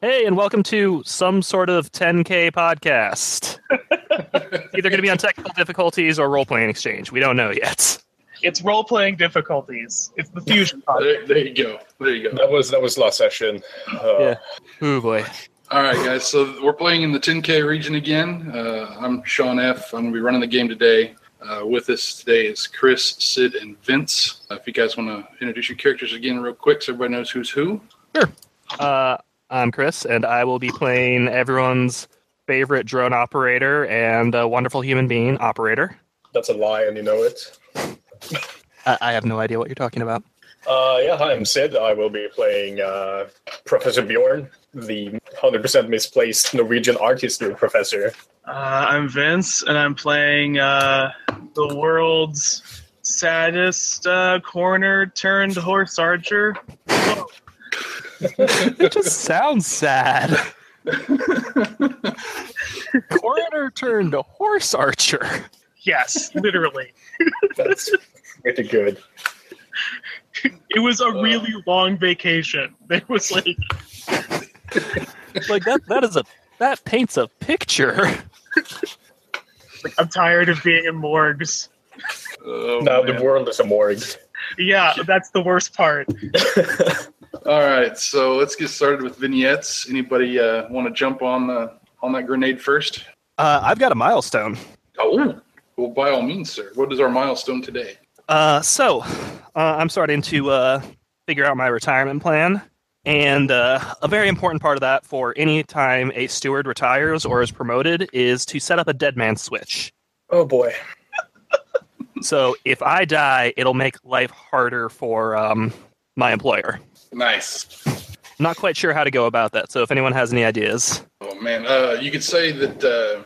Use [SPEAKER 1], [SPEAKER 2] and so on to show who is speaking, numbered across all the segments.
[SPEAKER 1] Hey, and welcome to some sort of 10K podcast. Either going to be on technical difficulties or role playing exchange. We don't know yet.
[SPEAKER 2] It's role playing difficulties. It's the fusion podcast.
[SPEAKER 3] There, there you go. There you go.
[SPEAKER 4] That was that was last session. Uh,
[SPEAKER 1] Yeah. Oh boy.
[SPEAKER 3] All right, guys. So we're playing in the 10K region again. Uh, I'm Sean F. I'm going to be running the game today. Uh, with us today is Chris, Sid, and Vince. Uh, if you guys want to introduce your characters again, real quick, so everybody knows who's who.
[SPEAKER 1] Uh, I'm Chris, and I will be playing everyone's favorite drone operator and uh wonderful human being operator.
[SPEAKER 4] That's a lie, and you know it.
[SPEAKER 1] I, I have no idea what you're talking about.
[SPEAKER 4] Uh, yeah, hi, I'm Sid. I will be playing uh, Professor Bjorn, the 100% misplaced Norwegian art history professor.
[SPEAKER 2] Uh, I'm Vince, and I'm playing uh, the world's saddest uh, corner turned horse archer.
[SPEAKER 1] It just sounds sad. Coroner turned horse archer.
[SPEAKER 2] Yes, literally.
[SPEAKER 4] That's pretty good.
[SPEAKER 2] It was a really long vacation. There was like,
[SPEAKER 1] Like that that is a that paints a picture.
[SPEAKER 2] like, I'm tired of being in morgues.
[SPEAKER 3] Oh,
[SPEAKER 4] now
[SPEAKER 3] man.
[SPEAKER 4] the world is a morgue.
[SPEAKER 2] Yeah, that's the worst part.
[SPEAKER 3] All right. So let's get started with vignettes. Anybody uh, want to jump on the on that grenade first?
[SPEAKER 1] Uh, I've got a milestone.
[SPEAKER 3] Oh, well, by all means, sir. What is our milestone today?
[SPEAKER 1] Uh, so, uh, I'm starting to uh, figure out my retirement plan. And uh, a very important part of that for any time a steward retires or is promoted is to set up a dead man switch.
[SPEAKER 4] Oh boy.
[SPEAKER 1] So, if I die, it'll make life harder for um, my employer.
[SPEAKER 3] Nice.
[SPEAKER 1] Not quite sure how to go about that. So, if anyone has any ideas,
[SPEAKER 3] Oh man, uh, you could say that uh,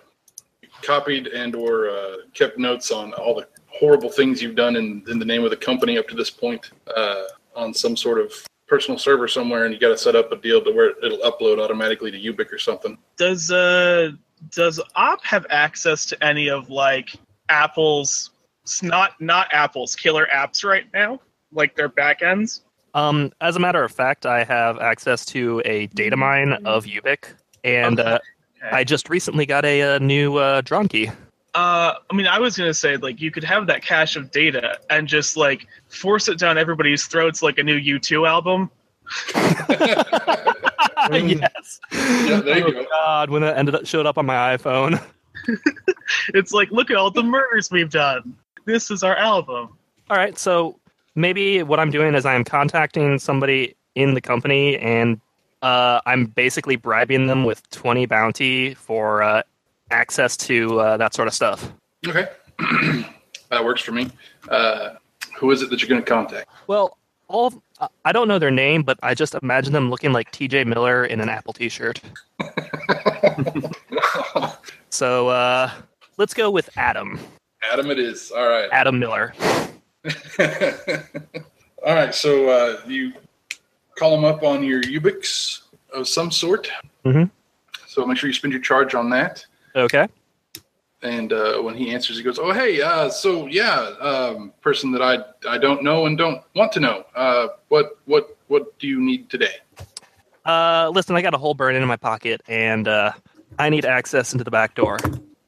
[SPEAKER 3] you copied and or uh, kept notes on all the horrible things you've done in, in the name of the company up to this point uh, on some sort of personal server somewhere, and you got to set up a deal to where it'll upload automatically to Ubic or something.
[SPEAKER 2] Does uh does Op have access to any of like Apple's s- not not Apple's killer apps right now? Like their backends?
[SPEAKER 1] um, as a matter of fact, I have access to a data mine of Ubic, and uh,
[SPEAKER 2] Okay.
[SPEAKER 1] I just recently got a, uh new uh, drone key.
[SPEAKER 2] Uh, I mean, I was gonna say like you could have that cache of data and just like force it down everybody's throats like a new U two album.
[SPEAKER 1] yes.
[SPEAKER 3] there you
[SPEAKER 1] oh,
[SPEAKER 3] go.
[SPEAKER 1] God, when that ended up showed up on my iPhone.
[SPEAKER 2] It's like look at all the murders we've done. This is our album.
[SPEAKER 1] All right, so maybe what I'm doing is I'm contacting somebody in the company, and uh, I'm basically bribing them with 20 bounty for uh, access to uh, that sort of stuff.
[SPEAKER 3] Okay, that works for me. Uh, who is it that you're going to contact?
[SPEAKER 1] Well, all I- I don't know their name, but I just imagine them looking like T.J. Miller in an Apple T-shirt. So uh, let's go with Adam.
[SPEAKER 3] Adam, it is. All right.
[SPEAKER 1] Adam Miller.
[SPEAKER 3] All right, so uh, you call them up on your Ubix of some sort.
[SPEAKER 1] Mhm.
[SPEAKER 3] So make sure you spend your charge on that.
[SPEAKER 1] Okay.
[SPEAKER 3] And uh, when he answers, he goes, "Oh, hey, uh, so yeah, um, person that I I don't know and don't want to know. Uh, what what what do you need today?
[SPEAKER 1] Uh, listen, I got a hole burn in my pocket, and uh, I need access into the back door.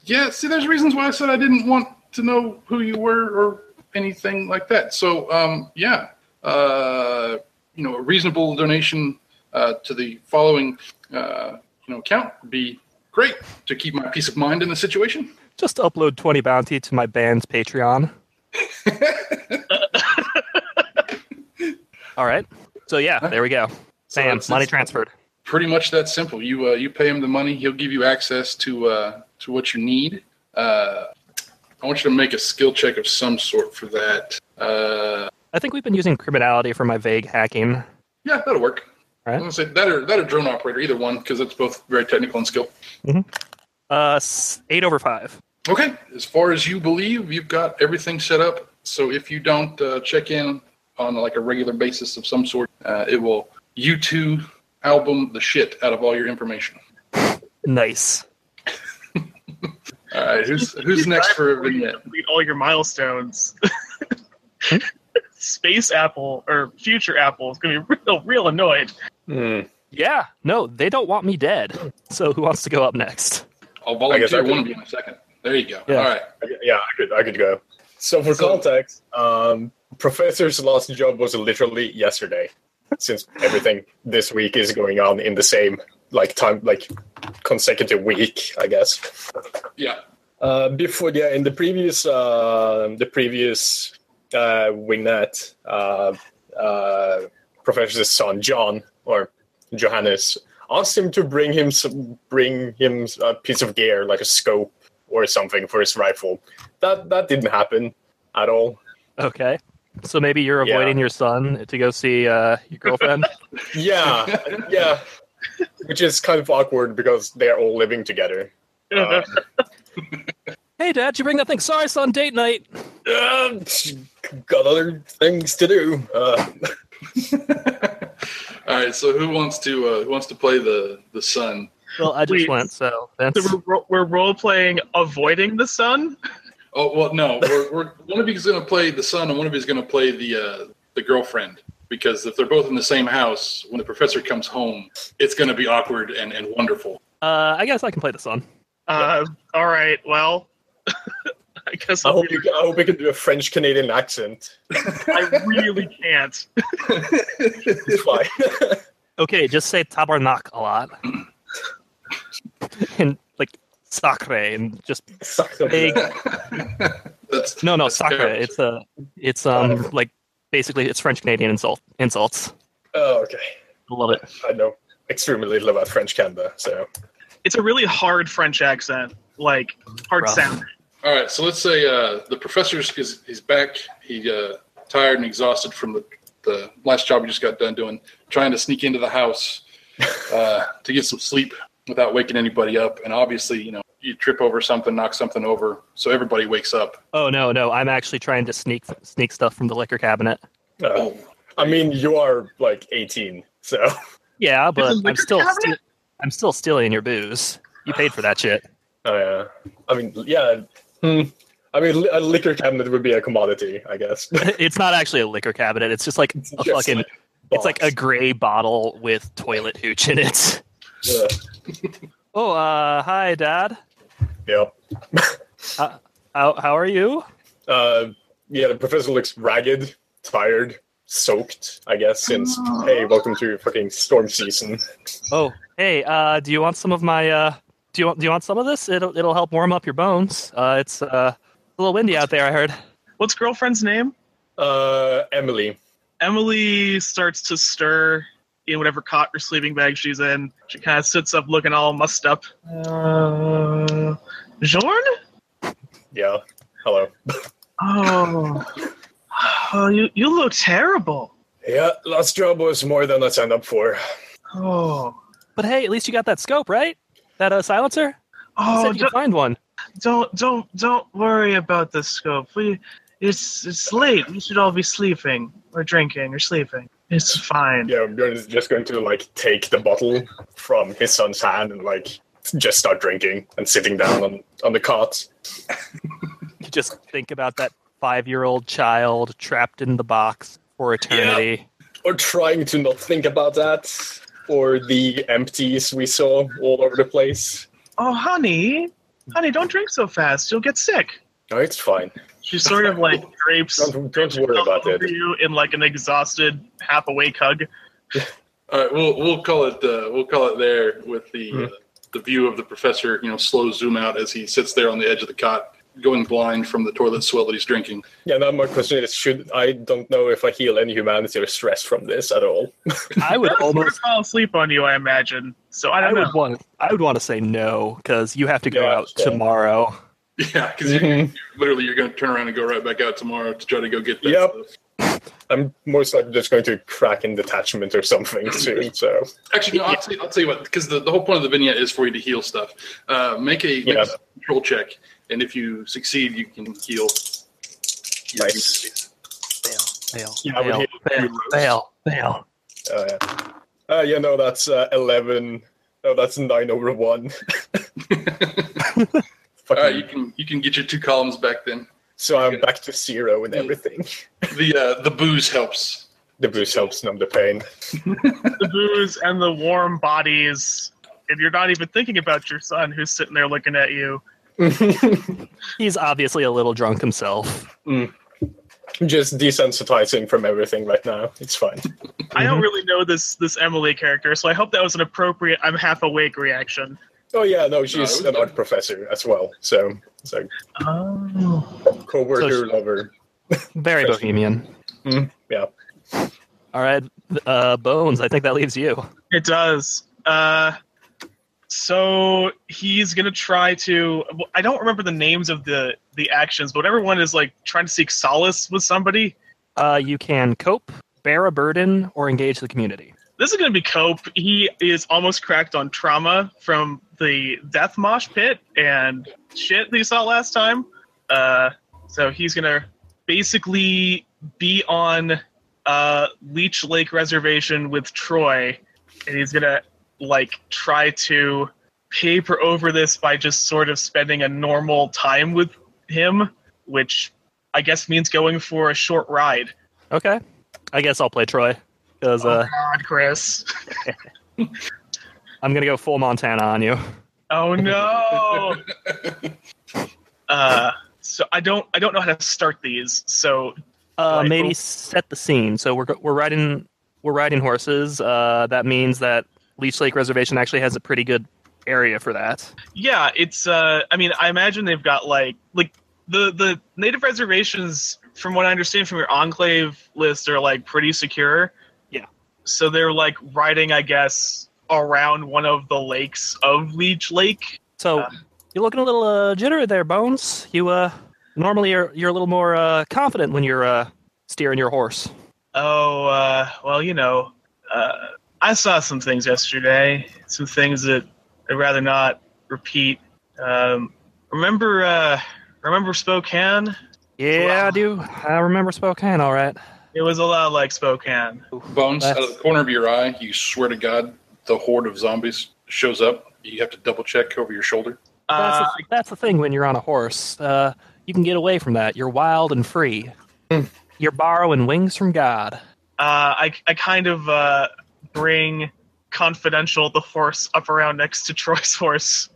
[SPEAKER 3] Yeah, see, there's reasons why I said I didn't want to know who you were or anything like that. So, um, yeah, uh, you know, a reasonable donation uh, to the following, uh, you know, account would be great to keep my peace of mind in the situation.
[SPEAKER 1] Just upload 20 bounty to my band's Patreon. All right. So, yeah, there we go.
[SPEAKER 3] So
[SPEAKER 1] Sam,
[SPEAKER 3] it's-
[SPEAKER 1] money
[SPEAKER 3] it's
[SPEAKER 1] transferred.
[SPEAKER 3] Pretty much that simple. You uh, you pay him the money, he'll give you access to uh, to what you need. Uh, I want you to make a skill check of some sort for that. Uh,
[SPEAKER 1] I think we've been using criminality for my vague hacking.
[SPEAKER 3] yeah, that'll work.
[SPEAKER 1] All
[SPEAKER 3] I'm
[SPEAKER 1] right.
[SPEAKER 3] gonna say that or that or drone operator, either one, because it's both very technical and skill.
[SPEAKER 1] Uh, s- 8 over 5.
[SPEAKER 3] Okay. As far as you believe, you've got everything set up. So if you don't uh, check in on like a regular basis of some sort, uh, it will U2 album the shit out of all your information.
[SPEAKER 1] Nice.
[SPEAKER 3] All right. Who's who's next for a vignette?
[SPEAKER 2] Complete all your milestones. Space Apple or future Apple is gonna be real real annoyed.
[SPEAKER 4] Hmm.
[SPEAKER 1] Yeah, no, they don't want me dead. So who wants to go up next?
[SPEAKER 3] I'll
[SPEAKER 4] I guess I
[SPEAKER 3] volunteer
[SPEAKER 4] could-
[SPEAKER 3] one of you in a second. There you go.
[SPEAKER 1] Yeah.
[SPEAKER 3] All right.
[SPEAKER 4] I- Yeah, I could, I could go. So for
[SPEAKER 3] So-
[SPEAKER 4] context, um, Professor's last job was literally yesterday, since everything this week is going on in the same like time, like consecutive week, I guess.
[SPEAKER 3] Yeah.
[SPEAKER 4] Uh, before, yeah, in the previous, uh, the previous uh, wingnut, uh, uh, Professor's son John or Johannes asked him to bring him some, bring him a piece of gear like a scope or something for his rifle. That that didn't happen at all.
[SPEAKER 1] Okay. So maybe you're
[SPEAKER 4] Yeah.
[SPEAKER 1] avoiding your son to go see uh, your girlfriend.
[SPEAKER 4] Yeah, yeah, which is kind of awkward because they're all living together. Uh,
[SPEAKER 1] hey, Dad, you bring that thing? Sorry, son, date night.
[SPEAKER 4] uh, got other things to do. Uh,
[SPEAKER 3] All right. So who wants to uh, who wants to play the the sun?
[SPEAKER 1] Well, I just
[SPEAKER 2] Wait.
[SPEAKER 1] went, so that's
[SPEAKER 2] So we're, we're role playing avoiding the sun.
[SPEAKER 3] Oh well, no. We're, we're one of you is going to play the son, and one of you is going to play the uh, the girlfriend. Because if they're both in the same house, when the professor comes home, it's going to be awkward and, and wonderful.
[SPEAKER 1] Uh, I guess I can play the son.
[SPEAKER 2] Uh, all right. Well, I guess
[SPEAKER 4] I
[SPEAKER 2] I'll
[SPEAKER 4] hope you, I hope you can do a French Canadian accent.
[SPEAKER 2] I really can't.
[SPEAKER 4] It's fine.
[SPEAKER 1] Okay, just say tabarnak a lot. and like sacre and just big
[SPEAKER 3] That's
[SPEAKER 1] no no
[SPEAKER 3] That's
[SPEAKER 1] sacre.
[SPEAKER 3] terrible.
[SPEAKER 1] It's uh it's um like basically it's French Canadian insult insults.
[SPEAKER 4] oh, okay.
[SPEAKER 1] I love it.
[SPEAKER 4] I know extremely little about French Canada, so
[SPEAKER 2] It's a really hard French accent, like hard
[SPEAKER 1] Rough.
[SPEAKER 2] sound.
[SPEAKER 3] All right, so let's say uh, the professor's is he's back. He uh, tired and exhausted from the, the last job he just got done doing, trying to sneak into the house uh, to get some sleep without waking anybody up. And obviously, you know, you trip over something, knock something over, so everybody wakes up.
[SPEAKER 1] Oh no no! I'm actually trying to sneak sneak stuff from the liquor cabinet. Oh.
[SPEAKER 4] uh, I mean, you are like 18, so
[SPEAKER 1] Yeah, but
[SPEAKER 2] liquor
[SPEAKER 1] I'm still
[SPEAKER 2] cabinet?
[SPEAKER 1] steal- I'm still stealing your booze. You paid for that shit.
[SPEAKER 4] oh yeah. I mean, yeah. Hmm. I mean, li- a liquor cabinet would be a commodity, I guess.
[SPEAKER 1] it's not actually a liquor cabinet. It's just like a
[SPEAKER 4] Just
[SPEAKER 1] fucking.
[SPEAKER 4] like
[SPEAKER 1] It's like a
[SPEAKER 4] box.
[SPEAKER 1] gray bottle with toilet hooch in it.
[SPEAKER 4] Yeah.
[SPEAKER 1] Oh, uh, hi, Dad.
[SPEAKER 4] Yep.
[SPEAKER 1] How how are you?
[SPEAKER 4] Uh, yeah, the professor looks ragged, tired, soaked, I guess, since, hey, welcome to fucking storm season.
[SPEAKER 1] Oh, hey, uh, do you want some of my? Uh, do you want do you want some of this? It'll it'll help warm up your bones. Uh, it's uh, a little windy out there. I heard.
[SPEAKER 2] What's girlfriend's name?
[SPEAKER 4] Uh, Emily.
[SPEAKER 2] Emily starts to stir in whatever cot or sleeping bag she's in. She kind of sits up looking all mussed up. Uh, Jorn?
[SPEAKER 4] Yeah. Hello.
[SPEAKER 2] Oh. oh, you, you look terrible.
[SPEAKER 4] Yeah, last job was more than I signed up for.
[SPEAKER 2] Oh.
[SPEAKER 1] But hey, at least you got that scope, right? That uh, silencer. You
[SPEAKER 2] Oh,
[SPEAKER 1] said you could
[SPEAKER 2] don't,
[SPEAKER 1] find one.
[SPEAKER 2] don't don't don't worry about the scope. We, it's it's late. We should all be sleeping or drinking or sleeping. It's fine.
[SPEAKER 4] Yeah, Bjorn is just going to like take the bottle from his son's hand and like just start drinking and sitting down on, on the cot.
[SPEAKER 1] You just think about that five year old child trapped in the box for eternity.
[SPEAKER 4] Or trying to not think about that. Or the empties we saw all over the place.
[SPEAKER 2] Oh, honey, honey, don't drink so fast. You'll get sick.
[SPEAKER 4] No, it's fine.
[SPEAKER 2] She sort of like drapes
[SPEAKER 4] Don't, don't worry about
[SPEAKER 2] over
[SPEAKER 4] it.
[SPEAKER 2] you in like an exhausted, half awake hug.
[SPEAKER 3] All right, we'll we'll call it uh, we'll call it there with the
[SPEAKER 4] Hmm.
[SPEAKER 3] uh, the view of the professor. You know, slow zoom out as he sits there on the edge of the cot, going blind from the toilet swill that he's drinking.
[SPEAKER 4] Yeah, now my question is should I don't know if I heal any humanity or stress from this at all.
[SPEAKER 1] I would
[SPEAKER 2] Almost
[SPEAKER 1] almost.
[SPEAKER 2] fall asleep on you, I imagine. So I
[SPEAKER 1] I
[SPEAKER 2] don't
[SPEAKER 1] would
[SPEAKER 2] know.
[SPEAKER 1] want. I would want to say no because you have to go
[SPEAKER 4] Yeah,
[SPEAKER 1] out
[SPEAKER 4] sure.
[SPEAKER 1] tomorrow.
[SPEAKER 3] Yeah, because literally you're going to turn around and go right back out tomorrow to try to go get that
[SPEAKER 4] Mm-hmm. Yep.
[SPEAKER 3] stuff.
[SPEAKER 4] I'm most likely just going to crack in detachment or something soon, so
[SPEAKER 3] Actually, no, I'll, tell you, I'll tell you what, because the, the whole point of the vignette is for you to heal stuff. Uh, make, a, make
[SPEAKER 4] Yeah.
[SPEAKER 3] a control check, and if you succeed, you can heal.
[SPEAKER 4] Nice.
[SPEAKER 1] Fail.
[SPEAKER 4] Yeah, I would
[SPEAKER 1] fail.
[SPEAKER 4] hit
[SPEAKER 1] Fail.
[SPEAKER 4] you,
[SPEAKER 1] Fail. Fail.
[SPEAKER 4] Oh yeah. Uh, yeah, no, that's uh, 11. No, that's 9 over 1.
[SPEAKER 3] All
[SPEAKER 4] Fucking-
[SPEAKER 3] right, Uh, you can you can get your two columns back then.
[SPEAKER 4] so I'm back to zero and everything.
[SPEAKER 3] The uh, the booze helps.
[SPEAKER 4] The booze helps numb the pain.
[SPEAKER 2] the booze and the warm bodies, and you're not even thinking about your son who's sitting there looking at you.
[SPEAKER 1] He's obviously a little drunk himself.
[SPEAKER 4] Just desensitizing from everything right now. It's fine.
[SPEAKER 2] I
[SPEAKER 1] Mm-hmm.
[SPEAKER 2] don't really know this this Emily character, so I hope that was an appropriate "I'm half awake" reaction.
[SPEAKER 4] Oh yeah, no,
[SPEAKER 3] No, it
[SPEAKER 4] she's
[SPEAKER 3] was
[SPEAKER 4] an
[SPEAKER 3] good.
[SPEAKER 4] art professor as well. So it's like
[SPEAKER 2] Oh,
[SPEAKER 4] co-worker,
[SPEAKER 1] So she-
[SPEAKER 4] lover.
[SPEAKER 1] Very bohemian.
[SPEAKER 4] Yeah.
[SPEAKER 1] All right, uh, Bones, I think that leaves you.
[SPEAKER 2] it does. Uh, so he's gonna try to. well, I don't remember the names of the the actions, but whenever one is like trying to seek solace with somebody,
[SPEAKER 1] Uh, you can cope, bear a burden, or engage the community.
[SPEAKER 2] This is going to be Cope. He is almost cracked on trauma from the death mosh pit and shit that he saw last time. Uh, so he's going to basically be on uh, Leech Lake Reservation with Troy, and he's going to like try to paper over this by just sort of spending a normal time with him, which I guess means going for a short ride. Oh
[SPEAKER 1] Okay, I guess I'll play Troy because uh,
[SPEAKER 2] God, Chris.
[SPEAKER 1] I'm gonna go full Montana on you. Uh,
[SPEAKER 2] Oh no. uh, so I don't I don't know how to start these. So
[SPEAKER 1] Uh,
[SPEAKER 2] Right.
[SPEAKER 1] maybe set the scene. So we're go- we're riding we're riding horses. Uh, that means that Leech Lake Reservation actually has a pretty good area for that.
[SPEAKER 2] yeah, it's uh I mean I imagine they've got like like the the native reservations from what I understand from your enclave list are like pretty secure.
[SPEAKER 1] Yeah.
[SPEAKER 2] So they're like riding I guess around one of the lakes of Leech Lake.
[SPEAKER 1] So
[SPEAKER 2] Uh.
[SPEAKER 1] you're looking a little uh, jittery there, Bones. You uh, normally are you're a little more uh, confident when you're uh, steering your horse.
[SPEAKER 2] Oh, uh, well, you know, uh, I saw some things yesterday, some things that I'd rather not repeat. Um, remember, uh, remember Spokane?
[SPEAKER 1] Yeah,
[SPEAKER 2] Wow.
[SPEAKER 1] I do. I remember Spokane. All right.
[SPEAKER 2] It was a lot like Spokane.
[SPEAKER 3] Bones, out of
[SPEAKER 1] That's-
[SPEAKER 3] the corner of your eye, you swear to God, the horde of zombies shows up. You have to double check over your shoulder.
[SPEAKER 1] That's,
[SPEAKER 2] Uh,
[SPEAKER 1] the, that's the thing when you're on a horse. Uh, you can get away from that. You're wild and free.
[SPEAKER 2] Hmm.
[SPEAKER 1] You're borrowing wings from God.
[SPEAKER 2] uh, I, I kind of uh, bring confidential the horse up around next to Troy's horse,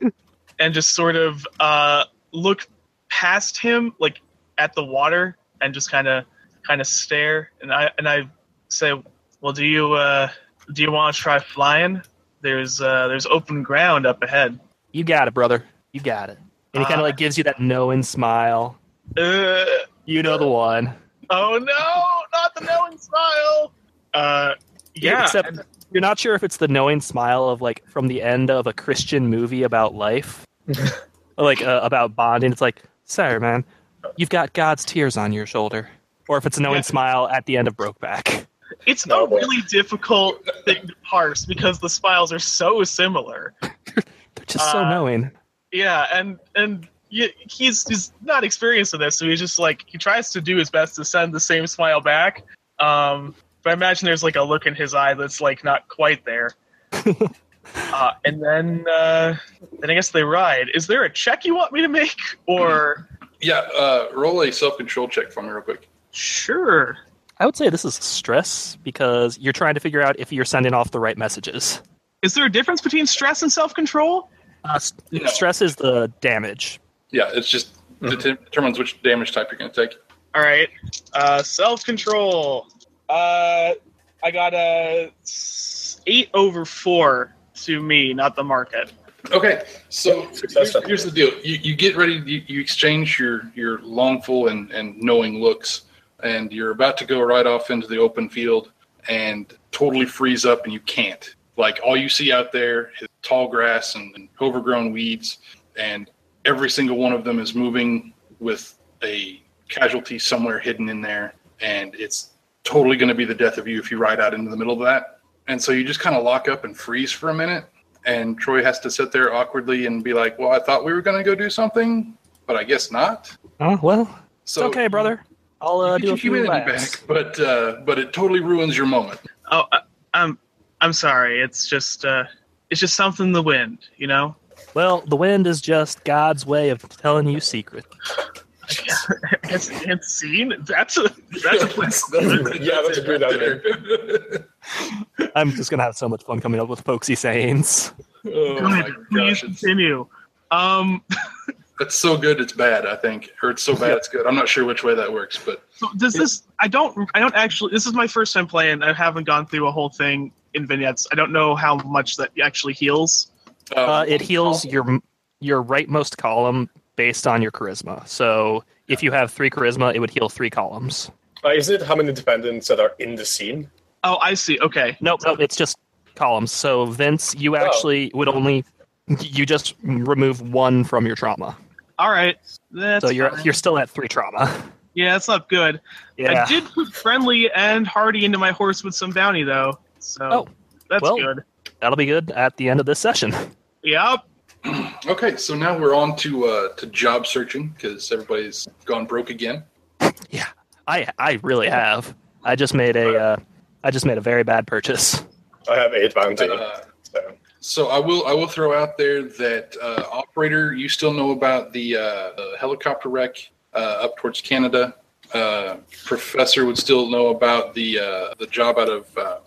[SPEAKER 2] and just sort of uh, look past him, like at the water, and just kind of kind of stare. And I and I say, "Well, do you uh, do you want to try flying? There's uh, there's open ground up ahead."
[SPEAKER 1] You got it, brother. You got it. And he kind
[SPEAKER 2] Uh.
[SPEAKER 1] of like gives you that knowing smile.
[SPEAKER 2] Uh,
[SPEAKER 1] You know the one.
[SPEAKER 2] oh no, not the knowing smile. Uh, yeah,
[SPEAKER 1] Except you're not sure if it's the knowing smile of like from the end of a Christian movie about life, Or, like uh, about bonding. It's like, sorry, man, you've got God's tears on your shoulder. Or if it's a knowing
[SPEAKER 2] Yeah.
[SPEAKER 1] smile at the end of Brokeback.
[SPEAKER 2] It's
[SPEAKER 4] Oh,
[SPEAKER 2] a
[SPEAKER 4] boy.
[SPEAKER 2] really difficult thing to parse because the smiles are so similar.
[SPEAKER 1] They're just so
[SPEAKER 2] Uh,
[SPEAKER 1] knowing.
[SPEAKER 2] Yeah, and and y- he's he's not experienced in this, so he's just like he tries to do his best to send the same smile back. Um, but I imagine there's like a look in his eye that's like not quite there. uh, and then uh, then I guess they ride. Is there a check you want me to make or
[SPEAKER 3] Yeah, uh, roll a self control check for me, real quick.
[SPEAKER 2] sure?
[SPEAKER 1] I would say this is stress because you're trying to figure out if you're sending off the right messages.
[SPEAKER 2] Is there a difference between stress and self control?
[SPEAKER 1] Uh, s-
[SPEAKER 3] No.
[SPEAKER 1] Stress is the damage.
[SPEAKER 3] Yeah, it's just det- determines which damage type you're going to take.
[SPEAKER 2] All right. Uh, Self control. Uh, I got a s- eight over four to me, not the market.
[SPEAKER 3] Okay, so here's,
[SPEAKER 4] Successful.
[SPEAKER 3] here's the deal: you, you get ready, you, you exchange your your longful and and knowing looks, and you're about to go right off into the open field and totally freeze up, and you can't. Like all you see out there is tall grass and, and overgrown weeds, and every single one of them is moving with a casualty somewhere hidden in there, and it's totally going to be the death of you if you ride out into the middle of that. And so you just kind of lock up and freeze for a minute and Troy has to sit there awkwardly and be like, "Well, I thought we were going to go do something, but I guess not."
[SPEAKER 1] Oh, well,
[SPEAKER 3] So
[SPEAKER 1] it's okay, brother. I'll
[SPEAKER 3] You
[SPEAKER 1] uh,
[SPEAKER 3] get
[SPEAKER 1] do
[SPEAKER 3] your
[SPEAKER 1] a few
[SPEAKER 3] humanity
[SPEAKER 1] laps.
[SPEAKER 3] back, but uh, but it totally ruins your moment.
[SPEAKER 2] Oh, I, I'm I'm sorry. It's just uh, it's just something in the wind, you know.
[SPEAKER 1] Well, the wind is just God's way of telling you secret.
[SPEAKER 2] I guess. has, has seen. That's a that's a place.
[SPEAKER 4] yeah, that's a good idea.
[SPEAKER 3] idea.
[SPEAKER 1] I'm just gonna have so much fun coming up with folksy sayings.
[SPEAKER 3] oh my
[SPEAKER 2] Good. Please
[SPEAKER 3] gosh, it's,
[SPEAKER 2] continue. Um,
[SPEAKER 3] it's so good it's bad. I think, or it's so bad it's good. I'm not sure which way that works, but
[SPEAKER 2] so does this? I don't. I don't actually. This is my first time playing. I haven't gone through a whole thing in vignettes. I don't know how much that actually heals.
[SPEAKER 3] um,
[SPEAKER 1] Uh, it heals your your rightmost column based on your charisma. So if you have three charisma, it would heal three columns.
[SPEAKER 4] Uh, is it how many dependents that are in the scene?
[SPEAKER 2] Oh, I see. Okay.
[SPEAKER 1] Nope, nope, it's just columns. So Vince, you actually would only you just remove one from your trauma.
[SPEAKER 2] All right. That's
[SPEAKER 1] so you're
[SPEAKER 2] fine.
[SPEAKER 1] you're still at three trauma.
[SPEAKER 2] yeah, that's not good.
[SPEAKER 1] Yeah.
[SPEAKER 2] I did put friendly and hardy into my horse with some bounty though. So
[SPEAKER 1] Oh,
[SPEAKER 2] that's
[SPEAKER 1] well.
[SPEAKER 2] good.
[SPEAKER 1] That'll be good at the end of this session.
[SPEAKER 2] Yep.
[SPEAKER 3] Okay, so now we're on to uh, to job searching because everybody's gone broke again.
[SPEAKER 1] I I really have. I just made a uh, I just made a very bad purchase.
[SPEAKER 4] I have eight bounty.
[SPEAKER 3] Uh,
[SPEAKER 4] so.
[SPEAKER 3] so I will I will throw out there that uh, operator, you still know about the, uh, the helicopter wreck uh, up towards Canada. Uh, professor would still know about the uh, the job out of uh,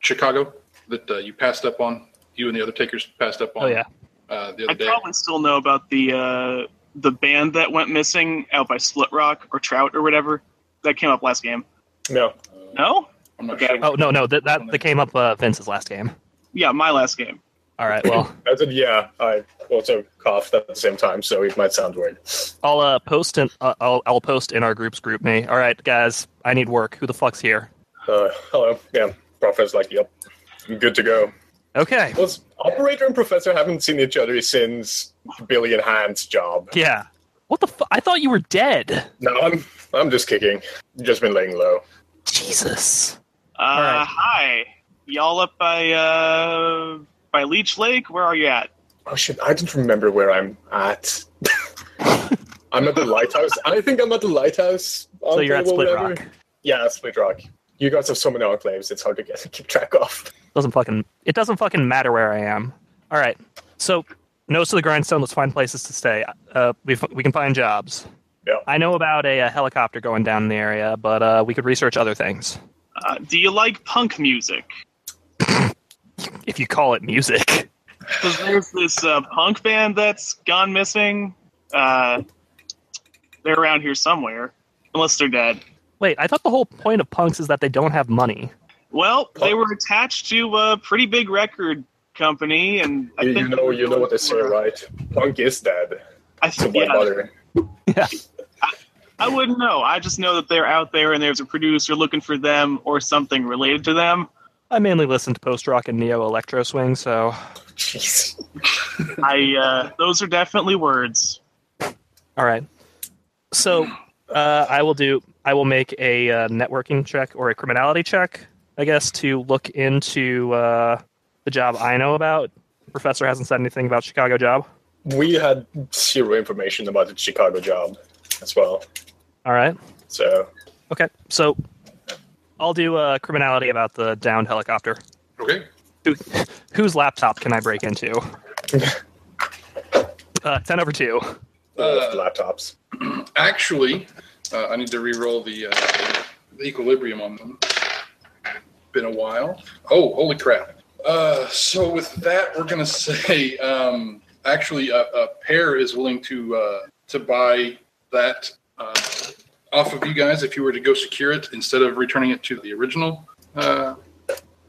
[SPEAKER 3] Chicago that uh, you passed up on. You and the other takers passed up on.
[SPEAKER 1] Oh yeah.
[SPEAKER 3] uh, the
[SPEAKER 2] I
[SPEAKER 3] other day.
[SPEAKER 2] probably still know about the uh, the band that went missing out by Split Rock or Trout or whatever that came up last game.
[SPEAKER 4] No.
[SPEAKER 2] No,
[SPEAKER 3] I'm not
[SPEAKER 2] Okay.
[SPEAKER 3] sure.
[SPEAKER 1] Oh no no that that, that came up uh, Vince's last game.
[SPEAKER 2] yeah, my last game.
[SPEAKER 1] All right. Well,
[SPEAKER 4] I said, yeah, I also coughed at the same time, so it might sound weird.
[SPEAKER 1] I'll uh, post in uh, I'll I'll post in our group's group me. All right, guys. I need work. Who the fuck's here?
[SPEAKER 4] Uh, hello. Yeah, Professor's like, yep, I'm good to go.
[SPEAKER 1] Okay.
[SPEAKER 4] Well, Operator and Professor haven't seen each other since Billy and Hand's job.
[SPEAKER 1] Yeah. What the fu- I thought you were dead.
[SPEAKER 4] No, I'm I'm just kicking. Just been laying low.
[SPEAKER 1] Jesus.
[SPEAKER 2] Uh,
[SPEAKER 1] right.
[SPEAKER 2] Hi, y'all up by uh, by Leech Lake? Where are you at?
[SPEAKER 4] Oh shit! I don't remember where I'm at. I'm at the lighthouse. I think I'm at the lighthouse.
[SPEAKER 1] So you're
[SPEAKER 4] enclave
[SPEAKER 1] at
[SPEAKER 4] or
[SPEAKER 1] Split
[SPEAKER 4] whatever.
[SPEAKER 1] Rock.
[SPEAKER 4] Yeah, Split Rock. You guys have so many enclaves; it's hard to get keep track of.
[SPEAKER 1] Doesn't fucking it doesn't fucking matter where I am. All right. So nose to the grindstone. Let's find places to stay. Uh, we f- we can find jobs.
[SPEAKER 4] Yeah.
[SPEAKER 1] I know about a, uh helicopter going down in the area, but uh, we could research other things
[SPEAKER 2] Uh, do you like punk music?
[SPEAKER 1] if you call it music.
[SPEAKER 2] Because there's this uh, punk band that's gone missing. Uh, they're around here somewhere, unless they're dead.
[SPEAKER 1] Wait, I thought the whole point of punks is that they don't have money.
[SPEAKER 2] Well, they
[SPEAKER 4] Punk.
[SPEAKER 2] were attached to a pretty big record company, and I
[SPEAKER 4] You,
[SPEAKER 2] think
[SPEAKER 4] you know, you know what they say,
[SPEAKER 2] were-
[SPEAKER 4] right? Punk is dead.
[SPEAKER 2] I
[SPEAKER 4] So
[SPEAKER 2] think
[SPEAKER 4] why
[SPEAKER 2] yeah,
[SPEAKER 4] bother?
[SPEAKER 2] I wouldn't know. I just know that they're out there, and there's a producer looking for them or something related to them.
[SPEAKER 1] I mainly listen to post rock and neo electro swing, so
[SPEAKER 4] Jeez.
[SPEAKER 2] I uh, those are definitely words.
[SPEAKER 1] all right. So uh, I will do. I will make a uh, networking check or a criminality check, I guess, to look into uh, the job I know about. Professor hasn't said anything about Chicago job.
[SPEAKER 4] We had zero information about the Chicago job as well.
[SPEAKER 1] All right.
[SPEAKER 4] So
[SPEAKER 1] Okay. So I'll do uh, criminality about the downed helicopter.
[SPEAKER 3] Okay.
[SPEAKER 1] Who, whose laptop can I break into? Uh, Ten over two.
[SPEAKER 4] we left laptops.
[SPEAKER 3] Actually, uh, I need to re-roll the, uh, the equilibrium on them. Been a while. Oh, holy crap! Uh, so with that, we're gonna say um, actually a, a pair is willing to uh, to buy that uh, off of you guys if you were to go secure it instead of returning it to the original uh,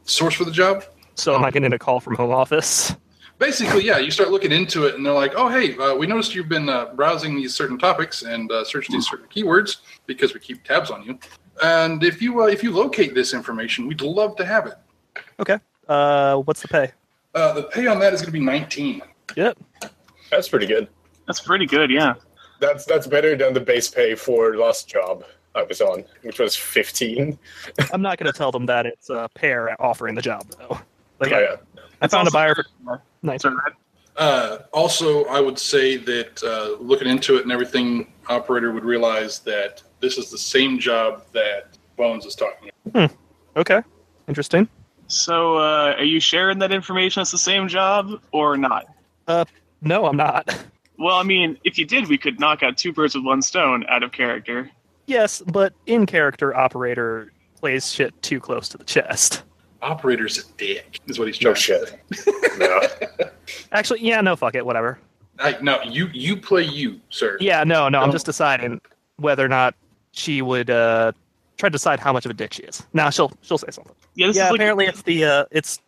[SPEAKER 3] source for the job.
[SPEAKER 1] So am I getting a call from home office?
[SPEAKER 3] basically, yeah, you start looking into it, and they're like, "Oh, hey, uh, we noticed you've been uh, browsing these certain topics and uh, searching these certain keywords because we keep tabs on you. And if you uh, if you locate this information, we'd love to have it.
[SPEAKER 1] Okay. Uh, what's the pay?
[SPEAKER 3] Uh, the pay on that is going to be 19.
[SPEAKER 1] Yep.
[SPEAKER 4] That's pretty good.
[SPEAKER 2] That's pretty good, yeah.
[SPEAKER 4] That's that's better than the base pay for last job I was on, which was fifteen.
[SPEAKER 1] I'm not going to tell them that it's a pair offering the job, though. Like,
[SPEAKER 4] Oh, yeah.
[SPEAKER 1] I, I found a buyer for
[SPEAKER 2] That's
[SPEAKER 1] nice.
[SPEAKER 2] all right.
[SPEAKER 3] Uh, also, I would say that uh, looking into it and everything, operator would realize that this is the same job that Bones is talking. about.
[SPEAKER 1] Okay. Interesting.
[SPEAKER 2] So, uh, are you sharing that information? It's the same job or not?
[SPEAKER 1] No, I'm not.
[SPEAKER 2] Well, I mean, if you did, we could knock out two birds with one stone out of character.
[SPEAKER 1] Yes, but in character, Operator plays shit too close to the chest.
[SPEAKER 3] Operator's a dick, is what he's
[SPEAKER 4] No
[SPEAKER 3] trying to
[SPEAKER 4] shit.
[SPEAKER 3] say.
[SPEAKER 4] No.
[SPEAKER 1] Actually, yeah, no, fuck it, whatever.
[SPEAKER 3] I, no, you you play you, sir.
[SPEAKER 1] Yeah, no, no, I'm
[SPEAKER 3] No.
[SPEAKER 1] just deciding whether or not she would uh, try to decide how much of a dick she is. Now she'll she'll say something.
[SPEAKER 2] Yeah, this
[SPEAKER 1] yeah,
[SPEAKER 2] is like
[SPEAKER 1] apparently it's the uh, it's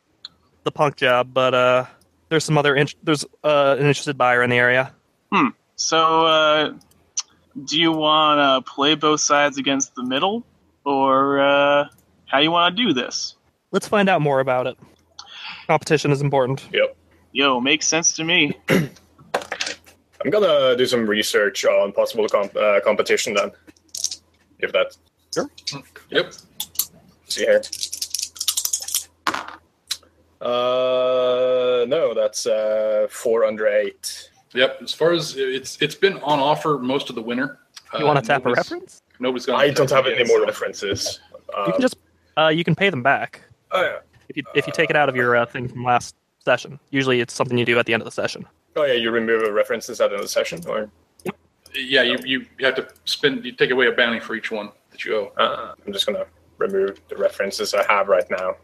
[SPEAKER 1] the punk job, but uh, there's some other int- there's uh, an interested buyer in the area.
[SPEAKER 2] So, uh, do you want to play both sides against the middle, or uh, how you want to do this?
[SPEAKER 1] Let's find out more about it. Competition is important.
[SPEAKER 4] Yep.
[SPEAKER 2] Yo, makes sense to me.
[SPEAKER 4] I'm gonna do some research on possible comp- uh, competition then. If that.
[SPEAKER 3] Yep.
[SPEAKER 4] See here. Uh, no, that's uh, four under eight.
[SPEAKER 3] Yep. As far as it's it's been on offer most of the winter.
[SPEAKER 1] You
[SPEAKER 3] Uh,
[SPEAKER 1] want to tap a
[SPEAKER 3] nobody's-
[SPEAKER 1] reference?
[SPEAKER 3] Nobody's gonna
[SPEAKER 4] I don't
[SPEAKER 3] tap
[SPEAKER 4] have
[SPEAKER 3] it
[SPEAKER 4] any
[SPEAKER 3] yet,
[SPEAKER 4] more
[SPEAKER 3] so-
[SPEAKER 4] references. Uh,
[SPEAKER 1] You
[SPEAKER 3] Oh.
[SPEAKER 1] can just uh, you can pay them back
[SPEAKER 4] oh, yeah.
[SPEAKER 1] if you if you take it out of your uh, thing from last session. Usually, it's something you do at the end of the session.
[SPEAKER 4] oh yeah, you remove the references at the end of the session, or
[SPEAKER 3] Yeah, you, you you have to spend you take away a bounty for each one that you owe.
[SPEAKER 4] uh, I'm just gonna remove the references I have right now.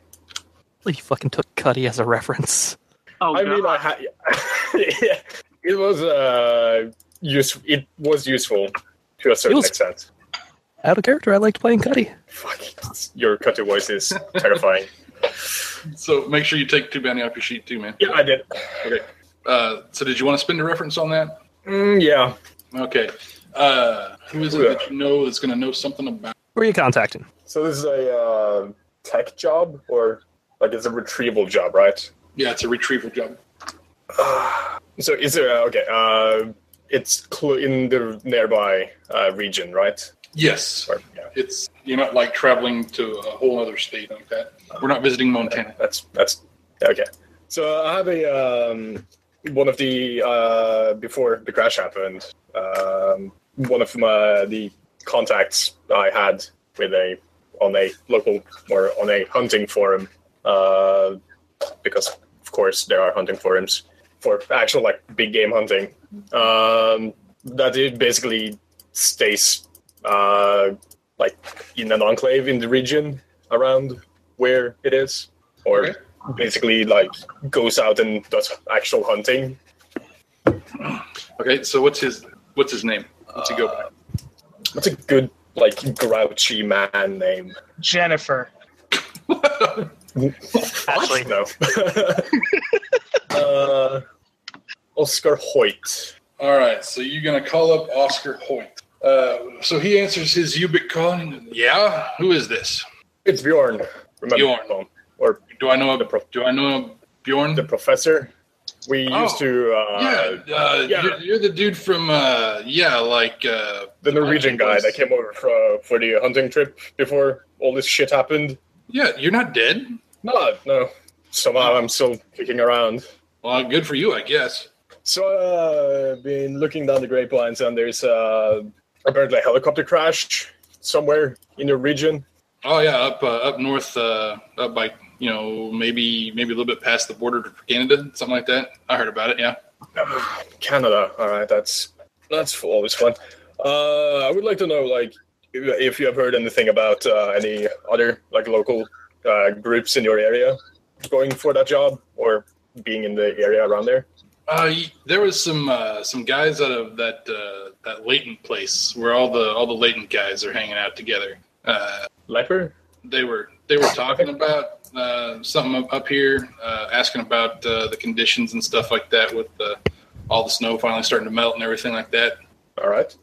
[SPEAKER 1] You fucking took Cuddy as a reference.
[SPEAKER 2] Oh,
[SPEAKER 4] I
[SPEAKER 2] God.
[SPEAKER 4] mean, I ha- yeah. it was uh, use- it was useful to a certain
[SPEAKER 1] was-
[SPEAKER 4] extent.
[SPEAKER 1] Out of character, I liked playing Cuddy.
[SPEAKER 4] Fuck, your cutty voice is terrifying.
[SPEAKER 3] So make sure you take two bounty off your sheet too, man.
[SPEAKER 4] yeah, I did.
[SPEAKER 3] Okay. Uh, so did you want to spend a reference on that?
[SPEAKER 4] Mm, yeah,
[SPEAKER 3] Okay. Uh, who is it that you know that's going to know something about?
[SPEAKER 1] Who are you contacting?
[SPEAKER 4] so this is a uh, tech job, or like it's a retrieval job, right?
[SPEAKER 3] Yeah, it's a retrieval job.
[SPEAKER 4] So is there uh, okay? Uh, it's cl- in the nearby uh, region, right?
[SPEAKER 3] Yes.
[SPEAKER 4] Or, yeah,
[SPEAKER 3] It's you're not like traveling to a whole other state like that. We're not visiting Montana.
[SPEAKER 4] that's that's okay. So I have a um, one of the uh, before the crash happened. Um, one of my, the contacts I had with a on a local or on a hunting forum, uh, because of course there are hunting forums for actual like big game hunting. Um, that it basically stays uh, like in an enclave in the region around where it is, or
[SPEAKER 3] Okay.
[SPEAKER 4] basically like goes out and does actual hunting.
[SPEAKER 3] Okay. So what's his what's his name? What's he go by?
[SPEAKER 4] That's a good like grouchy man name.
[SPEAKER 2] Jennifer.
[SPEAKER 1] Ashley.
[SPEAKER 4] no. uh, Oscar Hoyt.
[SPEAKER 3] All right. So you're gonna call up Oscar Hoyt. Uh, so he answers his Ubik call. and, Yeah. Who is this?
[SPEAKER 4] It's Bjorn. Remember
[SPEAKER 3] Bjorn.
[SPEAKER 4] Tom? or
[SPEAKER 3] Do I know?
[SPEAKER 4] The pro-
[SPEAKER 3] do I know Bjorn?
[SPEAKER 4] the professor? We
[SPEAKER 3] Oh,
[SPEAKER 4] used to uh,
[SPEAKER 3] yeah, uh,
[SPEAKER 4] yeah.
[SPEAKER 3] You're, you're the dude from uh, yeah, like uh,
[SPEAKER 4] the Norwegian guy
[SPEAKER 3] was-
[SPEAKER 4] that came over for, for the hunting trip before all this shit happened.
[SPEAKER 3] Yeah, you're not dead.
[SPEAKER 4] No, no. Somehow I'm still kicking around.
[SPEAKER 3] Well, good for you, I guess.
[SPEAKER 4] So uh, I've been looking down the grapevines, and there's uh, apparently a helicopter crash somewhere in the region.
[SPEAKER 3] Oh yeah, up uh, up north, uh, up by you know maybe maybe a little bit past the border to Canada, something like that. I heard about it. Yeah.
[SPEAKER 4] Canada. All right, that's that's always fun. Uh, I would like to know, like, if you have heard anything about uh, any other like local uh, groups in your area going for that job or being in the area around there.
[SPEAKER 3] Uh, y- there was some uh, some guys out of that uh, that latent place where all the all the latent guys are hanging out together. Uh,
[SPEAKER 4] Leper.
[SPEAKER 3] they were they were talking about uh, something up, up here, uh, asking about uh, the conditions and stuff like that with uh, all the snow finally starting to melt and everything like that.
[SPEAKER 4] All right.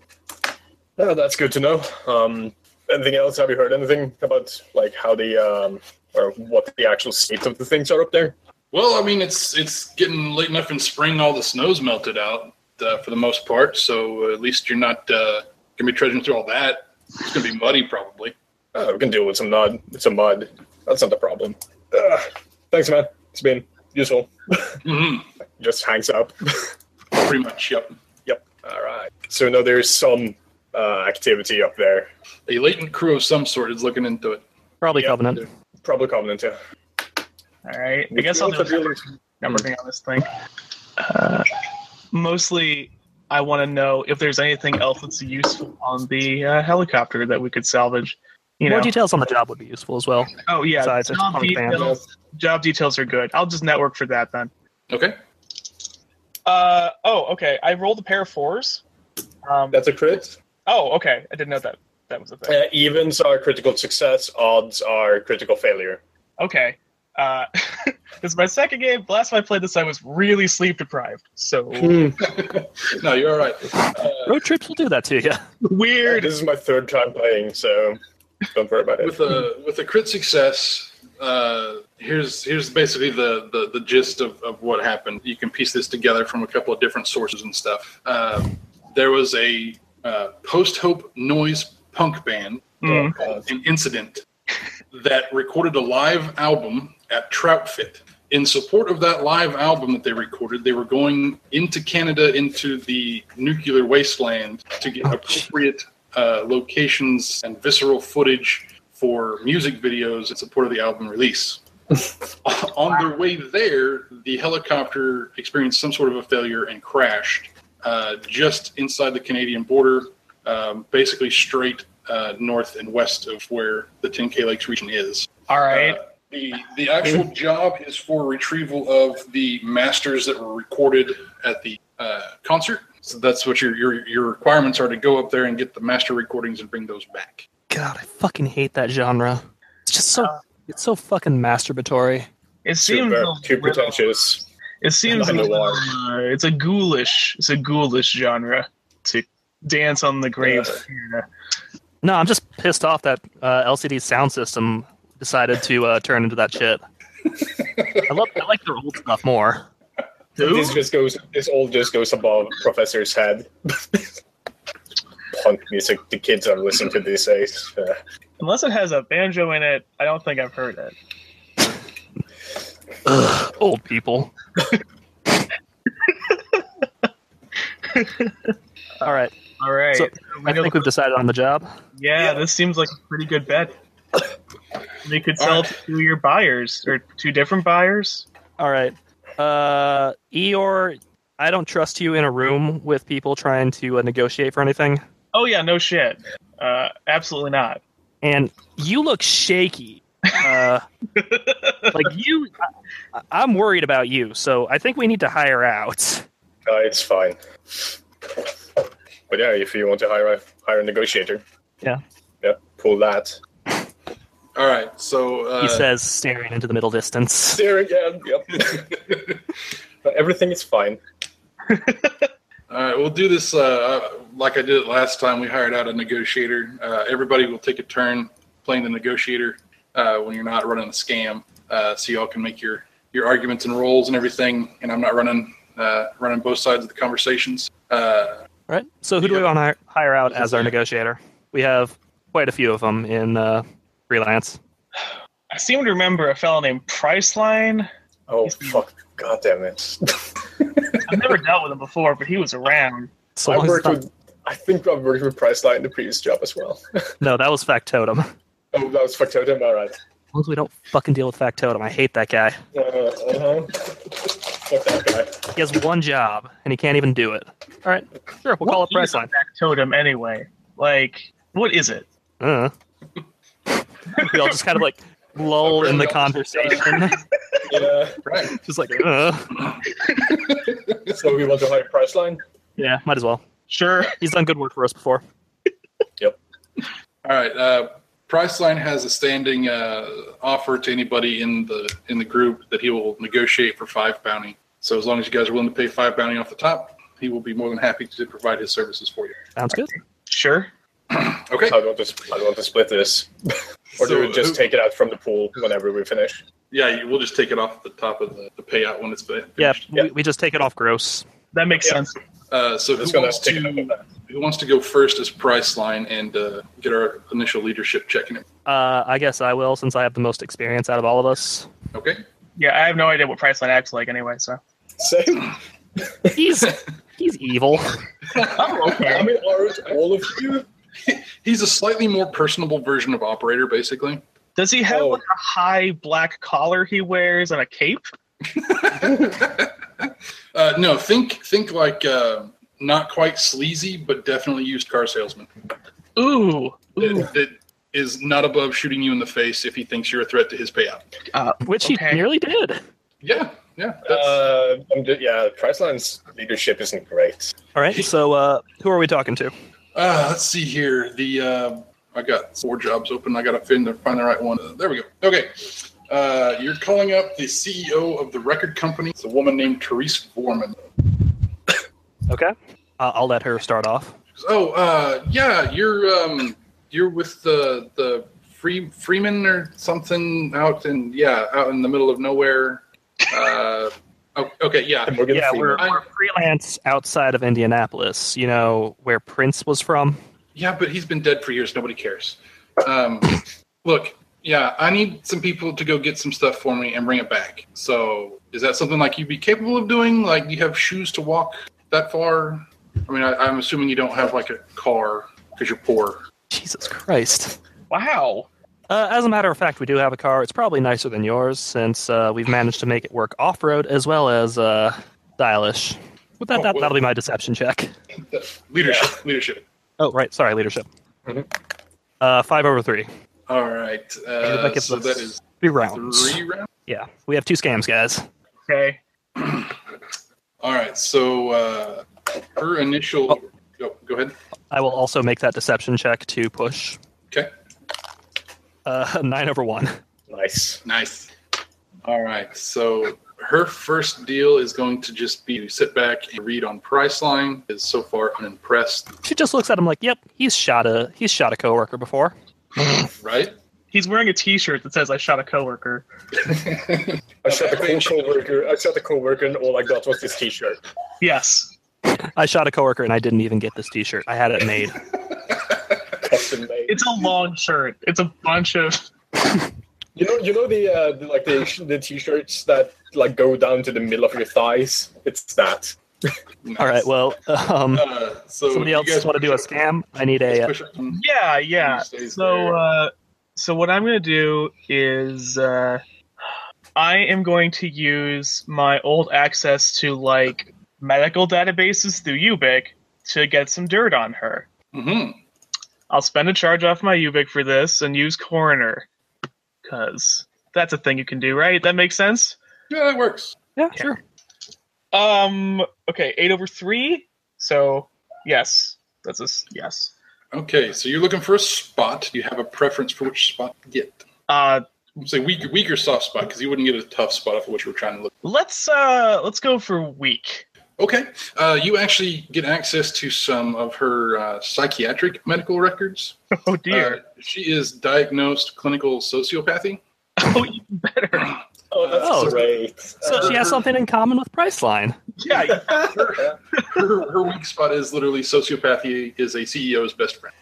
[SPEAKER 4] Yeah, that's good to know. Um, anything else? Have you heard anything about like how the um, or what the actual state of the things are up there?
[SPEAKER 3] Well, I mean, it's it's getting late enough in spring. All the snow's melted out uh, for the most part, so at least you're not uh, gonna be trudging through all that. It's gonna be muddy, probably.
[SPEAKER 4] Oh, we can deal with some mud. Some mud. That's not the problem. Ugh. Thanks, man. It's been useful.
[SPEAKER 3] hmm
[SPEAKER 4] Just hangs up.
[SPEAKER 3] Pretty much. Yep.
[SPEAKER 4] yep. All right. So no, there's some uh, activity up there.
[SPEAKER 3] A latent crew of some sort is looking into it.
[SPEAKER 1] Probably
[SPEAKER 4] Yeah,
[SPEAKER 1] Covenant.
[SPEAKER 3] dude.
[SPEAKER 4] Probably Covenant. Yeah.
[SPEAKER 2] All right. I guess I'll do a number thing on this thing. Uh, mostly, I want to know if there's anything else that's useful on the uh, helicopter that we could salvage. You
[SPEAKER 1] More
[SPEAKER 2] know,
[SPEAKER 1] details on the job would be useful as well.
[SPEAKER 2] oh yeah,
[SPEAKER 1] besides it's
[SPEAKER 2] job
[SPEAKER 1] on the fan.
[SPEAKER 2] details, job details are good. I'll just network for that then.
[SPEAKER 3] Okay.
[SPEAKER 2] Uh oh, okay. I rolled a pair of fours. Um,
[SPEAKER 4] That's a crit.
[SPEAKER 2] oh, okay. I didn't know that that was a thing.
[SPEAKER 4] Uh, evens are critical success. Odds are critical failure.
[SPEAKER 2] Okay. Uh, this is my second game. Last time I played this, I was really sleep deprived. So
[SPEAKER 4] Hmm.
[SPEAKER 3] No, you're all right.
[SPEAKER 1] Road trips will do that to you.
[SPEAKER 4] Uh,
[SPEAKER 2] weird.
[SPEAKER 4] This is my third time playing, so don't worry about
[SPEAKER 3] With
[SPEAKER 4] it.
[SPEAKER 3] a with a crit success, uh, here's here's basically the, the, the gist of, of what happened. You can piece this together from a couple of different sources and stuff. Uh, there was a uh, post hope noise punk band
[SPEAKER 2] Mm.
[SPEAKER 4] Uh,
[SPEAKER 3] an incident that recorded a live album at Troutfit. In support of that live album that they recorded, they were going into Canada, into the nuclear wasteland, to get appropriate uh, locations and visceral footage for music videos in support of the album release. On their way there, the helicopter experienced some sort of a failure and crashed uh, just inside the Canadian border um, basically straight uh, north and west of where the 10K Lakes region is.
[SPEAKER 2] All right.
[SPEAKER 3] Uh, the the actual job is for retrieval of the masters that were recorded at the uh, concert. So that's what your, your your requirements are to go up there and get the master recordings and bring those back.
[SPEAKER 1] God, I fucking hate that genre. It's just so
[SPEAKER 3] Uh.
[SPEAKER 1] it's so fucking masturbatory.
[SPEAKER 2] it seems
[SPEAKER 4] super,
[SPEAKER 2] a
[SPEAKER 4] too
[SPEAKER 2] little-
[SPEAKER 4] pretentious.
[SPEAKER 2] It seems
[SPEAKER 4] I know why.
[SPEAKER 2] uh, it's a ghoulish. It's a ghoulish genre to dance on the grave. Yeah.
[SPEAKER 1] No, I'm just pissed off that uh, LCD sound system decided to uh, turn into that shit. I love I like their old stuff more.
[SPEAKER 4] This just goes. This all just goes above Professor's head. Punk music. The kids are listening to these days. Uh,
[SPEAKER 2] Unless it has a banjo in it, I don't think I've heard it.
[SPEAKER 1] Ugh, old people. All right,
[SPEAKER 2] All right.
[SPEAKER 1] So,
[SPEAKER 2] We
[SPEAKER 1] I
[SPEAKER 2] know-
[SPEAKER 1] think we've decided on the job.
[SPEAKER 2] yeah, this seems like a pretty good bet. they could sell to your buyers or two different buyers.
[SPEAKER 1] All right, uh, Eeyore, I don't trust you in a room with people trying to uh, negotiate for anything,
[SPEAKER 2] Oh yeah, no shit. Uh, absolutely not.
[SPEAKER 1] and you look shaky. Uh, like you, I, I'm worried about you, so I think we need to hire out.
[SPEAKER 4] no, uh, it's fine. But yeah, if you want to hire a, hire a negotiator,
[SPEAKER 1] Yeah.
[SPEAKER 4] yeah, pull that.
[SPEAKER 3] All right, so uh,
[SPEAKER 1] He says, staring into the middle distance.
[SPEAKER 4] There again. Yep. but everything is fine.
[SPEAKER 3] All right, we'll do this uh, uh, like I did it last time. We hired out a negotiator. Uh, everybody will take a turn playing the negotiator uh, when you're not running a scam, uh, so y'all can make your your arguments and roles and everything. And I'm not running uh, running both sides of the conversations. Uh,
[SPEAKER 1] Right. So who do we
[SPEAKER 3] Yeah.
[SPEAKER 1] want to hire- hire out as our negotiator? We have quite a few of them in uh, freelance.
[SPEAKER 2] I seem to remember a fellow named Priceline.
[SPEAKER 4] Oh fuck! God damn it!
[SPEAKER 2] I've never dealt with him before, but he was around.
[SPEAKER 1] So
[SPEAKER 4] I
[SPEAKER 1] long as it's
[SPEAKER 4] worked
[SPEAKER 1] not-
[SPEAKER 4] with. I think I worked with Priceline in the previous job as well.
[SPEAKER 1] no, that was Factotum. As
[SPEAKER 4] oh, that was fucked up. All right.
[SPEAKER 1] long as we don't fucking deal with Factotum, I hate that guy.
[SPEAKER 4] Uh, uh-huh. Fuck that guy.
[SPEAKER 1] He has one job and he can't even do it. All right, sure, we'll call up
[SPEAKER 2] What is
[SPEAKER 1] Priceline.
[SPEAKER 2] a Factotum anyway. Like, what is it?
[SPEAKER 1] Uh, we all just kind of like lull in the conversation,
[SPEAKER 4] Yeah.
[SPEAKER 3] right.
[SPEAKER 1] just like, uh,
[SPEAKER 4] So we want to hire Priceline.
[SPEAKER 1] yeah, might as well.
[SPEAKER 2] Sure.
[SPEAKER 1] He's done good work for us before.
[SPEAKER 3] All right. Uh, Priceline has a standing uh, offer to anybody in the in the group that he will negotiate for five bounty. So as long as you guys are willing to pay five bounty off the top, he will be more than happy to provide his services for you.
[SPEAKER 1] Sounds good.
[SPEAKER 2] Sure.
[SPEAKER 3] Okay.
[SPEAKER 4] I want to. sp- I want to split this, or do we
[SPEAKER 3] So
[SPEAKER 4] just
[SPEAKER 3] who-
[SPEAKER 4] take it out from the pool whenever we finish?
[SPEAKER 3] Yeah, you- we'll just take it off the top of the, the payout when it's fin-
[SPEAKER 1] Yeah,
[SPEAKER 3] finished.
[SPEAKER 1] we, we just take it off gross.
[SPEAKER 2] That makes
[SPEAKER 4] Yeah.
[SPEAKER 2] sense.
[SPEAKER 3] Uh, so who
[SPEAKER 4] It's gonna
[SPEAKER 3] wants,
[SPEAKER 4] stick it up with
[SPEAKER 3] to,
[SPEAKER 4] that.
[SPEAKER 3] who wants to go first as Priceline and uh, get our initial leadership check in?
[SPEAKER 1] Uh, I guess I will since I have the most experience out of all of us.
[SPEAKER 3] Okay.
[SPEAKER 2] Yeah, I have no idea what Priceline acts like anyway, so.
[SPEAKER 4] Same.
[SPEAKER 1] He's he's evil.
[SPEAKER 2] Oh,
[SPEAKER 4] I mean, aren't all of you?
[SPEAKER 3] He's a slightly more personable version of operator, basically.
[SPEAKER 2] Does he have
[SPEAKER 4] Oh.
[SPEAKER 2] like a high black collar he wears and a cape?
[SPEAKER 3] Uh, no, think think like uh, not quite sleazy, but definitely used car salesman.
[SPEAKER 2] Ooh. Ooh.
[SPEAKER 3] That, that is not above shooting you in the face if he thinks you're a threat to his payout.
[SPEAKER 1] uh, which
[SPEAKER 2] Okay.
[SPEAKER 1] he nearly did.
[SPEAKER 3] Yeah, yeah. That's,
[SPEAKER 4] Uh, I'm ju- yeah, Priceline's leadership isn't great.
[SPEAKER 1] All right, so uh, who are we talking to?
[SPEAKER 3] Uh, let's see here. The uh, I got four jobs open. I got to find the find the right one. Uh, there we go. Okay. Uh, you're calling up the CEO of the record company. It's a woman named Therese Vorman.
[SPEAKER 1] Okay, uh, I'll let her start off.
[SPEAKER 3] She goes, Oh, uh, yeah. You're um, you're with the the Free, Freeman or something out in yeah out in the middle of nowhere. Uh, oh, okay. Yeah.
[SPEAKER 4] Morgan
[SPEAKER 1] yeah,
[SPEAKER 4] Freeman.
[SPEAKER 1] we're,
[SPEAKER 3] I-
[SPEAKER 1] we're freelance outside of Indianapolis. You know where Prince was from.
[SPEAKER 3] Yeah, but he's been dead for years. Nobody cares. Um, look, yeah, I need some people to go get some stuff for me and bring it back. So, is that something like you'd be capable of doing? Like, do you have shoes to walk that far? I mean, I, I'm assuming you don't have like a car because you're poor.
[SPEAKER 1] Jesus Christ.
[SPEAKER 2] Wow.
[SPEAKER 1] Uh, as a matter of fact, we do have a car. It's probably nicer than yours since uh, we've managed to make it work off road as well as uh, stylish. But that,
[SPEAKER 3] Oh,
[SPEAKER 1] that,
[SPEAKER 3] well-
[SPEAKER 1] that'll be my deception check.
[SPEAKER 3] Leadership, leadership.
[SPEAKER 1] Oh, right. Sorry, leadership.
[SPEAKER 3] Mm-hmm.
[SPEAKER 4] Mhm.
[SPEAKER 1] Uh, five over three.
[SPEAKER 3] All right.
[SPEAKER 1] Maybe that
[SPEAKER 3] Uh,
[SPEAKER 1] gives
[SPEAKER 3] so
[SPEAKER 1] us
[SPEAKER 3] that is
[SPEAKER 1] Three rounds.
[SPEAKER 3] three rounds.
[SPEAKER 1] Yeah, we have two scams, guys.
[SPEAKER 2] Okay.
[SPEAKER 3] All right. So, uh, her initial.
[SPEAKER 1] Oh.
[SPEAKER 3] Go, go ahead.
[SPEAKER 1] I will also make that deception check to push.
[SPEAKER 3] Okay.
[SPEAKER 1] Uh, nine over one.
[SPEAKER 4] nice.
[SPEAKER 3] Nice. All right. So her first deal is going to just be to sit back and read on Priceline. Is so far unimpressed,
[SPEAKER 1] She just looks at him like, "Yep, he's shot a he's shot a coworker before."
[SPEAKER 3] right?
[SPEAKER 2] He's wearing a T-shirt that says "I shot a coworker."
[SPEAKER 4] I shot a
[SPEAKER 3] Okay.
[SPEAKER 4] co- coworker. I shot a coworker, and all I got was this T-shirt.
[SPEAKER 2] Yes.
[SPEAKER 1] I shot a coworker and I didn't even get this T-shirt. I had it made.
[SPEAKER 4] Custom made.
[SPEAKER 2] It's a long shirt. It's a bunch of.
[SPEAKER 4] You know, you know the, uh, the like the the T-shirts that like go down to the middle of your thighs. It's that.
[SPEAKER 1] All right, well, um,
[SPEAKER 3] Uh, so
[SPEAKER 1] somebody
[SPEAKER 3] you
[SPEAKER 1] else
[SPEAKER 3] guys
[SPEAKER 1] want to do a
[SPEAKER 3] push up-
[SPEAKER 1] scam? I need a.
[SPEAKER 3] let's
[SPEAKER 1] Uh,
[SPEAKER 3] push up some-
[SPEAKER 2] Yeah. Yeah.
[SPEAKER 3] stays
[SPEAKER 2] So,
[SPEAKER 3] there.
[SPEAKER 2] uh, so what I'm gonna do is uh, I am going to use my old access to like medical databases through Ubik to get some dirt on her.
[SPEAKER 3] Mhm.
[SPEAKER 2] I'll spend a charge off my Ubik for this and use coroner, cause that's a thing you can do, right? That makes sense.
[SPEAKER 3] Yeah, that works.
[SPEAKER 1] yeah, sure.
[SPEAKER 2] Um. Okay. Eight over three. So yes, that's a s- yes.
[SPEAKER 3] Okay, so you're looking for a spot. Do you have a preference for which spot to get?
[SPEAKER 2] Uh,
[SPEAKER 3] I'd say weak, weak or soft spot because you wouldn't get a tough spot for which we're trying to look.
[SPEAKER 2] let's uh let's go for week.
[SPEAKER 3] Okay, uh, you actually get access to some of her uh, psychiatric medical records.
[SPEAKER 2] Oh dear.
[SPEAKER 3] Uh, she is diagnosed clinical sociopathy.
[SPEAKER 2] Oh, you better.
[SPEAKER 4] Oh, that's
[SPEAKER 1] Oh.
[SPEAKER 4] great.
[SPEAKER 1] So she has something in common with Priceline.
[SPEAKER 2] Yeah.
[SPEAKER 3] Her, her weak spot is literally sociopathy is a CEO's best friend.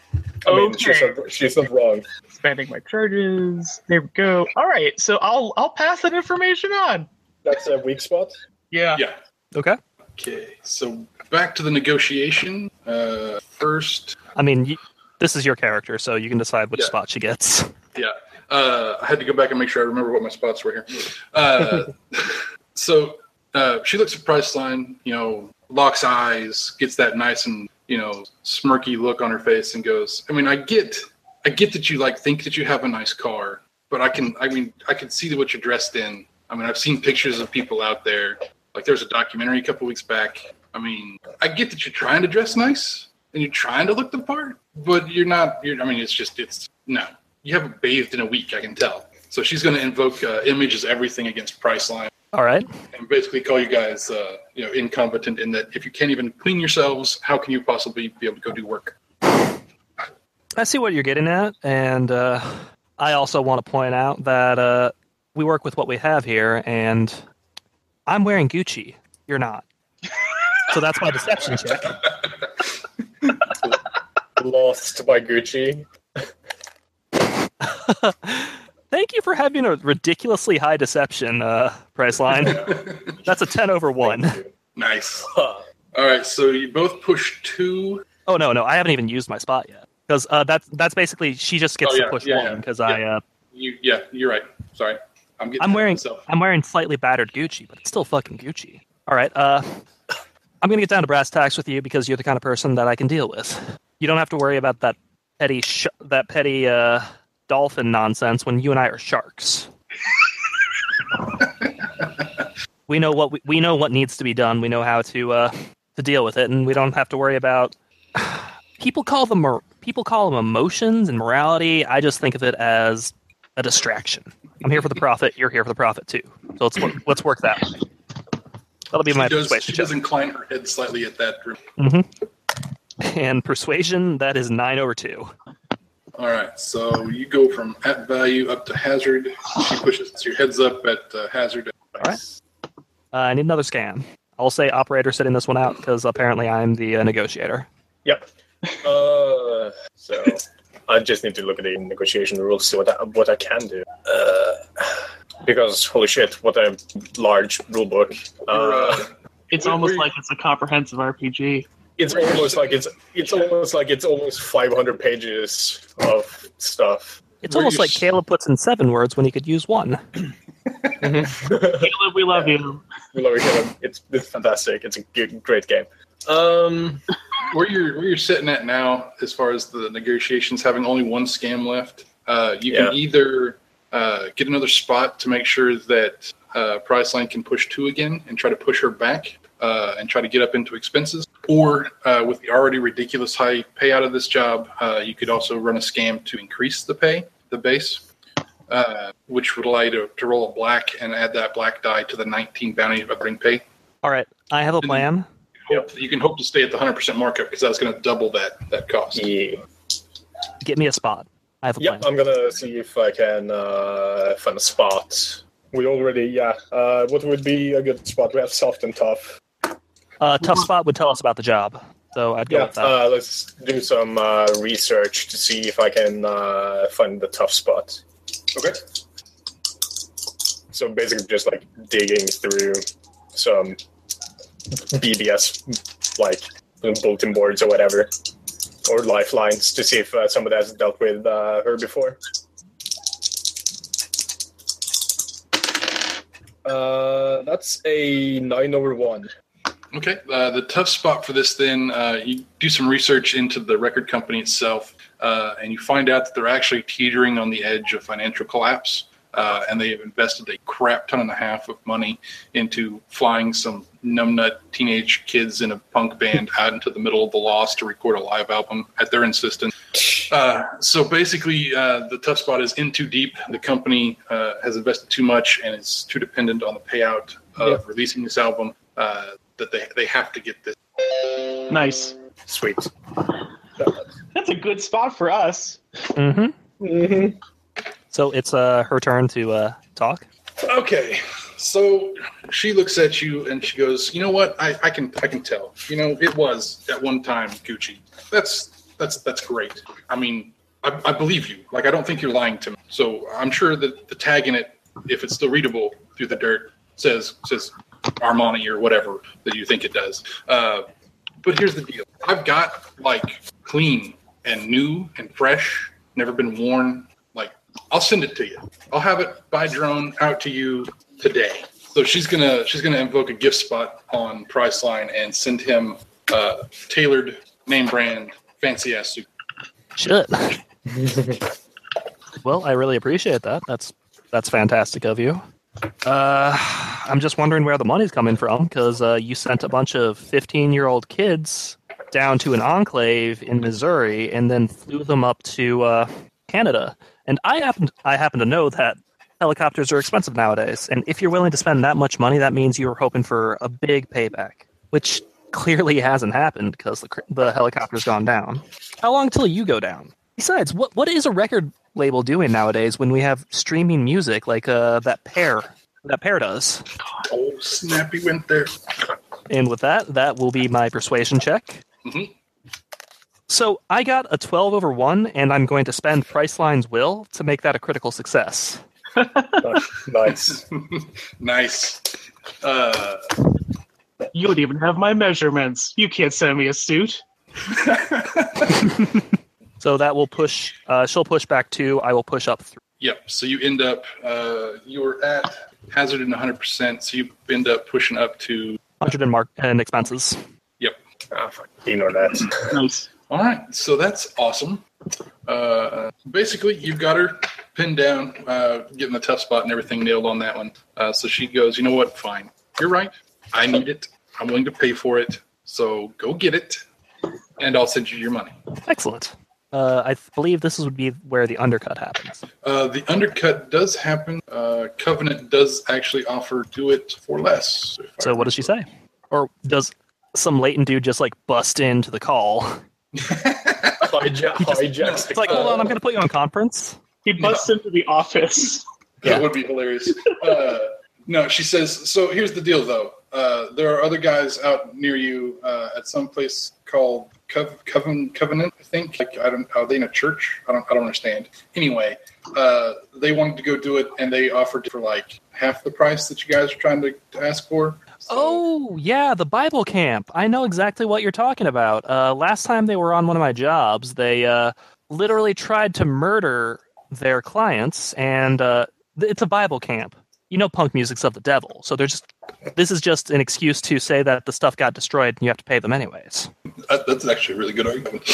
[SPEAKER 4] I mean,
[SPEAKER 2] Okay.
[SPEAKER 4] she's, not, she's not wrong.
[SPEAKER 2] Expanding my charges. There we go. All right. So I'll I'll pass that information on.
[SPEAKER 4] That's a weak spot.
[SPEAKER 2] Yeah.
[SPEAKER 3] Yeah.
[SPEAKER 1] Okay.
[SPEAKER 3] Okay, so back to the negotiation. Uh, first,
[SPEAKER 1] I mean, you, this is your character, so you can decide which
[SPEAKER 3] Yeah.
[SPEAKER 1] spot she gets.
[SPEAKER 3] yeah, uh, I had to go back and make sure I remember what my spots were here. Uh, so uh, she looks at Priceline, you know, locks eyes, gets that nice and you know smirky look on her face, and goes, "I mean, I get, I get that you like think that you have a nice car, but I can, I mean, I can see what you're dressed in. I mean, I've seen pictures of people out there. Like there's a documentary a couple weeks back. I mean, I get that you're trying to dress nice and you're trying to look the part, but you're not. You're, I mean, it's just, it's no. You haven't bathed in a week, I can tell. So she's going to invoke uh, images everything against Priceline
[SPEAKER 1] All right.
[SPEAKER 3] and basically call you guys, uh, you know, incompetent in that if you can't even clean yourselves, how can you possibly be able to go do work?
[SPEAKER 1] I see what you're getting at, and uh, I also want to point out that uh, we work with what we have here, and I'm wearing Gucci. You're not. So that's my deception check.
[SPEAKER 4] Lost by Gucci.
[SPEAKER 1] Thank you for having a ridiculously high deception uh, price line. That's a 10 over 1.
[SPEAKER 3] Nice.
[SPEAKER 4] Huh.
[SPEAKER 3] All right, so you both push two.
[SPEAKER 1] Oh, no, no. I haven't even used my spot yet. Because uh, that's, that's basically, she just gets
[SPEAKER 3] Oh, yeah,
[SPEAKER 1] to push
[SPEAKER 3] yeah,
[SPEAKER 1] one.
[SPEAKER 3] yeah,
[SPEAKER 1] Because
[SPEAKER 3] yeah.
[SPEAKER 1] I, uh,
[SPEAKER 3] You, yeah, you're right. Sorry, I'm getting.
[SPEAKER 1] I'm
[SPEAKER 3] ahead of
[SPEAKER 1] wearing
[SPEAKER 3] myself.
[SPEAKER 1] I'm wearing slightly battered Gucci, but it's still fucking Gucci. All right. Uh, I'm going to get down to brass tacks with you because you're the kind of person that I can deal with. You don't have to worry about that petty sh- that petty uh, dolphin nonsense when you and I are sharks. we know what we, we know what needs to be done. We know how to uh, to deal with it, and we don't have to worry about. people call them mor- people call them emotions and morality. I just think of it as a distraction. I'm here for the profit. You're here for the profit too. So let's work, let's work that way. That'll be my
[SPEAKER 3] she does, she
[SPEAKER 1] persuasion.
[SPEAKER 3] does incline her head slightly at that.
[SPEAKER 1] And persuasion that is nine over two.
[SPEAKER 3] All right, so you go from at value up to hazard. She pushes your heads up at uh, hazard. All
[SPEAKER 1] right. Uh, I need another scan. I'll say operator sitting this one out because apparently I'm the uh, negotiator.
[SPEAKER 4] Yep. Uh, so I just need to look at the negotiation rules, see what I, what I can do. Uh, because holy shit, what a large rule book. Uh,
[SPEAKER 2] It's
[SPEAKER 3] Wait,
[SPEAKER 2] almost
[SPEAKER 3] wait.
[SPEAKER 2] like it's a comprehensive RPG.
[SPEAKER 4] it's almost like it's it's almost like it's almost 500 pages of stuff.
[SPEAKER 1] It's
[SPEAKER 3] Were
[SPEAKER 1] almost
[SPEAKER 3] you
[SPEAKER 1] like
[SPEAKER 3] s-
[SPEAKER 1] Caleb puts in seven words when he could use one.
[SPEAKER 2] Caleb, we love you.
[SPEAKER 4] We love it, Kevin. It's, it's fantastic. It's a g- great game. Um,
[SPEAKER 3] Where you're where you're sitting at now, as far as the negotiations, having only one scam left, uh, you
[SPEAKER 4] Yeah.
[SPEAKER 3] can either uh, get another spot to make sure that uh, Priceline can push two again and try to push her back uh, and try to get up into expenses, or uh, with the already ridiculous high payout of this job, uh, you could also run a scam to increase the pay, the base, uh, which would allow you to, to roll a black and add that black die to the 19 bounty of ring pay.
[SPEAKER 1] All right, I have a
[SPEAKER 3] Mhm.
[SPEAKER 1] plan.
[SPEAKER 3] Hope, you can hope to stay at the 100% markup because that's going to double that that cost.
[SPEAKER 4] yeah.
[SPEAKER 1] Get me a spot. I have a
[SPEAKER 4] Yep,
[SPEAKER 1] plan.
[SPEAKER 4] I'm gonna see if I can uh, find a spot. We already, yeah. Uh, what would be a good spot? We have soft and tough.
[SPEAKER 1] Uh, tough spot would tell us about the job, so I'd go
[SPEAKER 4] Yeah,
[SPEAKER 1] with that.
[SPEAKER 4] uh, let's do some uh, research to see if I can uh, find the tough spot.
[SPEAKER 3] Okay.
[SPEAKER 4] So basically, just like digging through some BBS like bulletin boards or whatever, or lifelines to see if uh, somebody has dealt with uh, her before. Uh, that's a nine over one.
[SPEAKER 3] Okay. Uh, the tough spot for this, then, uh, you do some research into the record company itself, uh, and you find out that they're actually teetering on the edge of financial collapse, uh, and they have invested a crap ton and a half of money into flying some numbnut teenage kids in a punk band out into the middle of the loss to record a live album at their insistence. Uh, so basically, uh, the tough spot is in too deep. The company uh, has invested too much and is too dependent on the payout of releasing this album uh, that they, they have to get this.
[SPEAKER 2] Nice.
[SPEAKER 4] Sweet.
[SPEAKER 2] That's a good spot for us.
[SPEAKER 1] hmm
[SPEAKER 4] Mm-hmm.
[SPEAKER 1] So it's uh, her turn to uh, talk.
[SPEAKER 3] Okay, so she looks at you and she goes, "You know what? I, I can I can tell. You know, it was at one time Gucci. That's that's that's great. I mean, I, I believe you. Like, I don't think you're lying to me. So I'm sure that the tag in it, if it's still readable through the dirt, says says Armani or whatever that you think it does. Uh, but here's the deal: I've got like clean and new and fresh, never been worn. Like, I'll send it to you. I'll have it by drone out to you today. So she's gonna she's gonna invoke a gift spot on Priceline and send him uh, tailored name brand fancy ass suit.
[SPEAKER 1] Shit. well, I really appreciate that. That's that's fantastic of you. Uh, I'm just wondering where the money's coming from because uh, you sent a bunch of 15 year old kids down to an enclave in Missouri and then flew them up to uh, Canada. And I happen I happen to know that helicopters are expensive nowadays. And if you're willing to spend that much money, that means you were hoping for a big payback, which clearly hasn't happened because the, cr- the helicopter's gone down. How long till you go down? Besides, what what is a record label doing nowadays when we have streaming music like uh, that pair that pair does?
[SPEAKER 3] Oh, snappy went there.
[SPEAKER 1] And with that, that will be my persuasion check.
[SPEAKER 3] Mhm.
[SPEAKER 1] So I got a twelve over one, and I'm going to spend Priceline's will to make that a critical success.
[SPEAKER 4] nice.
[SPEAKER 3] Nice. Uh,
[SPEAKER 2] You don't even have my measurements. You can't send me a suit.
[SPEAKER 1] So that will push. Uh, she'll push back two. I will push up three.
[SPEAKER 3] yep. So you end up uh, you were at hazard and 100, percent so you end up pushing up to
[SPEAKER 1] hundred and mark and expenses.
[SPEAKER 4] Ah, fuck, ignore that.
[SPEAKER 2] Nice.
[SPEAKER 3] All right, so that's awesome. Uh, basically, you've got her pinned down, uh, getting the tough spot and everything nailed on that one. Uh, so she goes, you know what? Fine, you're right. I need it. I'm willing to pay for it. So go get it, and I'll send you your money.
[SPEAKER 1] Excellent. Uh, I th- believe this would be where the undercut happens.
[SPEAKER 3] Uh, the undercut does happen. Uh, Covenant does actually offer do it for less. if I
[SPEAKER 1] So what does she say? Or does some latent dude just like bust into the call?
[SPEAKER 4] Hijack, hijacks.
[SPEAKER 1] It's like, hold on, I'm gonna put you on conference.
[SPEAKER 2] He busts into the office.
[SPEAKER 1] Yeah.
[SPEAKER 3] That would be hilarious. uh, no, she says. So here's the deal, though. Uh, there are other guys out near you uh, at some place called Cov- Coven- Covenant, I think. Like, I don't. Are they in a church? I don't. I don't understand. Anyway, uh, they wanted to go do it, and they offered for like half the price that you guys are trying to, to ask for. So-
[SPEAKER 1] Oh yeah, the Bible camp. I know exactly what you're talking about. Uh, last time they were on one of my jobs, they uh, literally tried to murder their clients, and uh, th- it's a Bible camp. You know, punk music's of the devil, so they're just. This is just an excuse to say that the stuff got destroyed, and you have to pay them anyways.
[SPEAKER 3] that, that's actually a really good argument.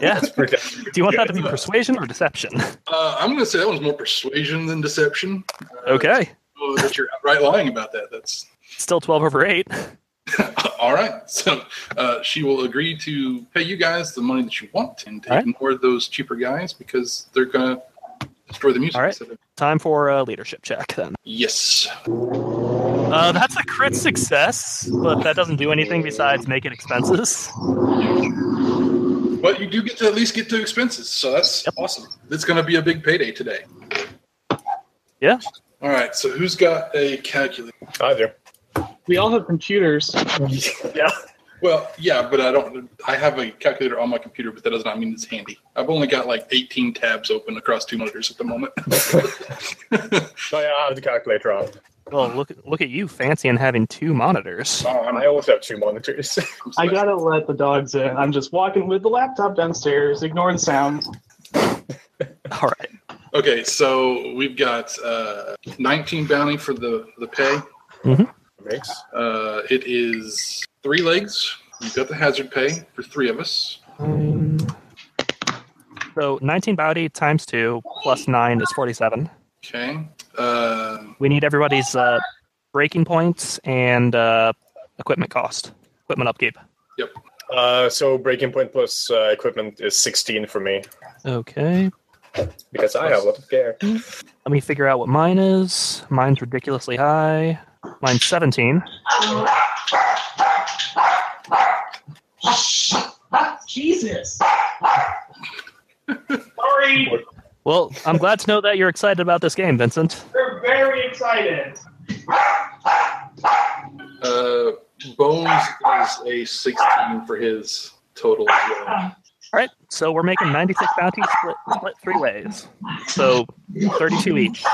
[SPEAKER 1] Yeah.
[SPEAKER 4] Pretty-
[SPEAKER 1] Do you want that to be persuasion or deception?
[SPEAKER 3] uh, I'm going to say that one's more persuasion than deception. Uh,
[SPEAKER 1] Okay,
[SPEAKER 3] so that you're outright lying about that. That's
[SPEAKER 1] still twelve over eight.
[SPEAKER 3] All right. So uh, she will agree to pay you guys the money that you want and to
[SPEAKER 1] All right.
[SPEAKER 3] ignore those cheaper guys because they're going to destroy the music.
[SPEAKER 1] All right.
[SPEAKER 3] So that-
[SPEAKER 1] Time for a leadership check then.
[SPEAKER 3] Yes.
[SPEAKER 1] Uh, that's a crit success, but that doesn't do anything besides make it expenses.
[SPEAKER 3] But you do get to at least get to expenses. So that's awesome. It's going to be a big payday today.
[SPEAKER 1] Yeah.
[SPEAKER 3] All right. So who's got a calculator?
[SPEAKER 4] Either.
[SPEAKER 2] We all have computers.
[SPEAKER 4] Oh,
[SPEAKER 1] Yeah.
[SPEAKER 3] Well, yeah, but I don't. I have a calculator on my computer, but that does not mean it's handy. I've only got like 18 tabs open across two monitors at the moment.
[SPEAKER 4] No, yeah, I have the calculator on.
[SPEAKER 1] Well, look look at you, fancy and having two monitors.
[SPEAKER 3] Um,
[SPEAKER 4] I always have two monitors.
[SPEAKER 2] I gotta let the dogs in. I'm just walking with the laptop downstairs, ignoring sounds.
[SPEAKER 1] All right.
[SPEAKER 3] Okay, so we've got uh, 19 bounty for the the pay.
[SPEAKER 4] Mix.
[SPEAKER 3] Uh, it is three legs. You've got the hazard pay for three of us.
[SPEAKER 1] So 19 bounty times 2 plus 9 is 47.
[SPEAKER 3] Okay. Uh,
[SPEAKER 1] We need everybody's uh, breaking points and uh, equipment cost, equipment upkeep.
[SPEAKER 3] yep.
[SPEAKER 4] Uh, so breaking point plus uh, equipment is 16 for me
[SPEAKER 1] Okay.
[SPEAKER 4] because I have a lot of gear.
[SPEAKER 1] Let me figure out what mine is. Mine's ridiculously high. Mine's 17.
[SPEAKER 2] Jesus. Sorry,
[SPEAKER 1] Well, I'm glad to know that you're excited about this game, Vincent.
[SPEAKER 2] we're very excited.
[SPEAKER 3] Uh, Bones is a 16 for his total. As well.
[SPEAKER 1] All right, so we're making 96 bounties split, split three ways. So 32 each.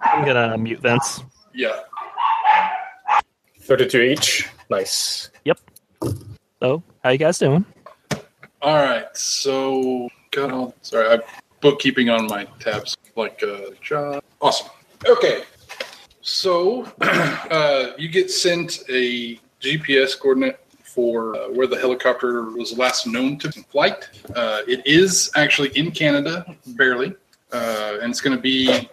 [SPEAKER 1] I'm going to mute Vince.
[SPEAKER 3] Yeah.
[SPEAKER 4] 32 each. Nice.
[SPEAKER 1] So, how you guys doing?
[SPEAKER 3] All right. So got all. Sorry, I'm bookkeeping on my tabs like a job. Awesome. Okay. So uh, you get sent a GPS coordinate for uh, where the helicopter was last known to be in flight. Uh, it is actually in Canada, barely, uh, and it's going to be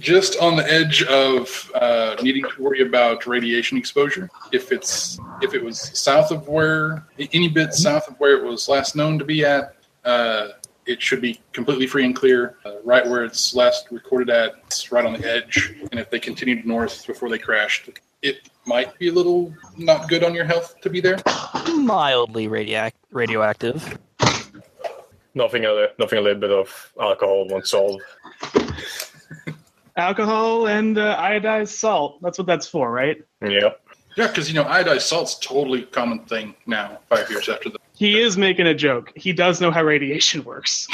[SPEAKER 3] just on the edge of uh, needing to worry about radiation exposure. If it's if it was south of where any bit south of where it was last known to be at, uh, it should be completely free and clear. Uh, right where it's last recorded at, it's right on the edge. And if they continued north before they crashed, it might be a little not good on your health to be there.
[SPEAKER 1] Mildly radioac- radioactive.
[SPEAKER 4] Nothing other. Nothing a little bit of alcohol won't solve.
[SPEAKER 2] Alcohol and uh, iodized salt. That's what that's for, right?
[SPEAKER 4] Yep.
[SPEAKER 3] Yeah, because you know iodized salt's totally common thing now. Five years after the
[SPEAKER 2] He is making a joke. He does know how radiation works.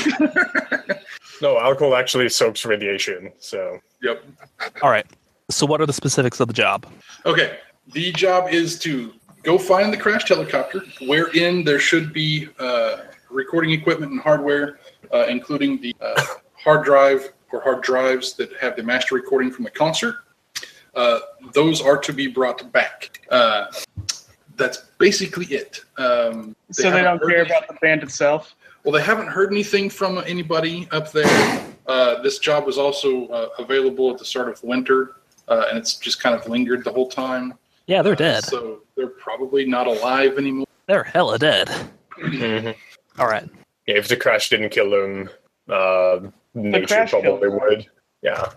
[SPEAKER 4] No, alcohol actually soaks radiation. So
[SPEAKER 3] yep.
[SPEAKER 1] All right, so what are the specifics of the job?
[SPEAKER 3] Okay. The job is to go find the crashed helicopter, wherein there should be uh, recording equipment and hardware, uh, including the uh, hard drive or hard drives that have the master recording from the concert. Uh, those are to be brought back. Uh, that's basically it. Um,
[SPEAKER 2] so they
[SPEAKER 3] haven't
[SPEAKER 2] don't
[SPEAKER 3] heard
[SPEAKER 2] care
[SPEAKER 3] anything-
[SPEAKER 2] about the band itself.
[SPEAKER 3] well, they haven't heard anything from anybody up there. Uh, this job was also uh, available at the start of winter, uh, and it's just kind of lingered the whole time.
[SPEAKER 1] Yeah, they're dead.
[SPEAKER 3] So they're probably not alive anymore.
[SPEAKER 1] They're hella dead.
[SPEAKER 4] Mhm.
[SPEAKER 1] All right.
[SPEAKER 4] Yeah, if the crash didn't kill them, uh, nature
[SPEAKER 2] crash
[SPEAKER 4] probably
[SPEAKER 2] killed them.
[SPEAKER 4] would. Yeah.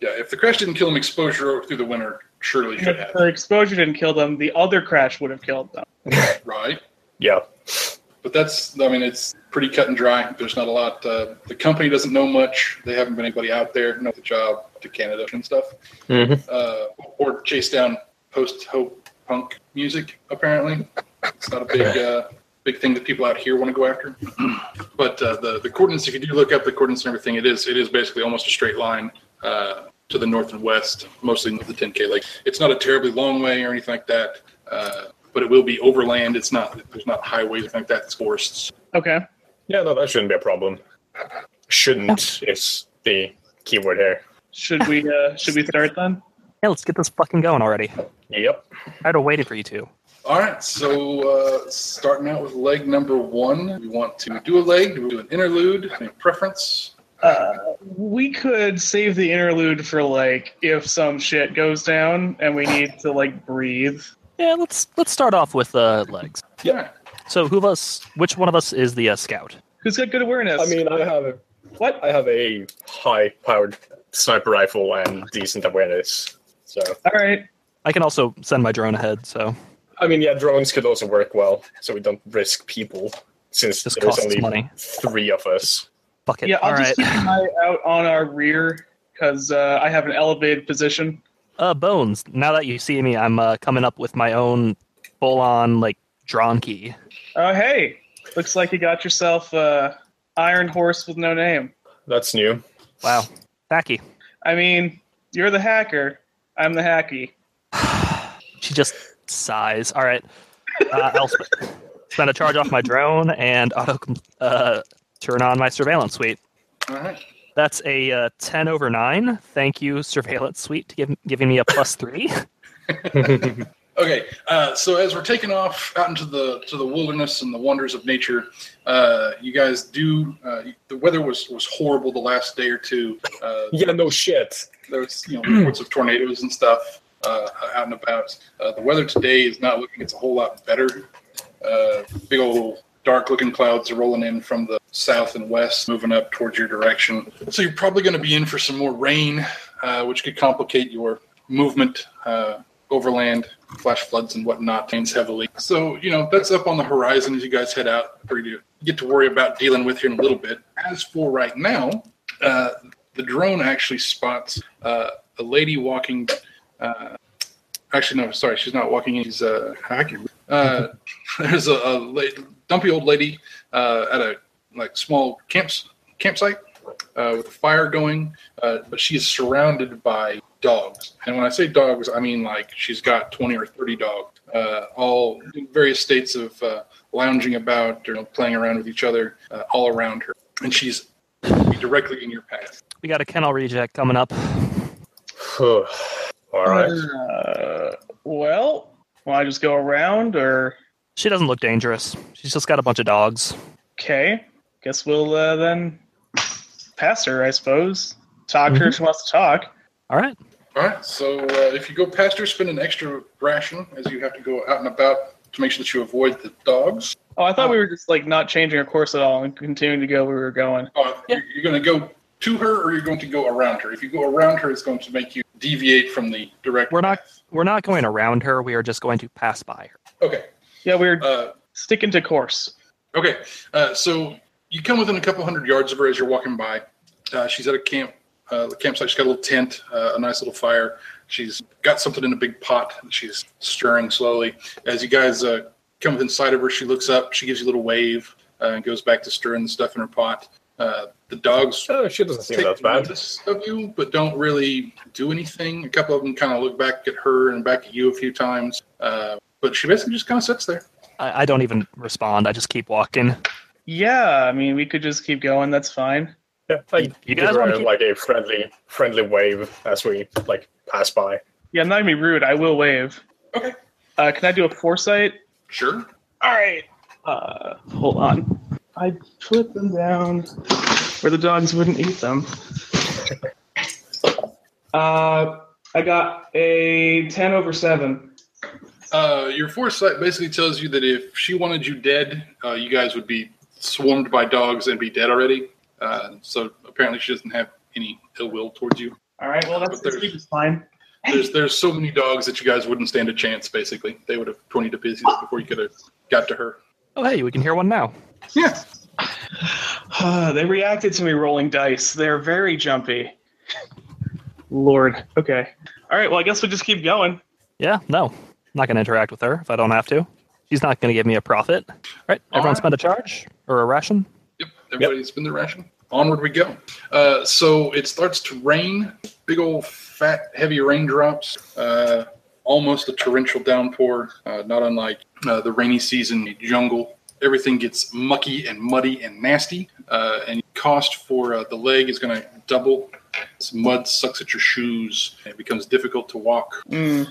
[SPEAKER 3] Yeah, if the crash didn't kill them, exposure through the winter surely should
[SPEAKER 2] If
[SPEAKER 3] have.
[SPEAKER 2] the exposure didn't kill them, the other crash would have killed them.
[SPEAKER 3] Right.
[SPEAKER 4] Yeah.
[SPEAKER 3] But that's, I mean, it's pretty cut and dry. There's not a lot. Uh, the company doesn't know much. They haven't been anybody out there, know the job to Canada and stuff,
[SPEAKER 4] Mhm.
[SPEAKER 3] uh, or chase down post hope punk music. Apparently, it's not a big uh, big thing that people out here want to go after. but uh, the the coordinates, if you do look up the coordinates and everything, it is it is basically almost a straight line. Uh, to the north and west, mostly the 10K. Like it's not a terribly long way or anything like that, uh, but it will be overland. It's not there's not highways or anything like that. It's forests.
[SPEAKER 2] Okay.
[SPEAKER 4] Yeah, no, that shouldn't be a problem. Shouldn't is the keyword here.
[SPEAKER 2] Should we uh, should we start then?
[SPEAKER 1] Yeah, let's get this fucking going already.
[SPEAKER 4] Yep.
[SPEAKER 1] I'd have waited for you two.
[SPEAKER 3] All right, so uh, starting out with leg number one, we want to do a leg, do we do an interlude, any preference?
[SPEAKER 2] Uh, we could save the interlude for like if some shit goes down and we need to like breathe.
[SPEAKER 1] Yeah, let's let's start off with uh, legs.
[SPEAKER 4] Yeah.
[SPEAKER 3] All right.
[SPEAKER 1] So who of us? Which one of us is the uh, scout?
[SPEAKER 2] Who's got good awareness?
[SPEAKER 4] I mean, I have
[SPEAKER 2] what?
[SPEAKER 4] I have a high-powered sniper rifle and decent awareness. So,
[SPEAKER 2] All right.
[SPEAKER 1] I can also send my drone ahead. So
[SPEAKER 4] I mean, yeah, drones could also work well, so we don't risk people since
[SPEAKER 1] this
[SPEAKER 4] there's
[SPEAKER 1] costs
[SPEAKER 4] only
[SPEAKER 1] money.
[SPEAKER 4] three of us.
[SPEAKER 1] Fuck it.
[SPEAKER 2] Yeah,
[SPEAKER 1] All
[SPEAKER 2] I'll
[SPEAKER 1] right.
[SPEAKER 2] just keep an eye out on our rear because uh, I have an elevated position.
[SPEAKER 1] Uh, Bones. Now that you see me, I'm uh, coming up with my own full-on like drawn key.
[SPEAKER 2] Oh, hey, looks like you got yourself uh, Iron Horse with no name.
[SPEAKER 4] That's new.
[SPEAKER 1] Wow. Tacky.
[SPEAKER 2] I mean, you're the hacker. I'm the hacky.
[SPEAKER 1] She just sighs. All right. Uh, I'll sp- spend a charge off my drone and auto uh, turn on my surveillance suite.
[SPEAKER 3] All right.
[SPEAKER 1] That's a uh, ten over nine. Thank you, surveillance suite, to give, giving me a plus three.
[SPEAKER 3] Okay, uh, so as we're taking off out into the to the wilderness and the wonders of nature, uh, you guys do. Uh, the weather was was horrible the last day or two. Uh,
[SPEAKER 4] Yeah, no shit.
[SPEAKER 3] there was you know reports of tornadoes and stuff uh, out and about. Uh, the weather today is not looking; it's a whole lot better. Uh, big old dark looking clouds are rolling in from the south and west, moving up towards your direction. So you're probably going to be in for some more rain, uh, which could complicate your movement. Uh, Overland, flash floods, and whatnot, rains heavily. So, you know, that's up on the horizon as you guys head out for you to get to worry about dealing with here in a little bit. As for right now, uh, the drone actually spots uh, a lady walking. Uh, actually, no, sorry, she's not walking. She's uh, I can- uh, there's a, a la- dumpy old lady uh, at a like small camps campsite uh, with a fire going, uh, but she is surrounded by dogs. And when I say dogs, I mean like she's got twenty or thirty dogs, uh, all in various states of uh, lounging about or playing around with each other, uh, all around her, and she's directly in your path.
[SPEAKER 1] we got a kennel reject coming up.
[SPEAKER 4] All right.
[SPEAKER 2] Uh, well, will I just go around or?
[SPEAKER 1] She doesn't look dangerous. She's just got a bunch of dogs.
[SPEAKER 2] Okay, guess we'll uh, then pass her, I suppose. Talk to her if
[SPEAKER 3] Mm-hmm.
[SPEAKER 2] she wants to talk.
[SPEAKER 1] All right.
[SPEAKER 3] All right. So uh, if you go past her, spend an extra ration as you have to go out and about to make sure that you avoid the dogs.
[SPEAKER 2] Oh, I thought
[SPEAKER 3] Oh.
[SPEAKER 2] we were just like not changing our course at all and continuing to go where we were going.
[SPEAKER 3] Uh, you're- You're going to go to her, or you're going to go around her. If you go around her, it's going to make you deviate from the direct.
[SPEAKER 1] We're not-
[SPEAKER 3] path.
[SPEAKER 1] We're not going around her. We are just going to pass by her.
[SPEAKER 3] Okay.
[SPEAKER 2] Yeah, we were
[SPEAKER 3] Uh,
[SPEAKER 2] sticking to course.
[SPEAKER 3] okay. Uh, so you come within a couple hundred yards of her as you're walking by. Uh, she's at a camp. Uh, campsite. She's got a little tent, uh, a nice little fire. She's got something in a big pot. that She's stirring slowly. As you guys uh, come within sight of her, she looks up. She gives you a little wave uh, and goes back to stirring the stuff in her pot. Uh, the dogs
[SPEAKER 4] Oh, she doesn't seem
[SPEAKER 3] take
[SPEAKER 4] that bad.
[SPEAKER 3] notice of you, but don't really do anything. A couple of them kind of look back at her and back at you a few times, uh, but she basically just kind of sits there.
[SPEAKER 1] I, I don't even respond. I just keep walking.
[SPEAKER 2] Yeah, I mean, we could just keep going. That's fine.
[SPEAKER 4] Yeah, like
[SPEAKER 1] You
[SPEAKER 4] give
[SPEAKER 1] guys
[SPEAKER 4] her,
[SPEAKER 1] wanna keep-
[SPEAKER 4] like a friendly friendly wave as we like pass by.
[SPEAKER 2] Yeah, I'm not gonna be rude. I will wave.
[SPEAKER 3] Okay.
[SPEAKER 2] Uh, can I do a foresight?
[SPEAKER 3] Sure.
[SPEAKER 2] All right. Uh, hold on. I put them down where the dogs wouldn't eat them. Uh, I got a ten over seven.
[SPEAKER 3] Uh, your foresight basically tells you that if she wanted you dead, uh, you guys would be swarmed by dogs and be dead already. Uh, so apparently, she doesn't have any ill will towards you.
[SPEAKER 2] All right. Well, that's
[SPEAKER 3] But there's-
[SPEAKER 2] this week is fine.
[SPEAKER 3] There's there's so many dogs that you guys wouldn't stand a chance. Basically, they would have torn you to pieces before you could have got to her.
[SPEAKER 1] Oh, hey, we can hear one now.
[SPEAKER 3] Yeah.
[SPEAKER 2] Uh, they reacted to me rolling dice. They're very jumpy. Lord. Okay. All right. Well, I guess we'll just keep going.
[SPEAKER 1] Yeah, no. I'm not going to interact with her if I don't have to. She's not going to give me a profit. All right,
[SPEAKER 3] All
[SPEAKER 1] everyone
[SPEAKER 3] right.
[SPEAKER 1] spend a charge or a ration.
[SPEAKER 3] Yep, everybody's been their ration. Onward we go. Uh, so it starts to rain. Big old fat, heavy raindrops. Uh, almost a torrential downpour, uh, not unlike uh, the rainy season jungle. Everything gets mucky and muddy and nasty. Uh, and cost for uh, the leg is going to double. This mud sucks at your shoes. and It becomes difficult to walk.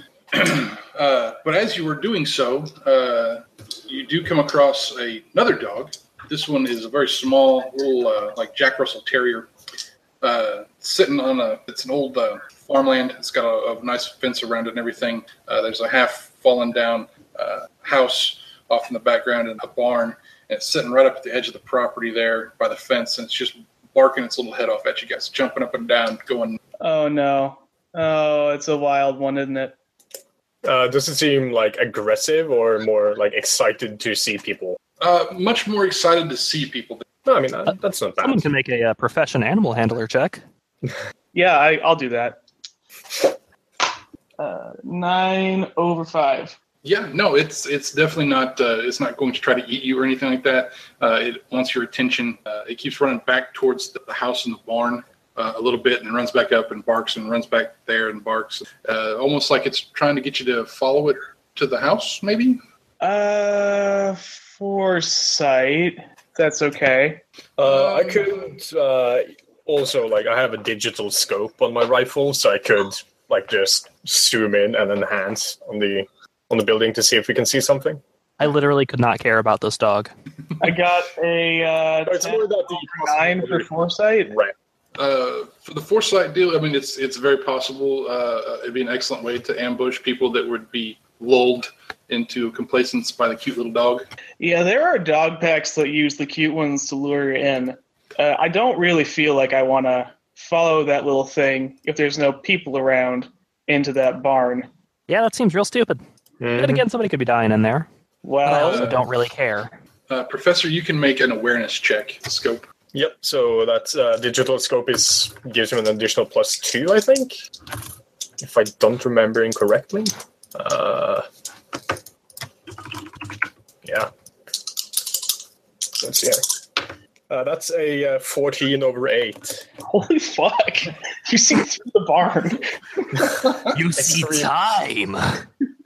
[SPEAKER 3] Uh, but as you were doing so, uh, you do come across a, another dog. This one is a very small, little uh, like Jack Russell Terrier, uh, sitting on a. It's an old uh, farmland. It's got a, a nice fence around it and everything. Uh, there's a half fallen down uh, house off in the background and a barn, and it's sitting right up at the edge of the property there by the fence, and it's just barking its little head off at you guys, jumping up and down, going.
[SPEAKER 2] Oh no. Oh, it's a wild one, isn't it?
[SPEAKER 4] Uh, does it seem like aggressive or more like excited to see people?
[SPEAKER 3] Uh, much more excited to see people.
[SPEAKER 4] No, I mean uh, that's not
[SPEAKER 1] Someone
[SPEAKER 4] bad.
[SPEAKER 1] can make a, uh profession animal handler check.
[SPEAKER 2] Yeah, I, I'll do that. Uh, nine over five.
[SPEAKER 3] Yeah, no, it's it's definitely not. Uh, it's not going to try to eat you or anything like that. Uh, it wants your attention. Uh, it keeps running back towards the, the house and the barn uh, a little bit, and then runs back up and barks and runs back there and barks, uh, almost like it's trying to get you to follow it to the house, maybe.
[SPEAKER 2] Uh, foresight. That's okay.
[SPEAKER 4] Uh, I could uh, also like I have a digital scope on my rifle, so I could like just zoom in and enhance on the on the building to see if we can see something.
[SPEAKER 1] I literally could not care about this dog.
[SPEAKER 2] I got a uh,
[SPEAKER 4] It's more
[SPEAKER 2] 10
[SPEAKER 4] about the
[SPEAKER 2] over nine for foresight.
[SPEAKER 4] Right.
[SPEAKER 3] Uh, for the foresight deal, I mean, it's it's very possible. Uh, it'd be an excellent way to ambush people that would be lulled into complacence by the cute little dog.
[SPEAKER 2] Yeah, there are dog packs that use the cute ones to lure you in. Uh, I don't really feel like I want to follow that little thing if there's no people around into that barn.
[SPEAKER 1] Yeah, that seems real stupid.
[SPEAKER 4] Mhm.
[SPEAKER 1] But again, somebody could be dying in there. But I
[SPEAKER 2] Well,
[SPEAKER 1] also don't really care.
[SPEAKER 3] Uh, Professor, you can make an awareness check scope.
[SPEAKER 4] Yep. So that uh, digital scope is gives him an additional plus two, I think, if I don't remember incorrectly. Uh, yeah. Let's see. here. Uh, that's a uh, fourteen over eight.
[SPEAKER 2] holy fuck! You see through the barn.
[SPEAKER 1] You
[SPEAKER 4] see
[SPEAKER 1] time.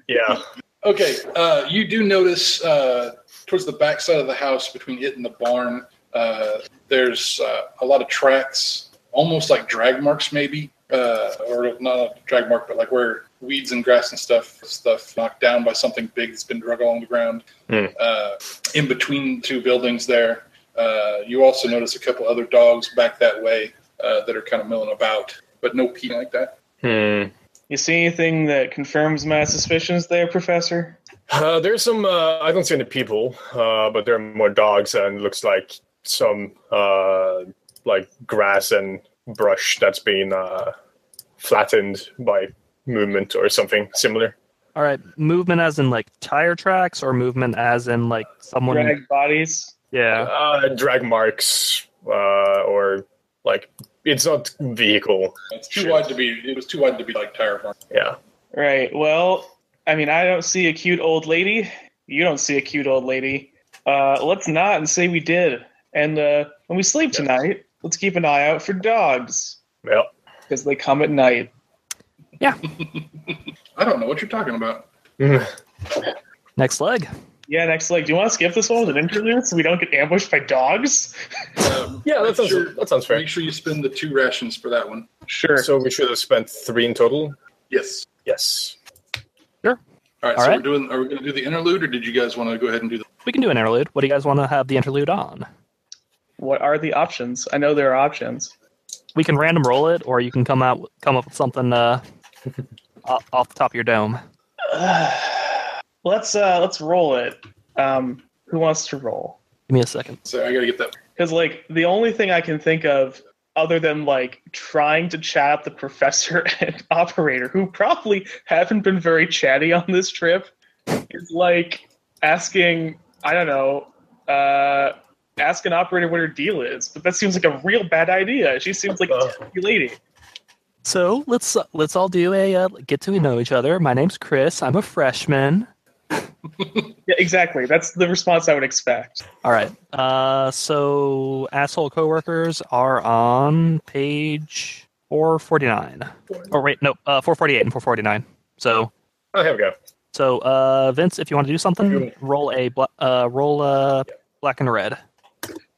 [SPEAKER 4] Yeah.
[SPEAKER 3] Okay, uh, you do notice uh, towards the back side of the house, between it and the barn, uh, there's uh, a lot of tracks, almost like drag marks, maybe, uh, or not a drag mark, but like where weeds and grass and stuff stuff knocked down by something big that's been drug along the ground.
[SPEAKER 4] Hmm.
[SPEAKER 3] Uh, in between two buildings, there, uh, you also notice a couple other dogs back that way uh, that are kind of milling about, but no pee like that.
[SPEAKER 4] Hmm.
[SPEAKER 2] You see anything that confirms my suspicions there, Professor?
[SPEAKER 4] Uh, there's some. Uh, I don't see any people, uh, but there are more dogs, and looks like some uh, like grass and brush that's been uh, flattened by movement or something similar.
[SPEAKER 1] All right, movement as in like tire tracks, or movement as in like someone.
[SPEAKER 2] Drag bodies.
[SPEAKER 1] Yeah.
[SPEAKER 4] Uh, drag marks uh, or like it's not vehicle.
[SPEAKER 3] It's too wide to be. It was too wide to be like tire marks.
[SPEAKER 4] Yeah.
[SPEAKER 2] Right. Well, I mean, I don't see a cute old lady. You don't see a cute old lady. Uh, let's not and say we did. And uh, when we sleep tonight, let's keep an eye out for dogs
[SPEAKER 4] Well,
[SPEAKER 2] because they come at night.
[SPEAKER 3] I don't know what you're talking about.
[SPEAKER 4] mm,
[SPEAKER 1] Next leg.
[SPEAKER 2] Yeah, next leg. Do you want to skip this one with an interlude so we don't get ambushed by dogs?
[SPEAKER 3] Um,
[SPEAKER 4] Yeah, that
[SPEAKER 3] make
[SPEAKER 4] sounds
[SPEAKER 3] sure-
[SPEAKER 4] that sounds fair.
[SPEAKER 3] Make sure you spend the two rations for that one.
[SPEAKER 2] Sure.
[SPEAKER 4] So we should have spent three in total.
[SPEAKER 3] Yes.
[SPEAKER 4] Yes.
[SPEAKER 3] All right.
[SPEAKER 1] All
[SPEAKER 3] so
[SPEAKER 1] right.
[SPEAKER 3] we're doing. Are we going to do the interlude, or did you guys want to go ahead and do the?
[SPEAKER 1] We can do an interlude. What do you guys want to have the interlude on?
[SPEAKER 2] what are the options? I know there are options.
[SPEAKER 1] We can random roll it, or you can come out come up with something uh, o- off the top of your dome.
[SPEAKER 2] let's uh let's roll it. Um who wants to roll?
[SPEAKER 1] Give me a second.
[SPEAKER 3] So I got to get that.
[SPEAKER 2] Because like the only thing I can think of other than like trying to chat up the professor and operator, who probably haven't been very chatty on this trip, is like asking I don't know, uh ask an operator what her deal is. But that seems like a real bad idea. She seems like a terrible lady.
[SPEAKER 1] So let's let's all do a uh, get to know each other. My name's Chris. I'm a freshman.
[SPEAKER 2] Yeah, exactly. That's the response I would expect.
[SPEAKER 1] All right. Uh, so asshole coworkers are on page four forty nine. Or wait, no, uh, four forty eight and four forty nine. So
[SPEAKER 4] Oh, here we go.
[SPEAKER 1] so uh, Vince, if you want to do something,
[SPEAKER 4] Yeah.
[SPEAKER 1] roll a bla- uh, roll a black and red.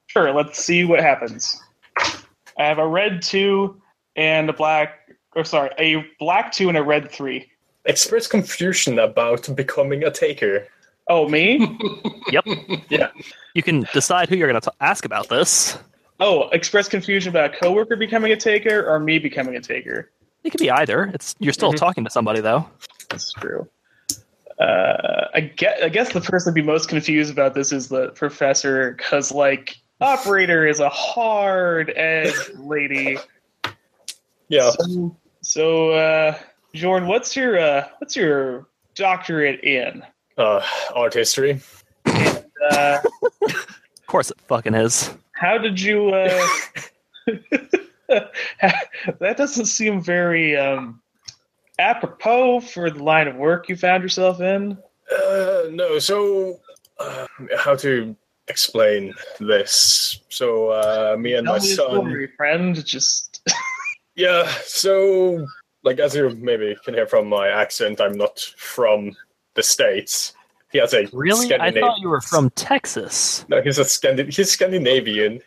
[SPEAKER 2] Sure, let's see what happens. I have a red two and a black or sorry, a black two and a red three.
[SPEAKER 4] Express confusion about becoming a taker.
[SPEAKER 2] Oh, me?
[SPEAKER 1] You can decide who you're going to ask about this.
[SPEAKER 2] oh, express confusion about a coworker becoming a taker or me becoming a taker.
[SPEAKER 1] It could be either. It's you're still
[SPEAKER 4] Mhm.
[SPEAKER 1] talking to somebody though.
[SPEAKER 2] That's true. Uh, I guess I guess the person to be most confused about this is the professor, because like operator is a hard edge lady.
[SPEAKER 4] Yeah.
[SPEAKER 2] So, so uh, Jordan, what's your uh, what's your doctorate in?
[SPEAKER 4] Uh, art history.
[SPEAKER 2] Uh,
[SPEAKER 1] Of course, it fucking is.
[SPEAKER 2] How did you? Uh, that doesn't seem very um, apropos for the line of work you found yourself in.
[SPEAKER 4] Uh, no, so uh, how to explain this? So uh, me and
[SPEAKER 2] Tell
[SPEAKER 4] my
[SPEAKER 2] me a
[SPEAKER 4] son.
[SPEAKER 2] story, friend. Just
[SPEAKER 4] Yeah, so like as you maybe can hear from my accent, I'm not from the states. He has a
[SPEAKER 1] Really? I
[SPEAKER 4] Scandinavian.
[SPEAKER 1] thought you were from Texas.
[SPEAKER 4] No, he's a Scandi- he's Scandinavian.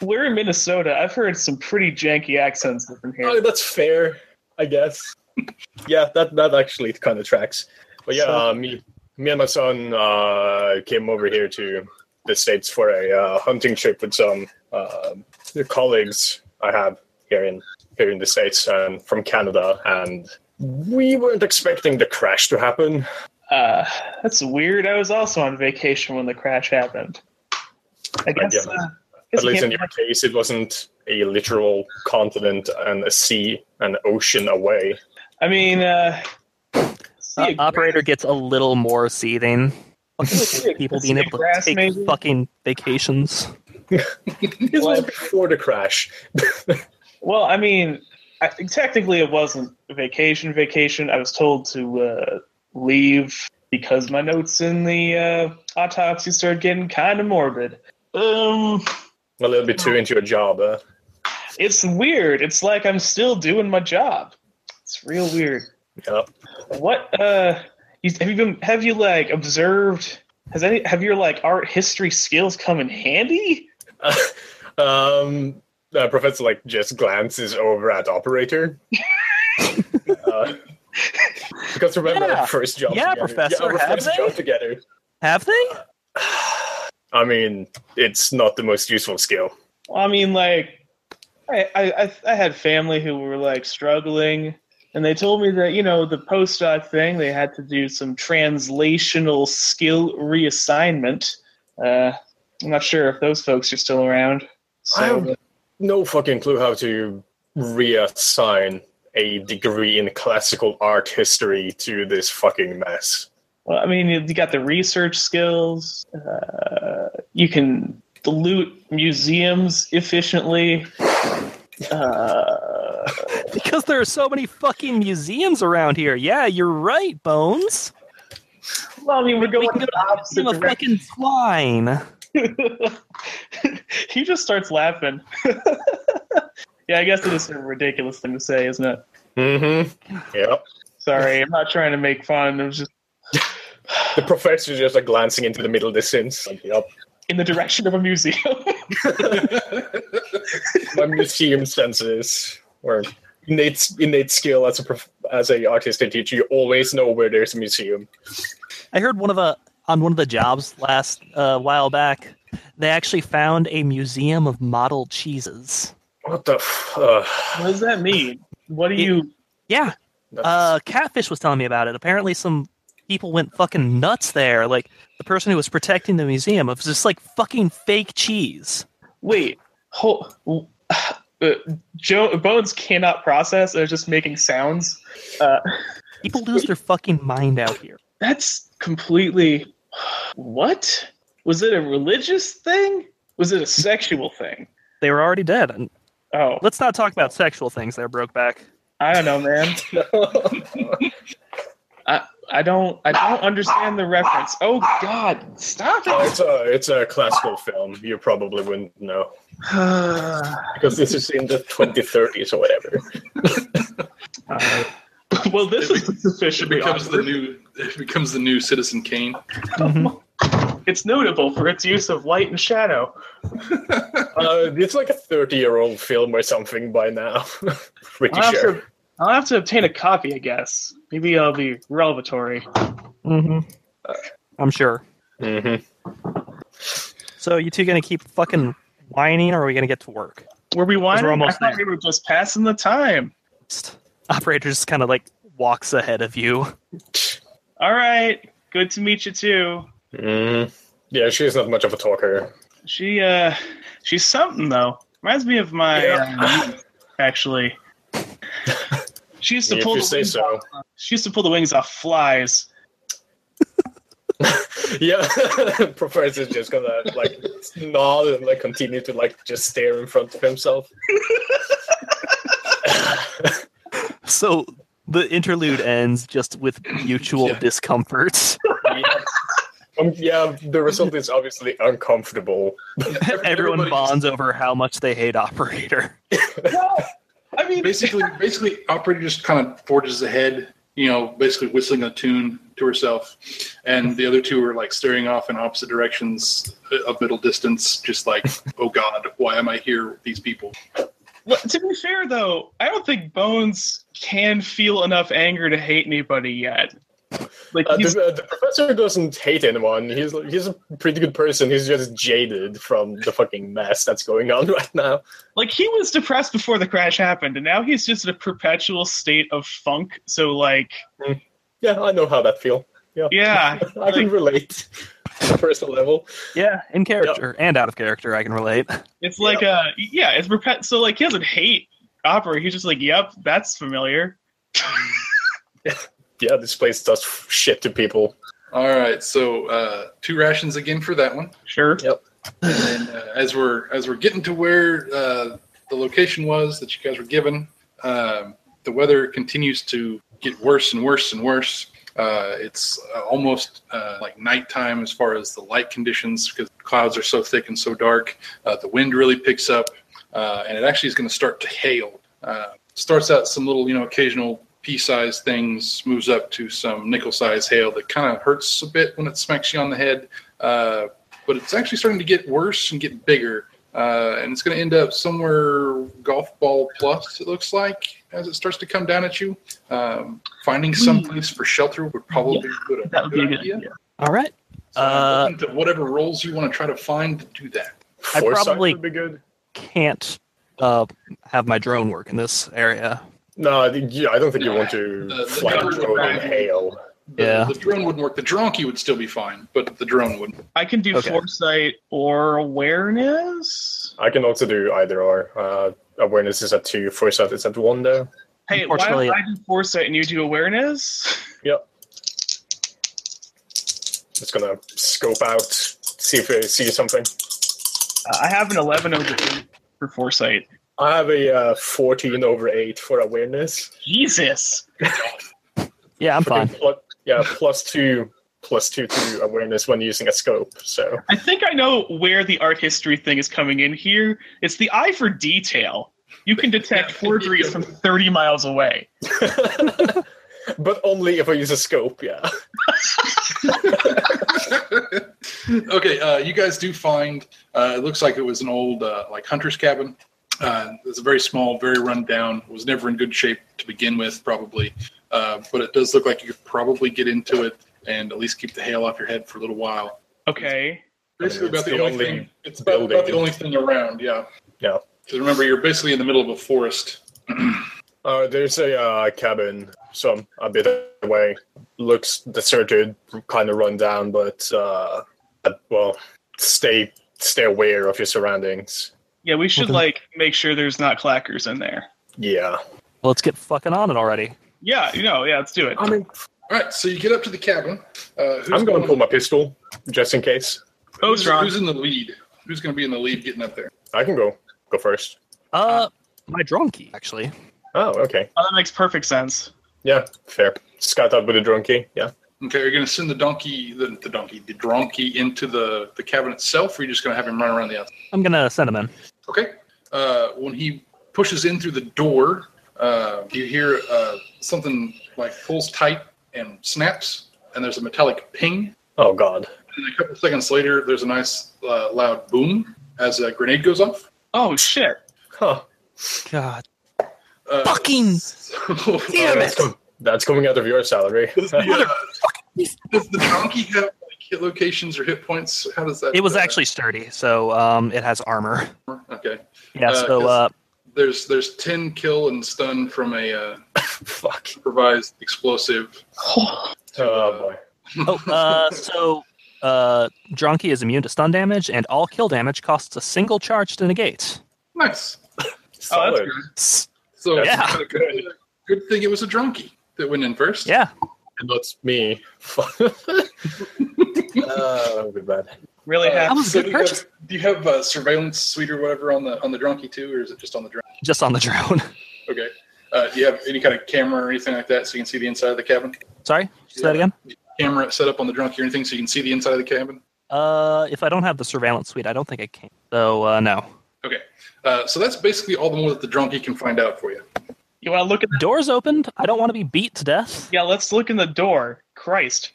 [SPEAKER 2] we're in Minnesota. I've heard some pretty janky accents from here.
[SPEAKER 4] Oh, that's fair, I guess. yeah, that that actually kind of tracks. But yeah,
[SPEAKER 2] So-
[SPEAKER 4] uh, me me and my son uh, came over here to the states for a uh, hunting trip with some uh, colleagues I have here in here in the states and from Canada, and we weren't expecting the crash to happen.
[SPEAKER 2] Uh, that's weird. I was also on vacation when the crash happened. I guess.
[SPEAKER 4] guess.
[SPEAKER 2] Uh, guess
[SPEAKER 4] At
[SPEAKER 2] you
[SPEAKER 4] least in
[SPEAKER 2] can't-
[SPEAKER 4] your case, it wasn't a literal continent and a sea and ocean away.
[SPEAKER 2] I mean, uh, see
[SPEAKER 1] Uh,
[SPEAKER 2] a
[SPEAKER 1] operator
[SPEAKER 2] grass-
[SPEAKER 1] gets a little more seething.
[SPEAKER 2] see a-
[SPEAKER 1] People
[SPEAKER 2] see
[SPEAKER 1] being
[SPEAKER 2] a
[SPEAKER 1] able to
[SPEAKER 2] grass,
[SPEAKER 1] take
[SPEAKER 2] maybe?
[SPEAKER 1] fucking vacations.
[SPEAKER 4] It was
[SPEAKER 2] Well-
[SPEAKER 4] before the crash.
[SPEAKER 2] Well, I mean, I, technically it wasn't a vacation. Vacation. I was told to uh, leave because my notes in the uh, autopsy started getting kind of morbid. Um,
[SPEAKER 4] A little bit too into your job, uh,
[SPEAKER 2] it's weird. It's like I'm still doing my job. It's real weird.
[SPEAKER 4] yeah.
[SPEAKER 2] What uh, you, have you been? Have you like observed? Has any? Have your like art history skills come in handy?
[SPEAKER 4] um, uh, Professor like just glances over at operator. uh, because remember
[SPEAKER 1] Yeah.
[SPEAKER 4] our first job
[SPEAKER 1] Yeah,
[SPEAKER 4] together.
[SPEAKER 1] Professor,
[SPEAKER 4] our
[SPEAKER 1] have
[SPEAKER 4] first
[SPEAKER 1] they?
[SPEAKER 4] job together.
[SPEAKER 1] Have they?
[SPEAKER 4] I mean, it's not the most useful skill.
[SPEAKER 2] I mean, like, I, I, I- I had family who were like struggling, and they told me that you know the postdoc thing they had to do some translational skill reassignment. Uh, I'm not sure if those folks are still around.
[SPEAKER 4] I
[SPEAKER 2] So
[SPEAKER 4] have no fucking clue how to reassign a degree in classical art history to this fucking mess.
[SPEAKER 2] well, I mean, you, you got the research skills. Uh, you can loot museums efficiently. Uh,
[SPEAKER 1] Because there are so many fucking museums around here. Yeah, you're right, Bones.
[SPEAKER 2] well, I mean, we're
[SPEAKER 1] We
[SPEAKER 2] going
[SPEAKER 1] can
[SPEAKER 2] in
[SPEAKER 1] go
[SPEAKER 2] the opposite
[SPEAKER 1] I'm a
[SPEAKER 2] direction.
[SPEAKER 1] fucking swine.
[SPEAKER 2] he just starts laughing. yeah, I guess it is a ridiculous thing to say, isn't it?
[SPEAKER 4] Mm-hmm. Yep.
[SPEAKER 2] Sorry, I'm not trying to make fun. It was just
[SPEAKER 4] The professor is just like glancing into the middle distance. Like, yep,
[SPEAKER 2] in the direction of a museum.
[SPEAKER 4] my museum senses or innate innate skill as a prof- as a artist and teacher. You always know where there's a museum.
[SPEAKER 1] I heard one of a on one of the jobs last uh, while back, they actually found a museum of model cheeses.
[SPEAKER 4] What the? F- uh,
[SPEAKER 2] what does that mean? What do
[SPEAKER 1] It-
[SPEAKER 2] you?
[SPEAKER 1] Yeah,
[SPEAKER 4] that's-
[SPEAKER 1] uh, Catfish was telling me about it. Apparently, some people went fucking nuts there. Like the person who was protecting the museum of just like fucking fake cheese.
[SPEAKER 2] Wait, hold. Uh, Joe Bones cannot process. They're just making sounds. Uh,
[SPEAKER 1] People lose their fucking mind out here.
[SPEAKER 2] that's completely. What was it? A religious thing? Was it a sexual thing?
[SPEAKER 1] They were already dead. And
[SPEAKER 2] Oh,
[SPEAKER 1] let's not talk about sexual things. There, Brokeback.
[SPEAKER 2] I don't know, man. I I don't I don't understand the reference. Oh God, stop
[SPEAKER 4] Oh,
[SPEAKER 2] it!
[SPEAKER 4] it's a it's a classical film. You probably wouldn't know because this is in the 2030s or whatever.
[SPEAKER 1] Uh,
[SPEAKER 2] well, this is
[SPEAKER 3] It
[SPEAKER 2] sufficiently
[SPEAKER 3] becomes the
[SPEAKER 2] awkward.
[SPEAKER 3] new. It becomes the new Citizen Kane.
[SPEAKER 1] Mhm.
[SPEAKER 2] It's notable for its use of light and shadow.
[SPEAKER 4] Uh, it's like a 30 year old film or something by now. Pretty
[SPEAKER 2] I'll have,
[SPEAKER 4] sure.
[SPEAKER 2] to, I'll have to obtain a copy, I guess. Maybe I'll be revelatory.
[SPEAKER 1] Mhm. I'm sure.
[SPEAKER 4] hmm
[SPEAKER 1] So you two gonna keep fucking whining, or are we gonna get to work?
[SPEAKER 2] Were we whining?
[SPEAKER 1] We're almost
[SPEAKER 2] I thought
[SPEAKER 1] there.
[SPEAKER 2] we were just passing the time.
[SPEAKER 1] Operator just kind of like walks ahead of you.
[SPEAKER 2] All right, good to meet you too.
[SPEAKER 4] Mm. Yeah, she's not much of a talker.
[SPEAKER 2] She uh, she's something though. Reminds me of my
[SPEAKER 4] Yeah.
[SPEAKER 2] um, actually. She used to
[SPEAKER 4] If
[SPEAKER 2] pull
[SPEAKER 4] you
[SPEAKER 2] the
[SPEAKER 4] say
[SPEAKER 2] wings
[SPEAKER 4] so.
[SPEAKER 2] off- She used to pull the wings off flies.
[SPEAKER 4] Yeah, professor's just gonna like nod and like continue to like just stare in front of himself.
[SPEAKER 1] So the interlude ends just with mutual
[SPEAKER 3] Yeah.
[SPEAKER 1] discomfort.
[SPEAKER 4] yeah. Um, yeah, the result is obviously uncomfortable.
[SPEAKER 1] Everyone
[SPEAKER 3] Everybody-
[SPEAKER 1] bonds over how much they hate Operator.
[SPEAKER 2] I mean,
[SPEAKER 3] Basically, basically, operator just kind of forges ahead. You know, basically whistling a tune to herself, and the other two are like staring off in opposite directions uh, of middle distance, just like, oh God, why am I here with these people?
[SPEAKER 2] Well, to be fair, though, I don't think Bones can feel enough anger to hate anybody yet. Like
[SPEAKER 4] Uh,
[SPEAKER 2] he's,
[SPEAKER 4] the, uh, the professor doesn't hate anyone. He's he's a pretty good person. He's just jaded from the fucking mess that's going on right now.
[SPEAKER 2] like he was depressed before the crash happened, and now he's just in a perpetual state of funk. So, like,
[SPEAKER 4] Yeah, I know how that feel.
[SPEAKER 2] yeah,
[SPEAKER 4] I can relate on a personal level.
[SPEAKER 1] Yeah, in character and out of character, I can relate.
[SPEAKER 2] it's like uh, yeah, it's repet. So, like, he doesn't hate opera. He's just like, yep, that's familiar.
[SPEAKER 4] Yeah, this place does shit to people.
[SPEAKER 3] All right, so uh, two rations again for that one.
[SPEAKER 2] Sure.
[SPEAKER 3] And uh, as we're as we're getting to where uh, the location was that you guys were given, um, the weather continues to get worse and worse and worse. Uh, it's uh, almost uh, like nighttime as far as the light conditions because clouds are so thick and so dark. Uh, the wind really picks up, uh, and it actually is going to start to hail. Uh, starts out some little, you know, occasional pea-sized things, moves up to some nickel-sized hail that kind of hurts a bit when it smacks you on the head. Uh, but it's actually starting to get worse and get bigger. Uh, and it's going to end up somewhere golf ball plus, it looks like, as it starts to come down at you. Um, finding some place for shelter would probably be a good,
[SPEAKER 2] Hmm. That would be a
[SPEAKER 3] good
[SPEAKER 2] good
[SPEAKER 3] idea.
[SPEAKER 2] idea.
[SPEAKER 1] All right.
[SPEAKER 3] So I'm
[SPEAKER 1] Uh,
[SPEAKER 3] open to whatever roles you want to try to find to do that.
[SPEAKER 1] I
[SPEAKER 4] Foresight
[SPEAKER 1] probably-
[SPEAKER 4] would be good.
[SPEAKER 1] Can't uh, have my drone work in this area.
[SPEAKER 4] No, I think- yeah, I don't think you want to
[SPEAKER 3] The- the
[SPEAKER 4] fly a
[SPEAKER 3] coverage
[SPEAKER 4] drone in
[SPEAKER 3] would be-
[SPEAKER 4] hail.
[SPEAKER 3] The,
[SPEAKER 1] Yeah.
[SPEAKER 3] the drone wouldn't work. The donkey would still be fine, but the drone wouldn't.
[SPEAKER 2] I can do
[SPEAKER 1] Okay.
[SPEAKER 2] foresight or awareness.
[SPEAKER 4] I can also do either or. Uh, awareness is at two, foresight is at one, though.
[SPEAKER 2] Hey, why
[SPEAKER 1] Unfortunately-
[SPEAKER 2] don't I do foresight and you do awareness?
[SPEAKER 4] Just gonna scope out, see if I see something.
[SPEAKER 2] Uh, I have an 11 over 8 for foresight.
[SPEAKER 4] I have a uh, 14 over 8 for awareness.
[SPEAKER 2] Jesus.
[SPEAKER 1] Yeah, I'm fine.
[SPEAKER 4] Fucking plu- yeah, plus 2, plus 2 to awareness when using a scope. So,
[SPEAKER 2] I think I know where the art history thing is coming in here. It's the eye for detail. You can detect forgeries from 30 miles away.
[SPEAKER 4] but only if I use a scope, yeah.
[SPEAKER 3] okay, uh, you guys do find. Uh, it looks like it was an old uh, like hunter's cabin. Uh, it's very small, very run down. Was never in good shape to begin with, probably. Uh, but it does look like you could probably get into it and at least keep the hail off your head for a little while.
[SPEAKER 2] Okay.
[SPEAKER 3] Basically,
[SPEAKER 4] It's
[SPEAKER 3] about the,
[SPEAKER 4] the
[SPEAKER 3] only,
[SPEAKER 4] only
[SPEAKER 3] thing. It's about, about the
[SPEAKER 4] building.
[SPEAKER 3] only thing around. Yeah.
[SPEAKER 4] Yeah.
[SPEAKER 3] 'Cause remember, you're basically in the middle of a forest.
[SPEAKER 4] Uh, there's a uh, cabin some a bit away. Looks deserted, kind of run down, but uh, but, well, stay stay aware of your surroundings.
[SPEAKER 2] Yeah, we should
[SPEAKER 1] Okay.
[SPEAKER 2] like make sure there's not clackers in there.
[SPEAKER 4] Yeah.
[SPEAKER 1] Let's get fucking on it already.
[SPEAKER 2] Yeah, you know, yeah, let's do it.
[SPEAKER 4] I mean,
[SPEAKER 3] All right, so you get up to the cabin. Uh, who's
[SPEAKER 4] I'm going
[SPEAKER 3] going-
[SPEAKER 4] to pull my pistol just in case.
[SPEAKER 3] Who's,
[SPEAKER 2] Bozron.
[SPEAKER 3] who's in the lead? Who's going to be in the lead getting up there?
[SPEAKER 4] I can go go first.
[SPEAKER 1] Uh, my drunkie actually.
[SPEAKER 4] Oh, okay.
[SPEAKER 2] Oh, that makes perfect sense.
[SPEAKER 4] Yeah, fair. Scout out with a drunkie. Yeah.
[SPEAKER 3] Okay, are you going to send the donkey, the, the donkey, the donkey into the, the cabin itself, or are you just going to have him run around the outside?
[SPEAKER 1] I'm gonna send him in.
[SPEAKER 3] Okay. Uh, when he pushes in through the door, uh, you hear uh, something like pulls tight and snaps, and there's a metallic ping.
[SPEAKER 4] Oh God.
[SPEAKER 3] And a couple seconds later, there's a nice uh, loud boom as a grenade goes off.
[SPEAKER 2] Oh shit.
[SPEAKER 4] Huh.
[SPEAKER 1] God,
[SPEAKER 3] Uh,
[SPEAKER 1] fucking
[SPEAKER 3] so-
[SPEAKER 4] Oh,
[SPEAKER 1] Damn
[SPEAKER 4] that's,
[SPEAKER 1] it.
[SPEAKER 4] com- that's coming out of your salary.
[SPEAKER 3] Does the, uh, does the donkey have like hit locations or hit points? How does that?
[SPEAKER 1] It was
[SPEAKER 3] uh,
[SPEAKER 1] actually sturdy, so um, it has armor.
[SPEAKER 3] okay.
[SPEAKER 1] Yeah,
[SPEAKER 3] Uh,
[SPEAKER 1] so
[SPEAKER 3] yes.
[SPEAKER 1] uh,
[SPEAKER 3] There's there's ten kill and stun from a uh,
[SPEAKER 4] Fuck.
[SPEAKER 3] improvised explosive.
[SPEAKER 4] Oh boy.
[SPEAKER 1] oh, uh, so uh, Drunky is immune to stun damage, and all kill damage costs a single charge to negate.
[SPEAKER 3] Nice.
[SPEAKER 2] Oh, that's
[SPEAKER 4] Solid.
[SPEAKER 2] good.
[SPEAKER 1] S-
[SPEAKER 3] So
[SPEAKER 1] Yeah.
[SPEAKER 3] good. Good thing it was a drunkie that went in first.
[SPEAKER 1] Yeah,
[SPEAKER 4] And that's me. uh, that would be bad.
[SPEAKER 2] Really
[SPEAKER 3] Uh,
[SPEAKER 2] happy.
[SPEAKER 1] that was a
[SPEAKER 3] so
[SPEAKER 1] good
[SPEAKER 3] do you have-
[SPEAKER 1] purchase.
[SPEAKER 3] Do you have uh, surveillance suite or whatever on the on the drunkie too, or is it just on the drunkie?
[SPEAKER 1] just on the drone.
[SPEAKER 3] Okay. Uh, do you have any kind of camera or anything like that so you can see the inside of the cabin?
[SPEAKER 1] Sorry, say that
[SPEAKER 3] Yeah.
[SPEAKER 1] again.
[SPEAKER 3] Camera set up on the drunkie or anything so you can see the inside of the cabin?
[SPEAKER 1] Uh, if I don't have the surveillance suite, I don't think I can. So uh, no.
[SPEAKER 3] Okay. Uh, so that's basically all the more that the drunkie can find out for you.
[SPEAKER 2] You want to look at? The-
[SPEAKER 1] Doors opened. I don't want to be beat to death.
[SPEAKER 2] yeah, let's look in the door. Christ.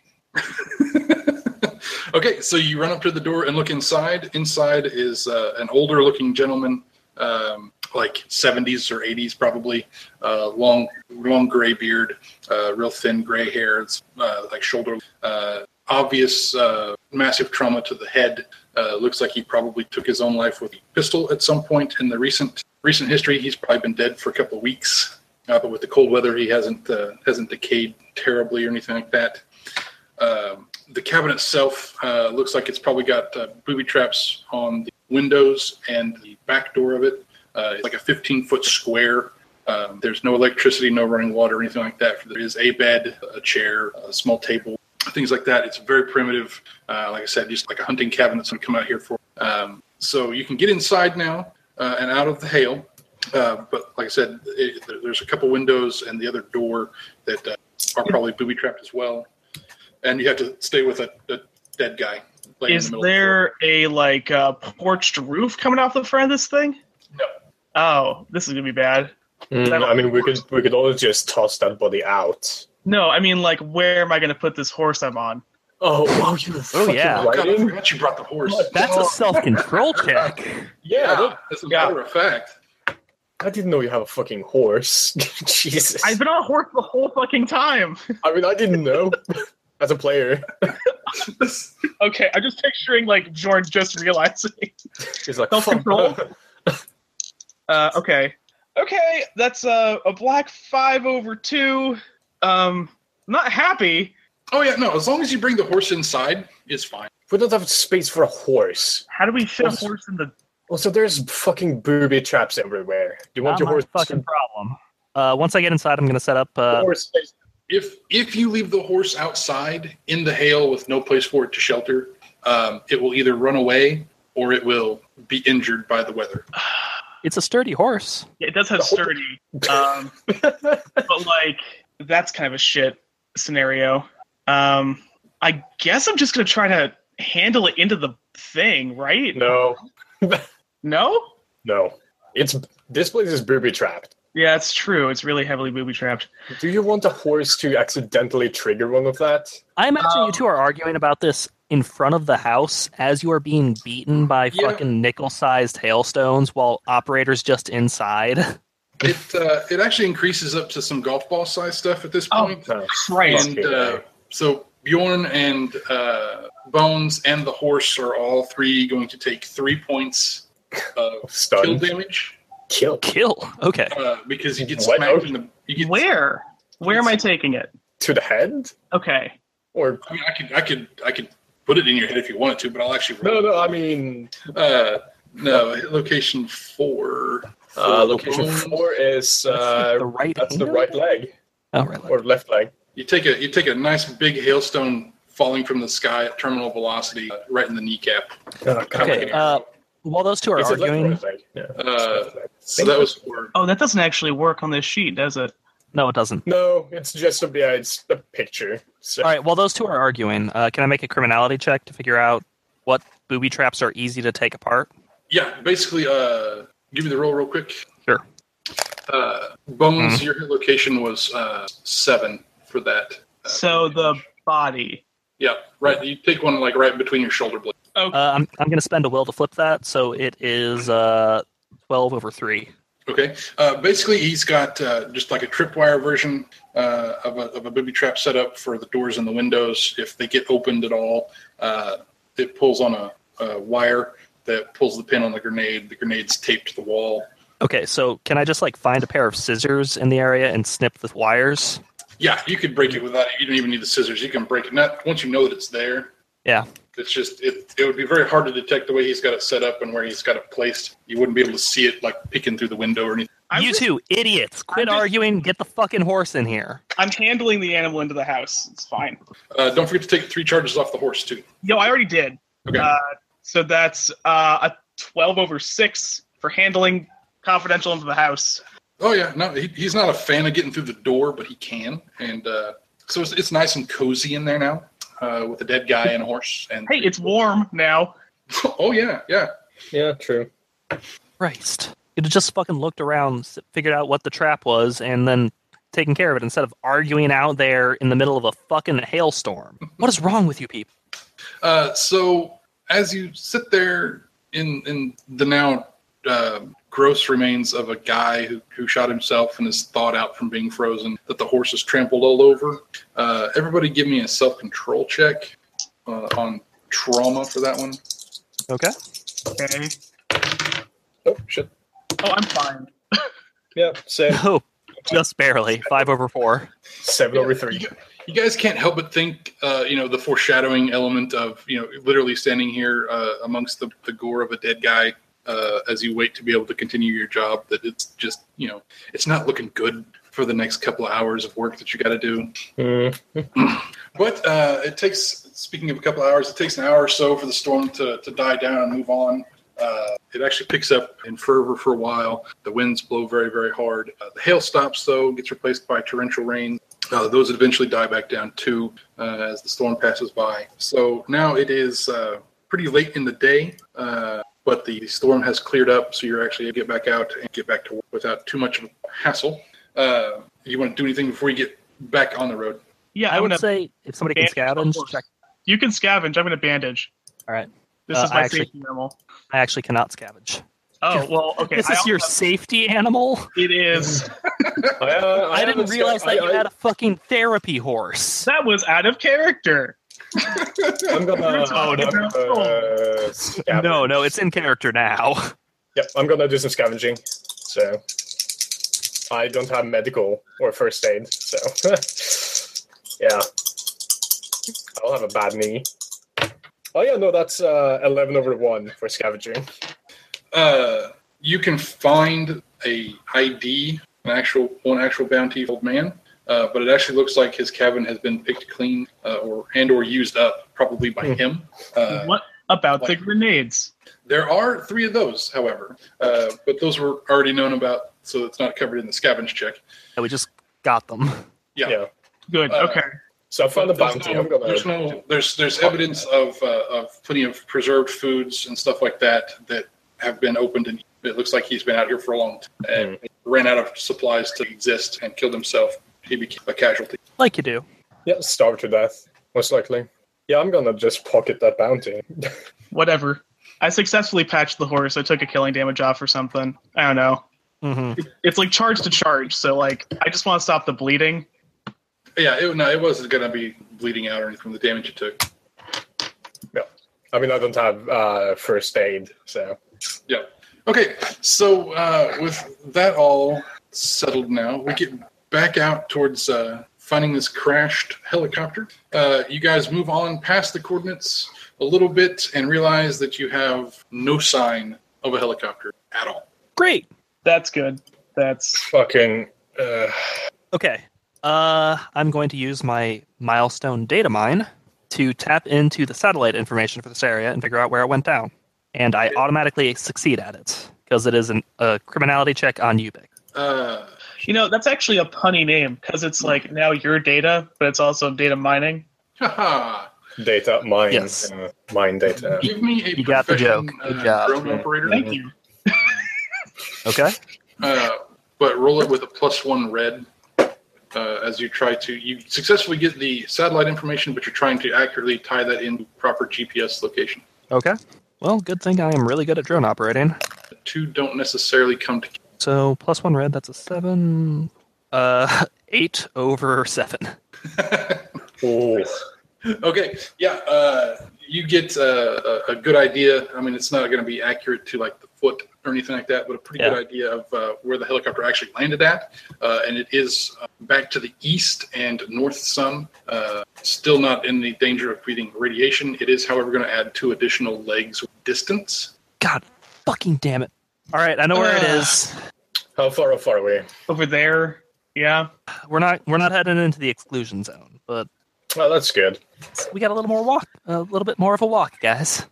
[SPEAKER 3] Okay, so you run up to the door and look inside. Inside is uh, an older looking gentleman, um, like 70s or 80s probably, uh, long, long gray beard, uh, real thin gray hair, it's, uh, like shoulder, uh, obvious uh, massive trauma to the head. Uh, looks like he probably took his own life with a pistol at some point in the recent recent history. He's probably been dead for a couple of weeks, uh, but with the cold weather, he hasn't uh, hasn't decayed terribly or anything like that. Um, the cabin itself uh, looks like it's probably got uh, booby traps on the windows and the back door of it. Uh, it's like a 15 foot square. Um, there's no electricity, no running water, anything like that. There is a bed, a chair, a small table, things like that. It's very primitive. Uh, like I said, just like a hunting cabin that's going to come out here for. Um, so you can get inside now uh, and out of the hail. Uh, but like I said, it, there- there's a couple windows and the other door that uh, are probably booby trapped as well. And you have to stay with a, a dead guy. laying in
[SPEAKER 2] Is
[SPEAKER 3] the middle of the floor.
[SPEAKER 2] there a like uh, porched roof coming off the front of this thing?
[SPEAKER 3] No.
[SPEAKER 2] Oh, this is gonna be bad.
[SPEAKER 4] Mm, I mean, we could we could always just toss that body out.
[SPEAKER 2] No, I mean like, where am I gonna put this horse I'm on?
[SPEAKER 4] Oh, wow, you fucking
[SPEAKER 1] yeah.
[SPEAKER 3] Oh, God, I
[SPEAKER 4] writing?
[SPEAKER 3] forgot you brought the horse.
[SPEAKER 1] That's a self control check.
[SPEAKER 4] Yeah, that-
[SPEAKER 3] as a
[SPEAKER 2] yeah.
[SPEAKER 3] matter of fact.
[SPEAKER 4] I didn't know you have a fucking horse. Jesus.
[SPEAKER 2] I've been on a horse the whole fucking time.
[SPEAKER 4] I mean, I didn't know. As a player,
[SPEAKER 2] okay, I'm just picturing like Jordan just realizing.
[SPEAKER 4] he's like,
[SPEAKER 2] Self-control?
[SPEAKER 4] fuck.
[SPEAKER 2] Uh, okay. Okay, that's uh, a black five over two. Um, not happy.
[SPEAKER 3] Oh yeah, no. As long as you bring the horse inside, it's fine.
[SPEAKER 4] We don't have space for a horse.
[SPEAKER 2] How do we fit a
[SPEAKER 4] Also-
[SPEAKER 2] horse in the?
[SPEAKER 4] Also, there's fucking booby traps everywhere. Do you want
[SPEAKER 1] Not
[SPEAKER 4] your
[SPEAKER 1] my
[SPEAKER 4] horse?
[SPEAKER 1] fucking problem. Uh, once I get inside, I'm gonna set up. Uh,
[SPEAKER 4] horse space?
[SPEAKER 3] If if you leave the horse outside in the hail with no place for it to shelter, um, it will either run away or it will be injured by the weather.
[SPEAKER 1] it's a sturdy horse.
[SPEAKER 2] Yeah, it does have
[SPEAKER 4] The whole-
[SPEAKER 2] sturdy, um, but like that's kind of a shit scenario. Um, I guess I'm just gonna try to handle it into the thing, right?
[SPEAKER 4] no,
[SPEAKER 2] No?
[SPEAKER 4] no. It's this place is booby trapped.
[SPEAKER 2] Yeah, it's true. It's really heavily booby trapped.
[SPEAKER 4] Do you want a horse to accidentally trigger one of that?
[SPEAKER 1] I imagine you two are arguing about this in front of the house as you are being beaten by
[SPEAKER 3] Yeah.
[SPEAKER 1] fucking nickel-sized hailstones while operators just inside.
[SPEAKER 3] It uh, it actually increases up to some golf ball size stuff at this
[SPEAKER 2] Oh.
[SPEAKER 3] point.
[SPEAKER 4] No.
[SPEAKER 2] Right.
[SPEAKER 3] and uh, so Bjorn and uh, Bones and the horse are all three going to take three points of kill
[SPEAKER 4] Stunned.
[SPEAKER 3] damage
[SPEAKER 4] Kill.
[SPEAKER 1] Kill. Okay.
[SPEAKER 3] uh, because you get
[SPEAKER 4] What?
[SPEAKER 3] smacked in the. You get,
[SPEAKER 2] Where? Where am I taking it?
[SPEAKER 4] To the head?
[SPEAKER 2] Okay.
[SPEAKER 4] Or
[SPEAKER 3] I mean, I could, I could, I could put it in your head if you wanted to, but I'll actually.
[SPEAKER 4] no, no. I mean,
[SPEAKER 3] Uh, no, location four.
[SPEAKER 4] uh,
[SPEAKER 3] for
[SPEAKER 4] location
[SPEAKER 3] Bones.
[SPEAKER 4] four is
[SPEAKER 1] That's
[SPEAKER 4] uh,
[SPEAKER 1] the right.
[SPEAKER 4] that's the
[SPEAKER 1] hand?
[SPEAKER 4] right leg
[SPEAKER 1] Oh, right.
[SPEAKER 4] or left leg.
[SPEAKER 3] You take a you take a nice big hailstone falling from the sky at terminal velocity, uh, right in the kneecap. Kinda like
[SPEAKER 1] Okay,
[SPEAKER 3] an
[SPEAKER 1] uh,
[SPEAKER 3] arrow.
[SPEAKER 1] While those two are
[SPEAKER 4] Is it left or
[SPEAKER 1] arguing,
[SPEAKER 4] right leg? Yeah.
[SPEAKER 3] Uh,
[SPEAKER 4] Left leg.
[SPEAKER 3] so that was four.
[SPEAKER 2] Oh, that doesn't actually work on this sheet, does it?
[SPEAKER 1] no, it doesn't.
[SPEAKER 4] No, it's just a yeah, it's a picture. So
[SPEAKER 1] All right. While those two are arguing, uh, can I make a criminality check to figure out what booby traps are easy to take apart?
[SPEAKER 3] Yeah, basically, uh, give me the roll real quick.
[SPEAKER 1] Sure.
[SPEAKER 3] Uh, Bones, your hit location was uh, seven for that. Uh,
[SPEAKER 2] So the body.
[SPEAKER 3] yeah, right. You take one like right between your shoulder blades.
[SPEAKER 1] Uh, I'm I'm going to spend a will to flip that, so it is uh, twelve over three.
[SPEAKER 3] Okay. Uh, basically, he's got uh, just like a tripwire version uh, of, a, of a booby trap set up for the doors and the windows. If they get opened at all, uh, it pulls on a, a wire that pulls the pin on the grenade. The grenade's taped to the wall.
[SPEAKER 1] Okay, so can I just like find a pair of scissors in the area and snip the wires?
[SPEAKER 3] Yeah, you could break it without it. You don't even need the scissors. You can break it. Not once you know that it's there.
[SPEAKER 1] Yeah.
[SPEAKER 3] It's just it. It would be very hard to detect the way he's got it set up and where he's got it placed. You wouldn't be able to see it like peeking through the window or anything.
[SPEAKER 2] I'm
[SPEAKER 1] you
[SPEAKER 2] just-
[SPEAKER 1] two idiots! Quit
[SPEAKER 2] just-
[SPEAKER 1] arguing. Get the fucking horse in here.
[SPEAKER 2] I'm handling the animal into the house. It's fine.
[SPEAKER 3] Uh, don't forget to take three charges off the horse too.
[SPEAKER 2] Yo, I already did.
[SPEAKER 3] Okay.
[SPEAKER 2] Uh, so that's uh, a 12 over 6 for handling confidential into the house.
[SPEAKER 3] Oh yeah, no, he, he's not a fan of getting through the door, but he can, and uh, so it's, it's nice and cozy in there now uh, with a dead guy and a horse. And
[SPEAKER 2] Hey, it's warm now.
[SPEAKER 3] oh yeah, yeah.
[SPEAKER 4] yeah, true.
[SPEAKER 1] Christ! You'd have just fucking looked around, s- figured out what the trap was, and then taken care of it instead of arguing out there in the middle of a fucking hailstorm. What is wrong with you people?
[SPEAKER 3] Uh, so as you sit there in in the now uh, gross remains of a guy who, who shot himself and is thawed out from being frozen, that the horse is trampled all over. Uh, everybody, give me a self control check uh, on trauma for that one.
[SPEAKER 1] Okay.
[SPEAKER 2] Okay.
[SPEAKER 4] Oh shit.
[SPEAKER 2] Oh, I'm fine.
[SPEAKER 4] Yeah, same.
[SPEAKER 1] Oh, just barely. Five over four.
[SPEAKER 4] Seven over three.
[SPEAKER 3] You guys can't help but think, uh, you know, the foreshadowing element of, you know, literally standing here uh, amongst the, the gore of a dead guy uh, as you wait to be able to continue your job, that it's just, you know, it's not looking good for the next couple of hours of work that you got to do.
[SPEAKER 4] Mm.
[SPEAKER 3] But uh, it takes, speaking of a couple of hours, it takes an hour or so for the storm to, to die down and move on. Uh, it actually picks up in fervor for a while. The winds blow very, very hard. Uh, the hail stops, though, gets replaced by torrential rain. Uh, those would eventually die back down, too, uh, as the storm passes by. So now it is uh, pretty late in the day, uh, but the storm has cleared up, so you're actually able to get back out and get back to work without too much of a hassle. Uh, you want to do anything before you get back on the road?
[SPEAKER 2] Yeah,
[SPEAKER 1] I
[SPEAKER 2] I'm
[SPEAKER 1] would
[SPEAKER 2] gonna-
[SPEAKER 1] say if somebody can
[SPEAKER 2] Bandage the
[SPEAKER 1] scavenge,
[SPEAKER 2] horse.
[SPEAKER 1] check.
[SPEAKER 2] You can scavenge. I'm going to bandage.
[SPEAKER 1] All right.
[SPEAKER 2] This
[SPEAKER 1] Uh,
[SPEAKER 2] is my
[SPEAKER 1] I actually-
[SPEAKER 2] safety animal.
[SPEAKER 1] I actually cannot scavenge.
[SPEAKER 2] Oh, well, okay.
[SPEAKER 1] this
[SPEAKER 2] I
[SPEAKER 1] is your
[SPEAKER 2] also-
[SPEAKER 1] safety animal?
[SPEAKER 2] It is.
[SPEAKER 4] I, uh,
[SPEAKER 1] I, didn't
[SPEAKER 4] haven't sca-
[SPEAKER 1] realize that
[SPEAKER 4] I,
[SPEAKER 1] you had a fucking therapy horse.
[SPEAKER 2] That was out of character.
[SPEAKER 4] I, I'm gonna.
[SPEAKER 3] Oh,
[SPEAKER 2] You're
[SPEAKER 4] I'm
[SPEAKER 2] told.
[SPEAKER 4] gonna uh, scavenge.
[SPEAKER 1] No, no, it's in character now.
[SPEAKER 4] Yep, I'm gonna do some scavenging. So I don't have medical or first aid. So yeah, I'll have a bad knee. Oh yeah, no, that's uh, eleven over one for scavenging.
[SPEAKER 3] uh, you can find a ID, an actual one actual bounty old man, uh, but it actually looks like his cabin has been picked clean uh, or and or used up, probably by
[SPEAKER 4] Hmm.
[SPEAKER 3] him. Uh,
[SPEAKER 2] What about the
[SPEAKER 3] Like-
[SPEAKER 2] grenades?
[SPEAKER 3] there are three of those, however, uh, but those were already known about, so it's not covered in the scavenge check.
[SPEAKER 1] And we just got them.
[SPEAKER 3] Yeah.
[SPEAKER 2] Good.
[SPEAKER 3] Uh,
[SPEAKER 2] okay.
[SPEAKER 4] So I found a
[SPEAKER 3] But there's
[SPEAKER 4] bounty.
[SPEAKER 3] no-
[SPEAKER 4] I'm gonna.
[SPEAKER 3] there's no there's there's evidence of uh, of plenty of preserved
[SPEAKER 4] Hmm.
[SPEAKER 3] foods and stuff like that that have been opened and it looks like he's been out here for a long time. And ran out of supplies to exist and killed himself. He became a casualty.
[SPEAKER 1] like you do.
[SPEAKER 4] Yeah, starve to death, most likely. Yeah, I'm gonna just pocket that bounty.
[SPEAKER 2] Whatever. I successfully patched the horse. I took a killing damage off or something. I don't know.
[SPEAKER 1] hmm
[SPEAKER 2] It's like charge to charge, so like I just want to stop the bleeding.
[SPEAKER 3] Yeah, it, no, it wasn't going to be bleeding out or anything from the damage it took.
[SPEAKER 4] I mean, I don't have uh, first aid, so
[SPEAKER 3] Okay, so uh, with that all settled now, we get back out towards uh, finding this crashed helicopter. Uh, you guys move on past the coordinates a little bit and realize that you have no sign of a helicopter at all.
[SPEAKER 1] Great.
[SPEAKER 2] That's good. That's
[SPEAKER 4] fucking. Uh,
[SPEAKER 1] Okay. Uh, I'm going to use my milestone data mine to tap into the satellite information for this area and figure out where it went down. And I automatically succeed at it because it is an, a criminality check on Ubik.
[SPEAKER 3] Uh,
[SPEAKER 2] you know that's actually a punny name because it's like now your data, but it's also data mining.
[SPEAKER 3] haha.
[SPEAKER 4] data mine,
[SPEAKER 1] Yes.
[SPEAKER 4] uh, mine data.
[SPEAKER 3] Give me a
[SPEAKER 1] You got the
[SPEAKER 3] profession,
[SPEAKER 1] joke. Good
[SPEAKER 3] uh,
[SPEAKER 1] job.
[SPEAKER 3] drone operator,
[SPEAKER 2] Thank you.
[SPEAKER 1] Okay.
[SPEAKER 3] uh, but roll it with a plus one red. Uh, as you try to, you successfully get the satellite information, but you're trying to accurately tie that into proper GPS location.
[SPEAKER 1] Okay. Well, good thing I am really good at drone operating.
[SPEAKER 3] two don't necessarily come to
[SPEAKER 1] So plus one red, that's a seven. Uh, eight over seven.
[SPEAKER 4] Ooh.
[SPEAKER 3] okay yeah uh, you get uh, a, a good idea i mean it's not going to be accurate to like the foot or anything like that but a pretty
[SPEAKER 1] Yeah.
[SPEAKER 3] good idea of uh, where the helicopter actually landed at uh, and it is uh, back to the east and north some uh, still not in the danger of breathing radiation it is however going to add two additional legs distance
[SPEAKER 1] God, fucking damn it! All right, I know where it
[SPEAKER 2] Ugh.
[SPEAKER 1] is.
[SPEAKER 4] How far? How far away?
[SPEAKER 2] Over there, yeah.
[SPEAKER 1] We're not we're not heading into the exclusion zone, but
[SPEAKER 4] Well, that's good.
[SPEAKER 1] we got a little more walk, a little bit more of a walk, guys.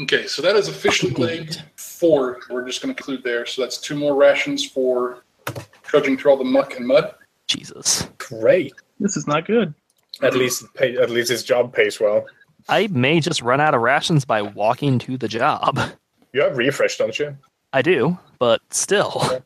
[SPEAKER 3] okay so that is officially leg four we're just going to conclude there so that's two more rations for trudging through all the muck and mud
[SPEAKER 1] Jesus,
[SPEAKER 4] Great.
[SPEAKER 2] This is not good.
[SPEAKER 4] At least, it pay, at least his job pays well.
[SPEAKER 1] I may just run out of rations by walking to the job.
[SPEAKER 4] You have refresh, don't you?
[SPEAKER 1] I do, but still,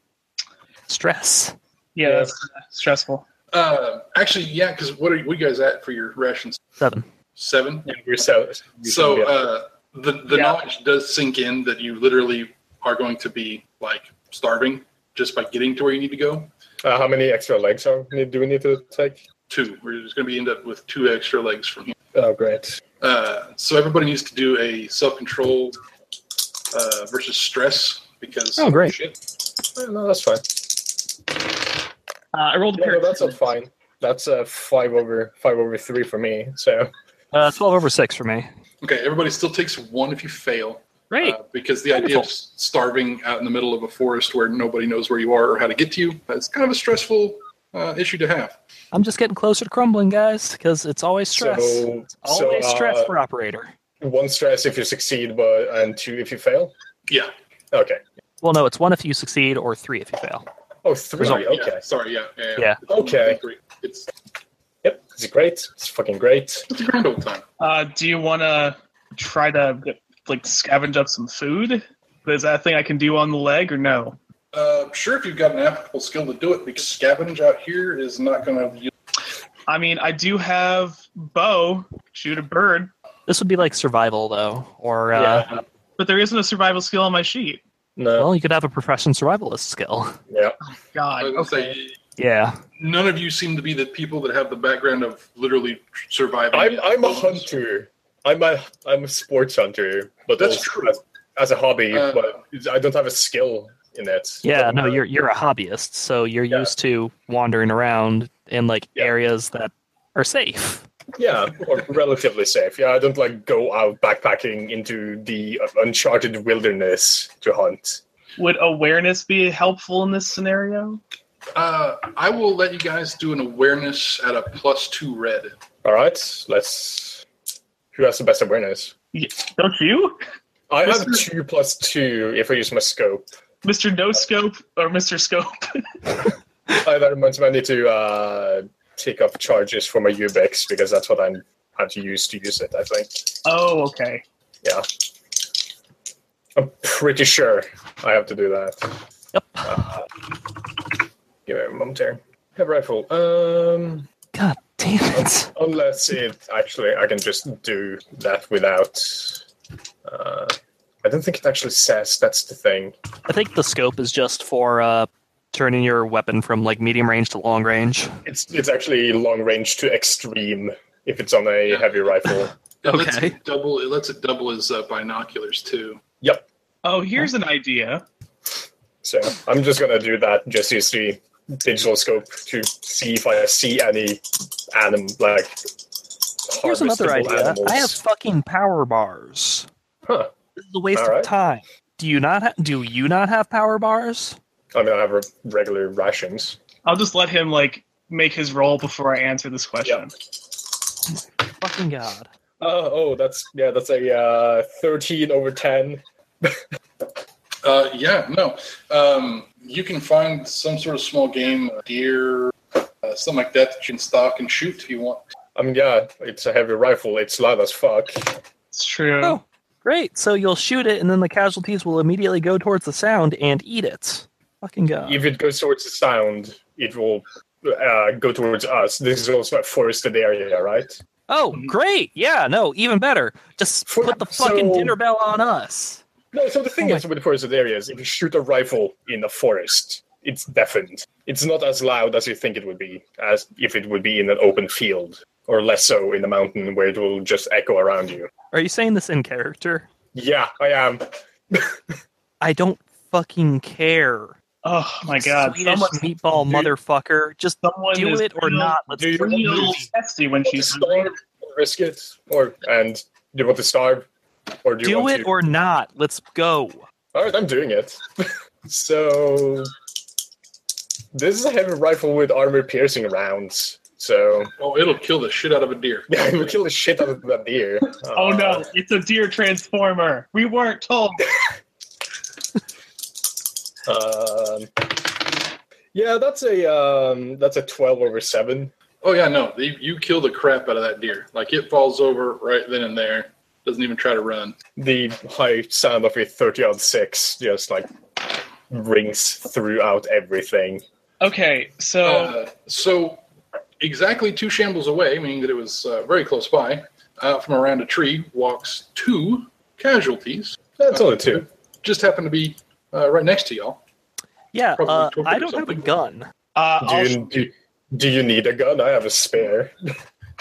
[SPEAKER 1] stress.
[SPEAKER 2] Yeah,
[SPEAKER 4] Yeah.
[SPEAKER 2] that's uh, stressful.
[SPEAKER 3] Uh, actually, yeah, because what are you, what you guys at for your rations?
[SPEAKER 1] Seven.
[SPEAKER 3] Seven.
[SPEAKER 4] Yeah, you're so.
[SPEAKER 3] So uh, the the
[SPEAKER 2] Yeah.
[SPEAKER 3] knowledge does sink in that you literally are going to be like starving just by getting to where you need to go.
[SPEAKER 4] Uh, how many extra legs are need, do we need to take?
[SPEAKER 3] Two. We're just going to be end up with two extra legs from here.
[SPEAKER 4] Oh, great.
[SPEAKER 3] Uh, so everybody needs to do a self control uh, versus stress because
[SPEAKER 1] Oh, great.
[SPEAKER 3] shit.
[SPEAKER 4] Uh, No, that's fine.
[SPEAKER 2] Uh, I rolled a
[SPEAKER 4] Yeah,
[SPEAKER 2] pair.
[SPEAKER 4] no,
[SPEAKER 2] of
[SPEAKER 4] that's a
[SPEAKER 2] twos.
[SPEAKER 4] fine. That's a five over five over three for me. So
[SPEAKER 1] Uh, Twelve over six for me.
[SPEAKER 3] Okay, everybody still takes one if you fail.
[SPEAKER 1] Great.
[SPEAKER 3] Uh, because the idea
[SPEAKER 1] Wonderful.
[SPEAKER 3] of s- starving out in the middle of a forest where nobody knows where you are or how to get to you, that's kind of a stressful uh, issue to have.
[SPEAKER 1] I'm just getting closer to crumbling, guys, because it's always stress.
[SPEAKER 4] so, so,
[SPEAKER 1] always
[SPEAKER 4] uh,
[SPEAKER 1] stress for operator.
[SPEAKER 4] one stress if you succeed, but and two if you fail.
[SPEAKER 3] Yeah.
[SPEAKER 4] Okay.
[SPEAKER 1] Well, no, it's one if you succeed or three if you fail.
[SPEAKER 4] Oh, three.
[SPEAKER 1] Result.
[SPEAKER 4] Okay.
[SPEAKER 3] Yeah, sorry. Yeah. Yeah.
[SPEAKER 1] Yeah.
[SPEAKER 3] It's only
[SPEAKER 4] Okay.
[SPEAKER 3] three. It's
[SPEAKER 4] Yep. It's great. It's fucking great.
[SPEAKER 3] it's a grand old time.
[SPEAKER 2] Uh, do you want to try to like scavenge up some food? Is that a thing I can do on the leg or no?
[SPEAKER 3] Uh, sure, if you've got an applicable skill to do it, because scavenge out here is not going to.
[SPEAKER 2] I mean, I do have bow, shoot a bird,
[SPEAKER 1] This would be like survival, though, or uh,
[SPEAKER 4] yeah.
[SPEAKER 2] but there isn't a survival skill on my sheet.
[SPEAKER 4] No.
[SPEAKER 1] well, you could have a profession survivalist skill.
[SPEAKER 4] Yeah.
[SPEAKER 2] God,
[SPEAKER 3] I was gonna
[SPEAKER 2] okay.
[SPEAKER 3] say
[SPEAKER 1] Yeah,
[SPEAKER 3] none of you seem to be the people that have the background of literally surviving.
[SPEAKER 4] I'm I'm a hunter. I'm a I'm a sports hunter, but
[SPEAKER 3] That's
[SPEAKER 4] also
[SPEAKER 3] true.
[SPEAKER 4] As, as a hobby,
[SPEAKER 3] Uh,
[SPEAKER 4] but I don't have a skill in it.
[SPEAKER 1] yeah. No,
[SPEAKER 4] Uh,
[SPEAKER 1] you're you're a hobbyist, so you're
[SPEAKER 4] Yeah.
[SPEAKER 1] used to wandering around in like
[SPEAKER 4] Yeah.
[SPEAKER 1] areas that are safe.
[SPEAKER 4] Yeah, or relatively safe. Yeah, I don't like go out backpacking into the uh, uncharted wilderness to hunt.
[SPEAKER 2] Would awareness be helpful in this scenario?
[SPEAKER 3] Uh, I will let you guys do an awareness at a plus two red.
[SPEAKER 4] All right, let's. Who has the best awareness?
[SPEAKER 2] Don't you,
[SPEAKER 4] I have two plus two if I use my scope.
[SPEAKER 2] Mister No Scope or Mister Scope?
[SPEAKER 4] I, that reminds me, I need to uh, take off charges for my Ubex because that's what I'm have to use to use it. I think.
[SPEAKER 2] oh, okay.
[SPEAKER 4] I'm pretty sure I have to do that. Uh,
[SPEAKER 1] Yep.
[SPEAKER 4] Give me a moment here. Heavy rifle. Um,
[SPEAKER 1] God damn it.
[SPEAKER 4] unless it actually, I can just do that without. Uh, I don't think it actually says that's the thing.
[SPEAKER 1] I think the scope is just for uh, turning your weapon from like medium range to long range.
[SPEAKER 4] It's it's actually long range to extreme if it's on a
[SPEAKER 3] Yeah.
[SPEAKER 4] heavy rifle.
[SPEAKER 3] It lets
[SPEAKER 1] Okay.
[SPEAKER 3] it double. It lets it double as uh, binoculars too.
[SPEAKER 4] Yep.
[SPEAKER 2] Oh, here's an idea.
[SPEAKER 4] So I'm just gonna do that just use the digital scope to see if I see any animal like.
[SPEAKER 1] Here's another
[SPEAKER 4] harvestable
[SPEAKER 1] idea.
[SPEAKER 4] Animals.
[SPEAKER 1] I have fucking power bars.
[SPEAKER 4] Huh.
[SPEAKER 1] This is a waste
[SPEAKER 4] All right.
[SPEAKER 1] of time. Do you not ha- do you not have power bars?
[SPEAKER 4] I mean, I have re- regular rations.
[SPEAKER 2] I'll just let him like make his roll before I answer this question.
[SPEAKER 1] Fucking god.
[SPEAKER 4] Uh, oh, that's yeah, that's a uh, thirteen over ten.
[SPEAKER 3] Uh, yeah, no. Um, you can find some sort of small game, deer, uh, something like that that you can stock and shoot if you want.
[SPEAKER 4] I mean, yeah, it's a heavy rifle. It's light as fuck.
[SPEAKER 2] It's true.
[SPEAKER 1] Oh, great. So you'll shoot it and then the casualties will immediately go towards the sound and eat it. Fucking god.
[SPEAKER 4] If it goes towards the sound, it will uh, go towards us. This is also a forested area, right?
[SPEAKER 1] Oh, great. Yeah, no, even better. Just
[SPEAKER 4] For-
[SPEAKER 1] put the fucking
[SPEAKER 4] so-
[SPEAKER 1] dinner bell on us.
[SPEAKER 4] No, so the thing
[SPEAKER 1] Oh my-
[SPEAKER 4] is with forested areas, if you shoot a rifle in a forest, it's deafened. It's not as loud as you think it would be, as if it would be in an open field, or less so in a mountain where it will just echo around you.
[SPEAKER 1] Are you saying this in character?
[SPEAKER 4] Yeah, I am.
[SPEAKER 1] I don't fucking care.
[SPEAKER 2] Oh my god.
[SPEAKER 1] Swedish
[SPEAKER 2] Someone,
[SPEAKER 1] meatball
[SPEAKER 4] Dude.
[SPEAKER 1] motherfucker. Just
[SPEAKER 2] someone
[SPEAKER 1] do
[SPEAKER 2] is
[SPEAKER 1] it or
[SPEAKER 2] real-
[SPEAKER 1] not. Let's
[SPEAKER 4] do you-
[SPEAKER 2] Real testy when she's hungry.
[SPEAKER 4] starve, or risk it, or and do you want to starve, or do, you
[SPEAKER 1] do
[SPEAKER 4] want
[SPEAKER 1] it
[SPEAKER 4] to...
[SPEAKER 1] or not. Let's go.
[SPEAKER 4] All right, I'm doing it. so this is a heavy rifle with armor piercing rounds. So
[SPEAKER 3] Oh, it'll kill the shit out of a deer.
[SPEAKER 4] yeah, I'm gonna kill the shit out of that deer.
[SPEAKER 2] Oh no,
[SPEAKER 4] Uh,
[SPEAKER 2] it's a deer transformer. We weren't told.
[SPEAKER 4] Um, yeah, that's a um, that's a twelve over seven.
[SPEAKER 3] Oh yeah, no, you, you kill the crap out of that deer. Like it falls over right then and there. Doesn't even try to run.
[SPEAKER 4] The high sound of a thirty odd six just like rings throughout everything.
[SPEAKER 2] Okay, so
[SPEAKER 4] Oh.
[SPEAKER 3] Uh, so exactly two shambles away, meaning that it was uh, very close by. Out from around a tree walks two casualties.
[SPEAKER 4] That's only two.
[SPEAKER 3] Just happened to be uh, right next to y'all.
[SPEAKER 1] Yeah,
[SPEAKER 3] Probably
[SPEAKER 1] uh,
[SPEAKER 3] torpedo
[SPEAKER 1] I don't have a
[SPEAKER 3] something.
[SPEAKER 1] gun.
[SPEAKER 2] uh,
[SPEAKER 4] Do
[SPEAKER 2] I'll-
[SPEAKER 4] you, do, do you need a gun? I have a spare.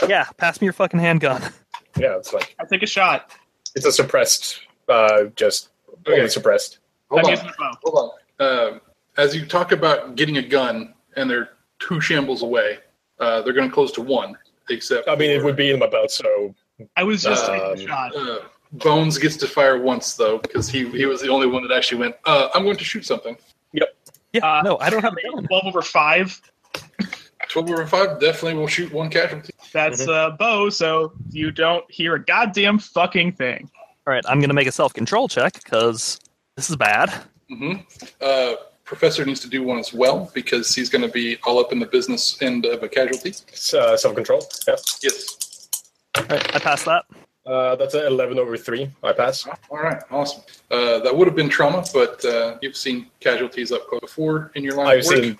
[SPEAKER 1] Yeah, pass me your fucking handgun.
[SPEAKER 4] Yeah, it's like
[SPEAKER 2] I'll take a shot.
[SPEAKER 4] it's a suppressed, uh, just only
[SPEAKER 3] Okay.
[SPEAKER 4] suppressed.
[SPEAKER 3] Hold
[SPEAKER 2] I'm
[SPEAKER 3] on.
[SPEAKER 2] using the bow.
[SPEAKER 3] Hold on. Uh, as you talk about getting a gun, and they're two shambles away, uh, they're going to close to one. Except
[SPEAKER 4] I mean, it
[SPEAKER 3] for,
[SPEAKER 4] would be in my belt, so
[SPEAKER 2] I was just
[SPEAKER 4] Um,
[SPEAKER 2] taking a shot.
[SPEAKER 3] Uh, Bones gets to fire once though, because he he was the only one that actually went. Uh, I'm going to shoot something.
[SPEAKER 1] Yeah,
[SPEAKER 2] Uh,
[SPEAKER 1] no, I don't have a gun.
[SPEAKER 2] Twelve over five.
[SPEAKER 3] Twelve over five definitely will shoot one casualty.
[SPEAKER 2] That's uh, bow, so you don't hear a goddamn fucking thing.
[SPEAKER 1] All right, I'm going to make a self control check because this is bad.
[SPEAKER 3] hmm Uh, Professor needs to do one as well because he's going to be all up in the business end of a casualty.
[SPEAKER 4] it's, uh, self control. Yeah,
[SPEAKER 3] Yes.
[SPEAKER 1] All right, I passed that.
[SPEAKER 4] uh, that's an eleven over three. I pass.
[SPEAKER 3] All right. Awesome. Uh, that would have been trauma, but uh, you've seen casualties up close before in your line
[SPEAKER 4] I've
[SPEAKER 3] of work.
[SPEAKER 4] seen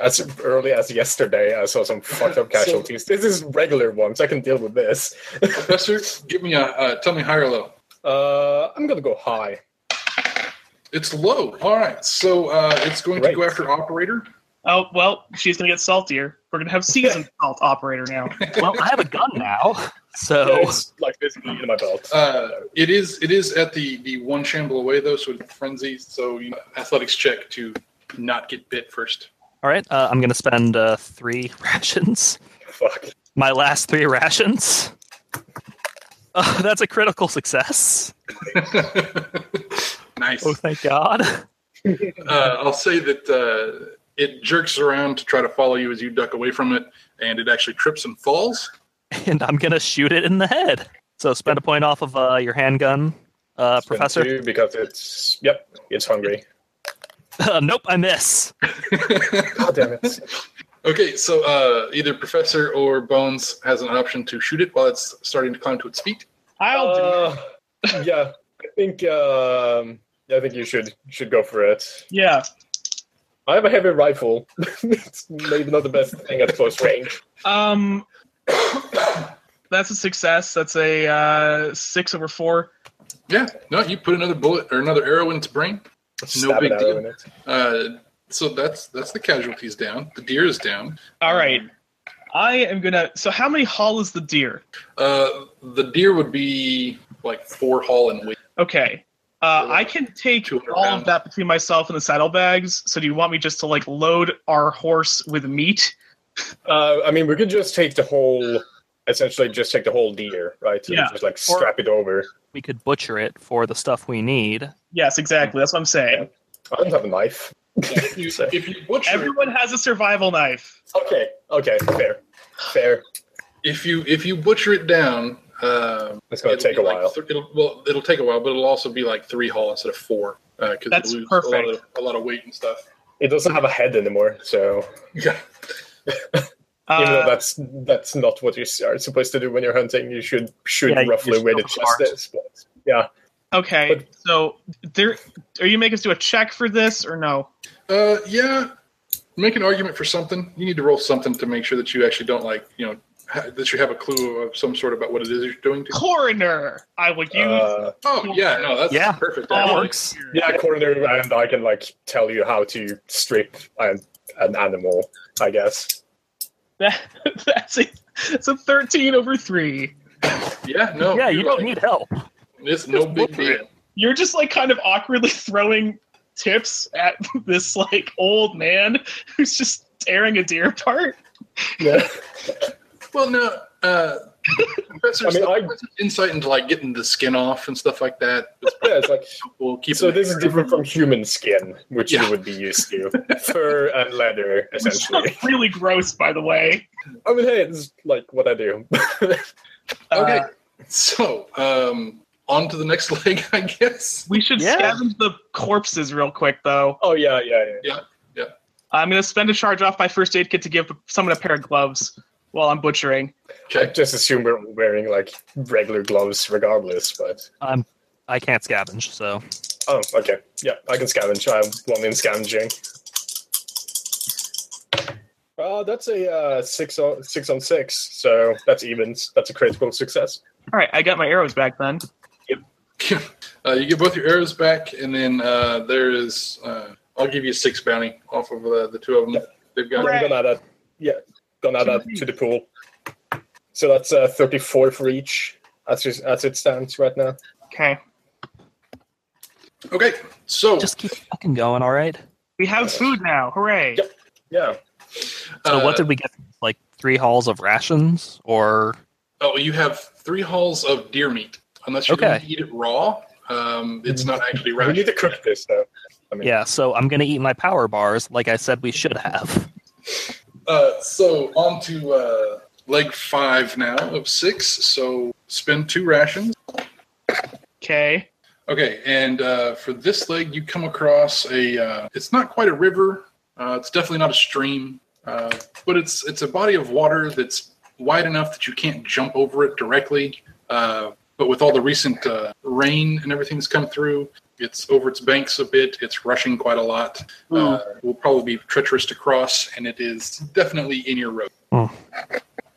[SPEAKER 4] as early as yesterday. I saw some fucked up casualties. this is regular ones. I can deal with this.
[SPEAKER 3] Professor, give me a uh, tell me high or low.
[SPEAKER 4] Uh, I'm gonna go high.
[SPEAKER 3] It's low. All right. So uh, it's going to go
[SPEAKER 4] Great.
[SPEAKER 3] after operator.
[SPEAKER 2] Oh well, she's gonna get saltier. We're gonna have seasoned salt operator now.
[SPEAKER 1] Well, I have a gun now.
[SPEAKER 4] Yeah,
[SPEAKER 1] So,
[SPEAKER 4] it's like basically in my belt.
[SPEAKER 3] Uh, it is it is at the the one shamble away though, so it's frenzy. So you athletics check to not get bit first.
[SPEAKER 1] all right, uh, I'm going to spend uh, three rations.
[SPEAKER 4] Fuck.
[SPEAKER 1] My last three rations. Uh, that's a critical success.
[SPEAKER 3] nice.
[SPEAKER 1] Oh, thank God.
[SPEAKER 3] Uh, I'll say that uh, it jerks around to try to follow you as you duck away from it, and it actually trips and falls.
[SPEAKER 1] And I'm going to shoot it in the head. So, spend a point off of uh, your handgun, uh,
[SPEAKER 4] Spend
[SPEAKER 1] Professor.
[SPEAKER 4] two because it's yep, it's hungry.
[SPEAKER 1] Uh, nope, I miss.
[SPEAKER 4] God damn it.
[SPEAKER 3] okay, so uh, either Professor or Bones has an option to shoot it while it's starting to climb to its feet.
[SPEAKER 2] I'll do. It.
[SPEAKER 4] Uh, yeah, I think um, I think you should should go for it.
[SPEAKER 2] Yeah,
[SPEAKER 4] I have a heavy rifle. it's maybe not the best thing at close range.
[SPEAKER 2] Um, that's a success. That's a uh, six over four.
[SPEAKER 3] Yeah, no, you put another bullet or another arrow in its brain.
[SPEAKER 4] Stab
[SPEAKER 3] big
[SPEAKER 4] an arrow
[SPEAKER 3] deal.
[SPEAKER 4] in it.
[SPEAKER 3] Uh, so that's that's the casualties down. The deer is down.
[SPEAKER 2] All right. I am gonna. So how many hull is the deer?
[SPEAKER 3] Uh, the deer would be like four haul and weight.
[SPEAKER 2] Okay. Uh, I can take
[SPEAKER 3] Two hundred
[SPEAKER 2] all of
[SPEAKER 3] pounds.
[SPEAKER 2] that between myself and the saddlebags. So do you want me just to like load our horse with meat?
[SPEAKER 4] Uh, I mean, we could just take the whole, essentially, just take the whole deer, right? And
[SPEAKER 2] Yeah.
[SPEAKER 4] Just like strap it over.
[SPEAKER 1] We could butcher it for the stuff we need.
[SPEAKER 2] Yes, exactly. That's what I'm saying.
[SPEAKER 4] I don't have a knife.
[SPEAKER 3] If you, if you butcher,
[SPEAKER 2] Everyone has a survival knife.
[SPEAKER 4] Okay, okay, fair, fair.
[SPEAKER 3] if you if you butcher it down, um,
[SPEAKER 4] It's gonna
[SPEAKER 3] it'll
[SPEAKER 4] take
[SPEAKER 3] be
[SPEAKER 4] a
[SPEAKER 3] like
[SPEAKER 4] while.
[SPEAKER 3] th- it'll, well, it'll take a while, but it'll also be like three haul instead of four because
[SPEAKER 2] That's
[SPEAKER 3] it lose A, lot
[SPEAKER 2] perfect.
[SPEAKER 3] of, a lot of weight and stuff.
[SPEAKER 4] It doesn't have a head anymore, so
[SPEAKER 3] Yeah,
[SPEAKER 4] even
[SPEAKER 2] Uh,
[SPEAKER 4] though that's that's not what you are supposed to do when you're hunting, you should shoot
[SPEAKER 1] Yeah, you
[SPEAKER 4] roughly
[SPEAKER 1] just
[SPEAKER 4] where the
[SPEAKER 1] go for
[SPEAKER 4] chest is. But, yeah,
[SPEAKER 2] okay.
[SPEAKER 4] but-
[SPEAKER 2] So there, are you making us do a check for this or no?
[SPEAKER 3] uh, yeah. Make an argument for something. You need to roll something to make sure that you actually don't like you know ha- that you have a clue of some sort about what it is you're doing. To.
[SPEAKER 2] Coroner. I will use.
[SPEAKER 4] uh,
[SPEAKER 3] Oh yeah, no, that's
[SPEAKER 1] Yeah.
[SPEAKER 3] perfect.
[SPEAKER 2] all
[SPEAKER 3] actually.
[SPEAKER 1] works.
[SPEAKER 2] here.
[SPEAKER 4] yeah, corner, and I can like tell you how to strip an, an animal, I guess.
[SPEAKER 2] That, that's it. It's a 13 over 3.
[SPEAKER 3] Yeah, no.
[SPEAKER 1] yeah, you
[SPEAKER 3] you're
[SPEAKER 1] don't
[SPEAKER 3] right.
[SPEAKER 1] need help.
[SPEAKER 3] It's
[SPEAKER 1] Just
[SPEAKER 3] no
[SPEAKER 1] look
[SPEAKER 3] big
[SPEAKER 1] for
[SPEAKER 3] deal.
[SPEAKER 2] You're just like kind of awkwardly throwing tips at this like old man who's just tearing a deer apart.
[SPEAKER 4] Yeah.
[SPEAKER 3] Well, no. Uh, professor's,
[SPEAKER 4] I mean, I-
[SPEAKER 3] professor's insight into like getting the skin off and stuff like that is
[SPEAKER 4] yeah, it's like
[SPEAKER 3] helpful. Keep
[SPEAKER 4] so.
[SPEAKER 3] it-
[SPEAKER 4] This is different from human skin, which
[SPEAKER 3] Yeah.
[SPEAKER 4] you would be used to, fur and leather,
[SPEAKER 2] Which sounds
[SPEAKER 4] essentially.
[SPEAKER 2] really gross, by the way.
[SPEAKER 4] I mean, hey, it's like what I do.
[SPEAKER 3] okay.
[SPEAKER 2] Uh,
[SPEAKER 3] so, um, on to the next leg, I guess.
[SPEAKER 2] we should
[SPEAKER 1] Yeah.
[SPEAKER 2] scavenge the corpses real quick, though.
[SPEAKER 4] oh yeah, yeah, yeah.
[SPEAKER 2] I'm going to spend a charge off my first aid kit to give someone a pair of gloves while I'm butchering.
[SPEAKER 4] I
[SPEAKER 3] Okay.
[SPEAKER 4] just assume we're all wearing like regular gloves regardless, but
[SPEAKER 1] I'm I can't scavenge, so
[SPEAKER 4] oh, okay. Yeah, I can scavenge. I have one in scavenging. Uh, that's a uh, six on six on six, so that's evens. That's a critical success.
[SPEAKER 2] All right, I got my arrows back then.
[SPEAKER 3] Uh, you get both your arrows back, and then uh, there is. Uh, I'll give you six bounty off of uh, the, the two of them. They've got.
[SPEAKER 2] Hooray.
[SPEAKER 4] I'm gonna add that. Yeah, gonna add that to the pool. So that's uh, thirty-four for each, as it- as it stands right now.
[SPEAKER 2] Okay.
[SPEAKER 3] Okay. So,
[SPEAKER 1] just keep fucking going, all right?
[SPEAKER 2] We have food now. Hooray.
[SPEAKER 4] Yep. Yeah,
[SPEAKER 1] So
[SPEAKER 3] uh,
[SPEAKER 1] what did we get? Like three hauls of rations or
[SPEAKER 3] Oh, you have three hauls of deer meat, unless you're going
[SPEAKER 1] Okay.
[SPEAKER 3] to eat it raw. Um, it's not actually
[SPEAKER 4] we need
[SPEAKER 3] rationed.
[SPEAKER 4] to cook this though. I mean,
[SPEAKER 1] yeah, so I'm gonna eat my power bars like I said we should have.
[SPEAKER 3] Uh, so on to uh, leg five now of six. So spend two rations.
[SPEAKER 2] Okay.
[SPEAKER 3] Okay, and uh, for this leg, you come across a. Uh, it's not quite a river. Uh, it's definitely not a stream, uh, but it's it's a body of water that's wide enough that you can't jump over it directly. Uh, but with all the recent uh, rain and everything that's come through, it's over its banks a bit. It's rushing quite a lot. Uh, it will probably be treacherous to cross, and it is definitely in your road.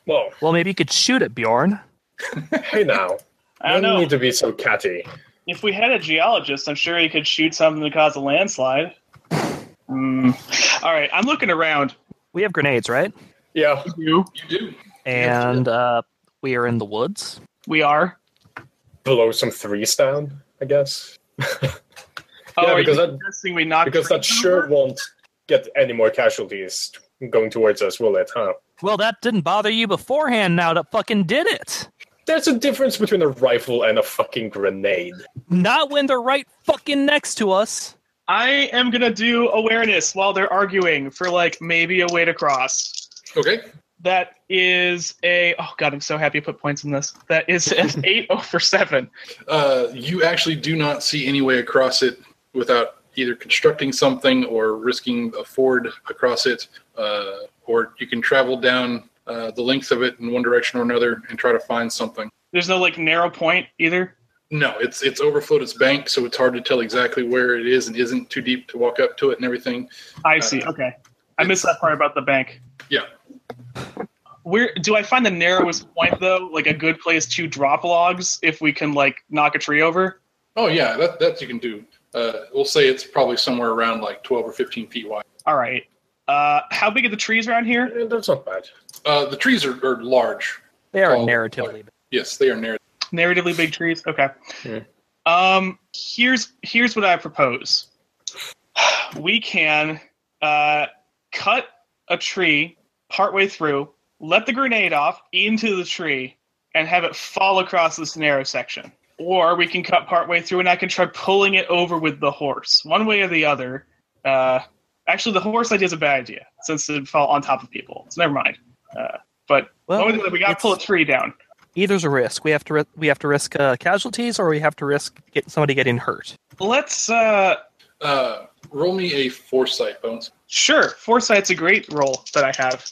[SPEAKER 4] Well,
[SPEAKER 1] Well maybe you could shoot at Bjorn.
[SPEAKER 4] hey now,
[SPEAKER 2] I don't
[SPEAKER 4] you
[SPEAKER 2] know.
[SPEAKER 4] need to be so catty.
[SPEAKER 2] If we had a geologist, I'm sure he could shoot something to cause a landslide. Hmm. All right, I'm looking around.
[SPEAKER 1] We have grenades, right?
[SPEAKER 4] Yeah,
[SPEAKER 2] You,
[SPEAKER 3] You do.
[SPEAKER 1] And uh we are in the woods.
[SPEAKER 2] we are.
[SPEAKER 4] blow some threes down, I guess.
[SPEAKER 2] Oh,
[SPEAKER 4] Yeah,
[SPEAKER 2] are
[SPEAKER 4] because
[SPEAKER 2] you
[SPEAKER 4] that-
[SPEAKER 2] suggesting we knock
[SPEAKER 4] Because that
[SPEAKER 2] trees
[SPEAKER 4] sure
[SPEAKER 2] over?
[SPEAKER 4] won't get any more casualties going towards us, will it? Huh?
[SPEAKER 1] Well that didn't bother you beforehand now that fucking did it.
[SPEAKER 4] There's a difference between a rifle and a fucking grenade.
[SPEAKER 1] Not when they're right fucking next to us.
[SPEAKER 2] I am gonna do awareness while they're arguing for like maybe a way to cross.
[SPEAKER 3] Okay.
[SPEAKER 2] That is a oh god, I'm so happy I put points in this. That is an eight over seven.
[SPEAKER 3] Uh, you actually do not see any way across it without either constructing something or risking a ford across it, uh, or you can travel down uh, the length of it in one direction or another and try to find something.
[SPEAKER 2] There's no like narrow point either.
[SPEAKER 3] No, it's it's overflowed its bank, so it's hard to tell exactly where it is and isn't too deep to walk up to it and everything.
[SPEAKER 2] I see. Okay. I missed that part about the bank.
[SPEAKER 3] Yeah.
[SPEAKER 2] Where do I find the narrowest point though? Like a good place to drop logs if we can like knock a tree over?
[SPEAKER 3] Oh yeah, that that you can do. Uh, we'll say it's probably somewhere around like 12 or 15 feet wide.
[SPEAKER 2] All right. Uh, how big are the trees around here?
[SPEAKER 4] Eh, That's not bad.
[SPEAKER 3] Uh, the trees are, are large.
[SPEAKER 1] They are
[SPEAKER 3] Oh,
[SPEAKER 1] narratively.
[SPEAKER 3] Yes, they are narrow.
[SPEAKER 2] Narratively big trees. Okay.
[SPEAKER 4] Yeah.
[SPEAKER 2] Um. Here's here's what I propose. We can uh, cut a tree partway through, let the grenade off into the tree, and have it fall across this narrow section. Or we can cut partway through, and I can try pulling it over with the horse. One way or the other. Uh, actually, the horse idea is a bad idea since it'd fall on top of people. So never mind. Uh, but
[SPEAKER 1] Well,
[SPEAKER 2] one way or the other, we got to
[SPEAKER 1] it's-
[SPEAKER 2] pull a tree down.
[SPEAKER 1] Either's a risk. We have to ri- we have to risk uh, casualties, or we have to risk get somebody getting hurt.
[SPEAKER 2] Let's. Uh,
[SPEAKER 3] Uh, roll me a foresight bonus.
[SPEAKER 2] Sure, foresight's a great roll that I have.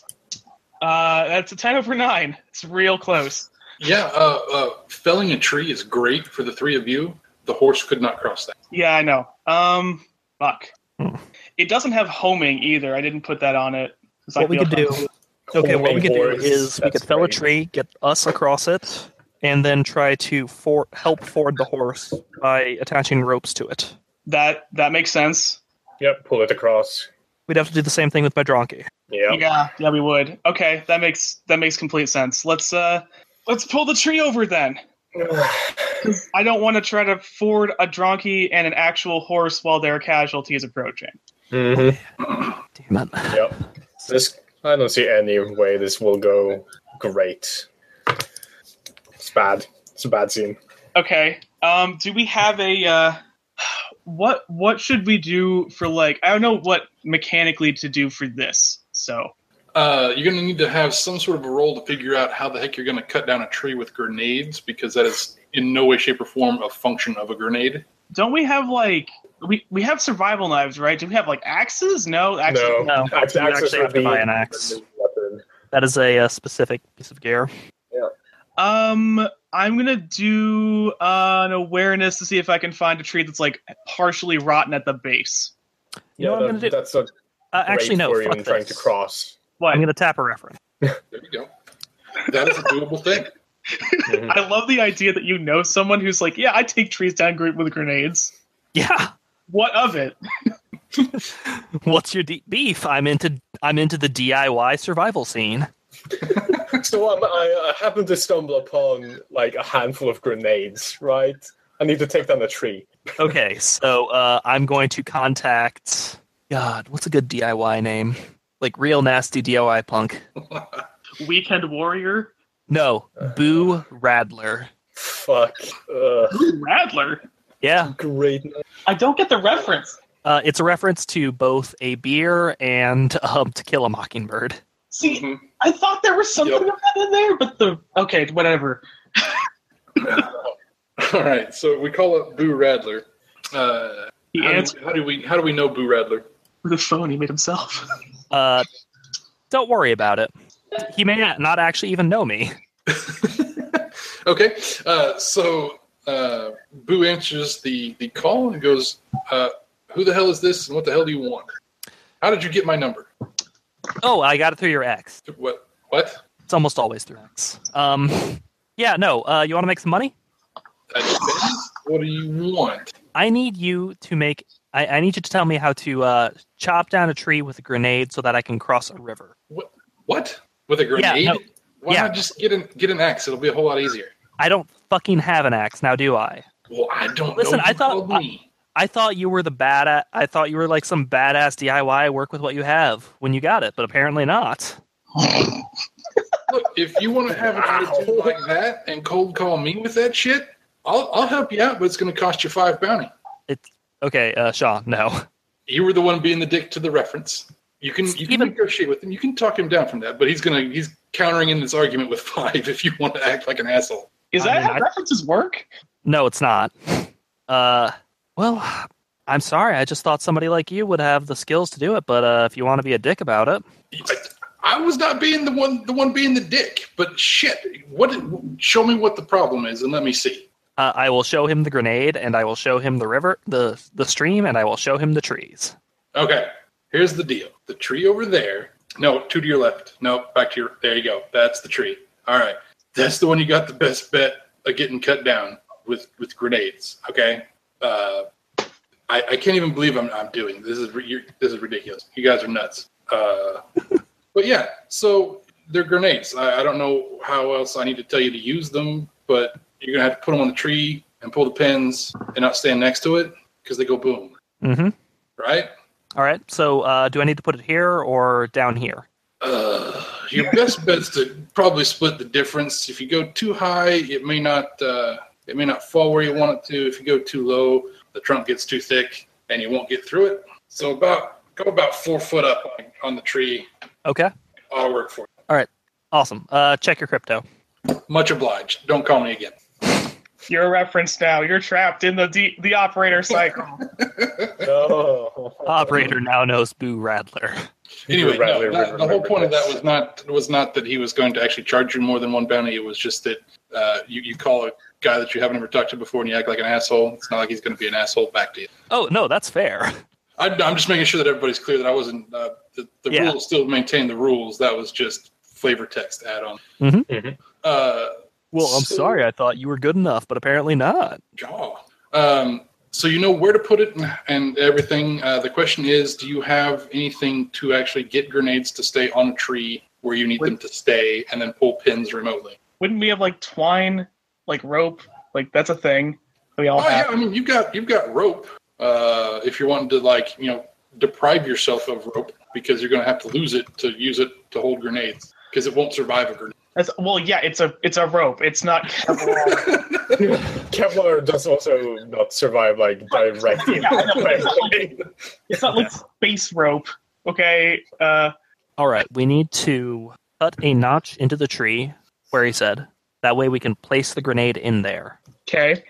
[SPEAKER 2] Uh, that's a ten over nine. It's real close.
[SPEAKER 3] Yeah, uh, uh, felling a tree is great for the three of you. The horse could not cross that.
[SPEAKER 2] Yeah, I know. Um, fuck.
[SPEAKER 1] Hmm.
[SPEAKER 2] It doesn't have homing either. I didn't put that on it. 'cause I
[SPEAKER 1] What we
[SPEAKER 2] feel
[SPEAKER 1] could do?
[SPEAKER 2] dumb.
[SPEAKER 1] Okay, what we could do
[SPEAKER 4] Homing horse,
[SPEAKER 1] is we
[SPEAKER 4] that's
[SPEAKER 1] could fell
[SPEAKER 4] great.
[SPEAKER 1] a tree, get us across it, and then try to for- help ford the horse by attaching ropes to it.
[SPEAKER 2] That that makes sense.
[SPEAKER 4] Yep, pull it across.
[SPEAKER 1] We'd have to do the same thing with Badronki.
[SPEAKER 4] Yep.
[SPEAKER 2] Yeah, yeah, we would. Okay, that makes that makes complete sense. Let's uh, let's pull the tree over then. I don't want to try to ford a donkey and an actual horse while there are casualties approaching.
[SPEAKER 4] hmm
[SPEAKER 1] Mm-hmm. Damn it.
[SPEAKER 4] Yep. This I don't see any way this will go great. It's bad. It's a bad scene.
[SPEAKER 2] Okay. Um, do we have a uh, what what should we do for like I don't know what mechanically to do for this. So
[SPEAKER 3] Uh, you're going to need to have some sort of a roll to figure out how the heck you're going to cut down a tree with grenades because that is in no way, shape, or form a function of a grenade.
[SPEAKER 2] don't we have like we we have survival knives, right? Do we have like axes? No, axes.
[SPEAKER 4] no,
[SPEAKER 1] No,
[SPEAKER 4] Axe-
[SPEAKER 1] you
[SPEAKER 4] axes
[SPEAKER 1] actually
[SPEAKER 4] would
[SPEAKER 1] have to
[SPEAKER 4] be
[SPEAKER 1] buy an axe.
[SPEAKER 4] a weapon.
[SPEAKER 1] That is a, uh specific piece of gear.
[SPEAKER 2] Um I'm gonna do uh, an awareness to see if I can find a tree that's like partially rotten at the base.
[SPEAKER 1] You know what I'm gonna do?
[SPEAKER 4] That's not
[SPEAKER 1] Uh, actually,
[SPEAKER 4] great
[SPEAKER 1] no.
[SPEAKER 4] for
[SPEAKER 1] Fuck
[SPEAKER 4] even trying
[SPEAKER 1] this.
[SPEAKER 4] to cross.
[SPEAKER 2] What?
[SPEAKER 1] I'm going to tap a reference.
[SPEAKER 3] There you go. That is a doable thing.
[SPEAKER 4] Mm-hmm.
[SPEAKER 2] I love the idea that you know someone who's like, yeah, I take trees down gr- with grenades.
[SPEAKER 1] Yeah.
[SPEAKER 2] What of it?
[SPEAKER 1] What's your deep beef? I'm into I'm into the DIY survival scene.
[SPEAKER 4] So um, I, I happen to stumble upon like a handful of grenades. Right, I need to take down a tree.
[SPEAKER 1] Okay, so uh, I'm going to contact God. What's a good DIY name? Like real nasty DIY punk.
[SPEAKER 2] Weekend warrior.
[SPEAKER 1] No, Boo Radler.
[SPEAKER 4] Fuck. Ugh.
[SPEAKER 2] Rattler.
[SPEAKER 1] Yeah,
[SPEAKER 4] Great.
[SPEAKER 2] I don't get the reference.
[SPEAKER 1] uh, it's a reference to both a beer and um, To Kill a Mockingbird.
[SPEAKER 2] See,
[SPEAKER 3] Mhm.
[SPEAKER 2] I thought there was something
[SPEAKER 3] Yep.
[SPEAKER 2] of that in there, but the okay, whatever.
[SPEAKER 3] All right, so we call it Boo Radler. Uh,
[SPEAKER 2] He
[SPEAKER 3] how,
[SPEAKER 2] answered
[SPEAKER 3] do, how do we how do we know Boo Radler?
[SPEAKER 2] with the phone he made himself.
[SPEAKER 1] Uh, don't worry about it. He may not actually even know me.
[SPEAKER 3] Okay, uh, so uh, Boo answers the, the call and goes, uh, "Who the hell is this? And what the hell do you want? How did you get my number?
[SPEAKER 1] Oh, I got it through your ex.
[SPEAKER 3] What? What?
[SPEAKER 1] It's almost always through ex. Um, yeah, no. Uh, you want to make some money?
[SPEAKER 3] That depends. What do you want?
[SPEAKER 1] I need you to make. I, I need you to tell me how to uh, chop down a tree with a grenade so that I can cross a river.
[SPEAKER 3] What? What? With a grenade?
[SPEAKER 1] no.
[SPEAKER 3] Why
[SPEAKER 1] Yeah.
[SPEAKER 3] not just get an get an axe? It'll be a whole lot easier."
[SPEAKER 1] I don't fucking have an axe now, do I?
[SPEAKER 3] Well, I don't
[SPEAKER 1] Listen,
[SPEAKER 3] know.
[SPEAKER 1] I
[SPEAKER 3] You
[SPEAKER 1] thought-
[SPEAKER 3] called
[SPEAKER 1] I-
[SPEAKER 3] me.
[SPEAKER 1] I thought you were the bad. a- I thought you were like some badass DIY. Work with what you have when you got it, but apparently not.
[SPEAKER 3] Look, if you want to have an attitude like that and cold call me with that shit, I'll I'll help you out, but it's going to cost you five bounty.
[SPEAKER 1] Okay, uh, Shaw, no.
[SPEAKER 3] You were the one being the dick to the reference. You can you can
[SPEAKER 1] Even-
[SPEAKER 3] negotiate with him. You can talk him down from that, but he's gonna he's countering in this argument with five if you want to act like an asshole.
[SPEAKER 2] Is
[SPEAKER 1] I
[SPEAKER 2] that
[SPEAKER 1] mean,
[SPEAKER 2] how
[SPEAKER 1] I-
[SPEAKER 2] references work?
[SPEAKER 1] No, it's not. Uh, well, I'm sorry. I just thought somebody like you would have the skills to do it, but uh, if you want to be a dick about it,
[SPEAKER 3] I, I was not being the one the one being the dick, but shit, what show me what the problem is and let me see.
[SPEAKER 1] Uh, I will show him the grenade, and I will show him the river, the the stream, and I will show him the trees.
[SPEAKER 3] Okay, here's the deal. The tree over there. No, two to your left. No, back to your. There you go. That's the tree. All right, that's the one you got the best bet of getting cut down with with grenades. Okay. Uh, I, I can't even believe I'm, I'm doing this is ri- you- this is ridiculous. You guys are nuts. Uh, but yeah, so they're grenades. I, I don't know how else I need to tell you to use them, but you're gonna have to put them on the tree and pull the pins and not stand next to it because they go boom.
[SPEAKER 1] Mm-hmm.
[SPEAKER 3] Right?
[SPEAKER 1] All right. So, uh, do I need to put it here or down here?
[SPEAKER 3] Uh, your best bet's to probably split the difference. If you go too high, it may not uh, it may not fall where you want it to. If you go too low, the trunk gets too thick and you won't get through it. So about go about four foot up on, on the tree.
[SPEAKER 1] Okay.
[SPEAKER 3] I'll work for you.
[SPEAKER 1] Awesome. Uh, check your crypto.
[SPEAKER 3] Much obliged. Don't call me again.
[SPEAKER 2] You're referenced now. You're trapped in the de- the operator cycle.
[SPEAKER 4] No.
[SPEAKER 1] Operator now knows Boo Radler.
[SPEAKER 3] Anyway, no,
[SPEAKER 4] Remember,
[SPEAKER 3] that- the whole
[SPEAKER 4] remember
[SPEAKER 3] point of that
[SPEAKER 4] this.
[SPEAKER 3] was not was not that he was going to actually charge you more than one bounty. It was just that uh, you you call a guy that you haven't ever talked to before and you act like an asshole. It's not like he's going to be an asshole back to you.
[SPEAKER 1] Oh no, that's fair.
[SPEAKER 3] I, I'm just making sure that everybody's clear that I wasn't. Uh, the the
[SPEAKER 1] Yeah.
[SPEAKER 3] rules still maintain the rules. That was just flavor text add on.
[SPEAKER 1] Mhm.
[SPEAKER 4] Mhm.
[SPEAKER 3] Uh,
[SPEAKER 1] Well, I'm
[SPEAKER 3] So-
[SPEAKER 1] sorry. I thought you were good enough, but apparently not.
[SPEAKER 3] jaw. Um, so you know where to put it and- and everything. Uh, the question is, do you have anything to actually get grenades to stay on a tree where you need them to stay, and then pull pins remotely?
[SPEAKER 2] Wouldn't we have like twine, like rope? Like that's a thing that we all
[SPEAKER 3] Oh yeah,
[SPEAKER 2] have.
[SPEAKER 3] I mean you've got you've got rope. Uh, if you're wanting to like you know deprive yourself of rope because you're going to have to lose it to use it to hold grenades because it won't survive a grenade.
[SPEAKER 2] That's, well, yeah, it's a it's a rope. It's not Kevlar.
[SPEAKER 4] Kevlar does also not survive like direct impact.
[SPEAKER 2] it's not like space rope. Okay. Uh,
[SPEAKER 1] All right, we need to cut a notch into the tree where he said. That way we can place the grenade in there.
[SPEAKER 2] okay.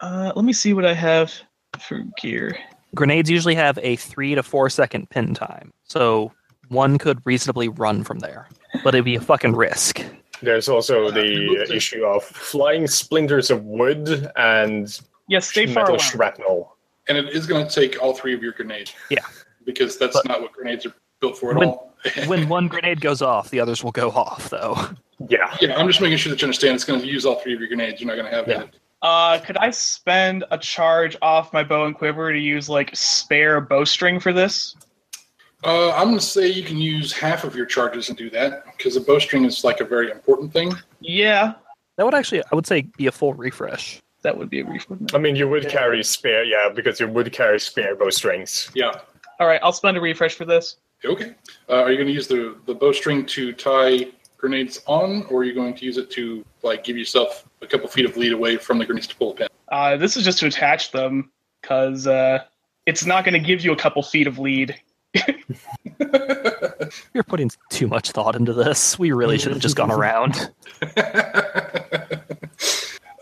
[SPEAKER 2] Uh, let me see what I have for gear.
[SPEAKER 1] Grenades usually have a three to four second pin time, so one could reasonably run from there, but it'd be a fucking risk.
[SPEAKER 4] There's also
[SPEAKER 3] moved
[SPEAKER 4] the
[SPEAKER 3] it.
[SPEAKER 4] issue of flying splinters of wood and
[SPEAKER 2] Yes, stay far
[SPEAKER 4] metal
[SPEAKER 2] away.
[SPEAKER 4] shrapnel.
[SPEAKER 3] and it is going to take all three of your grenades.
[SPEAKER 1] Yeah.
[SPEAKER 3] because that's
[SPEAKER 1] But-
[SPEAKER 3] not what grenades are built for at
[SPEAKER 1] When-
[SPEAKER 3] all.
[SPEAKER 1] When one grenade goes off, the others will go off, though.
[SPEAKER 4] Yeah.
[SPEAKER 3] yeah, I'm just making sure that you understand it's going to use all three of your grenades. You're not going to have
[SPEAKER 1] Yeah.
[SPEAKER 3] it.
[SPEAKER 2] Uh, could I spend a charge off my bow and quiver to use like spare bowstring for this?
[SPEAKER 3] Uh, I'm going to say you can use half of your charges and do that because a bowstring is like a very important thing.
[SPEAKER 2] Yeah,
[SPEAKER 1] That would actually, I would say, be a full refresh.
[SPEAKER 2] that would be a reef, wouldn't it?
[SPEAKER 4] I mean, you would carry spare, yeah, because you would carry spare bowstrings.
[SPEAKER 3] Yeah.
[SPEAKER 2] All right, I'll spend a refresh for this.
[SPEAKER 3] Okay. Uh, are you going to use the the bowstring to tie grenades on, or are you going to use it to like give yourself a couple feet of lead away from the grenades to pull a pin?
[SPEAKER 2] Uh, this is just to attach them because uh, it's not going to give you a couple feet of lead.
[SPEAKER 1] You're putting too much thought into this. We really should have just gone around.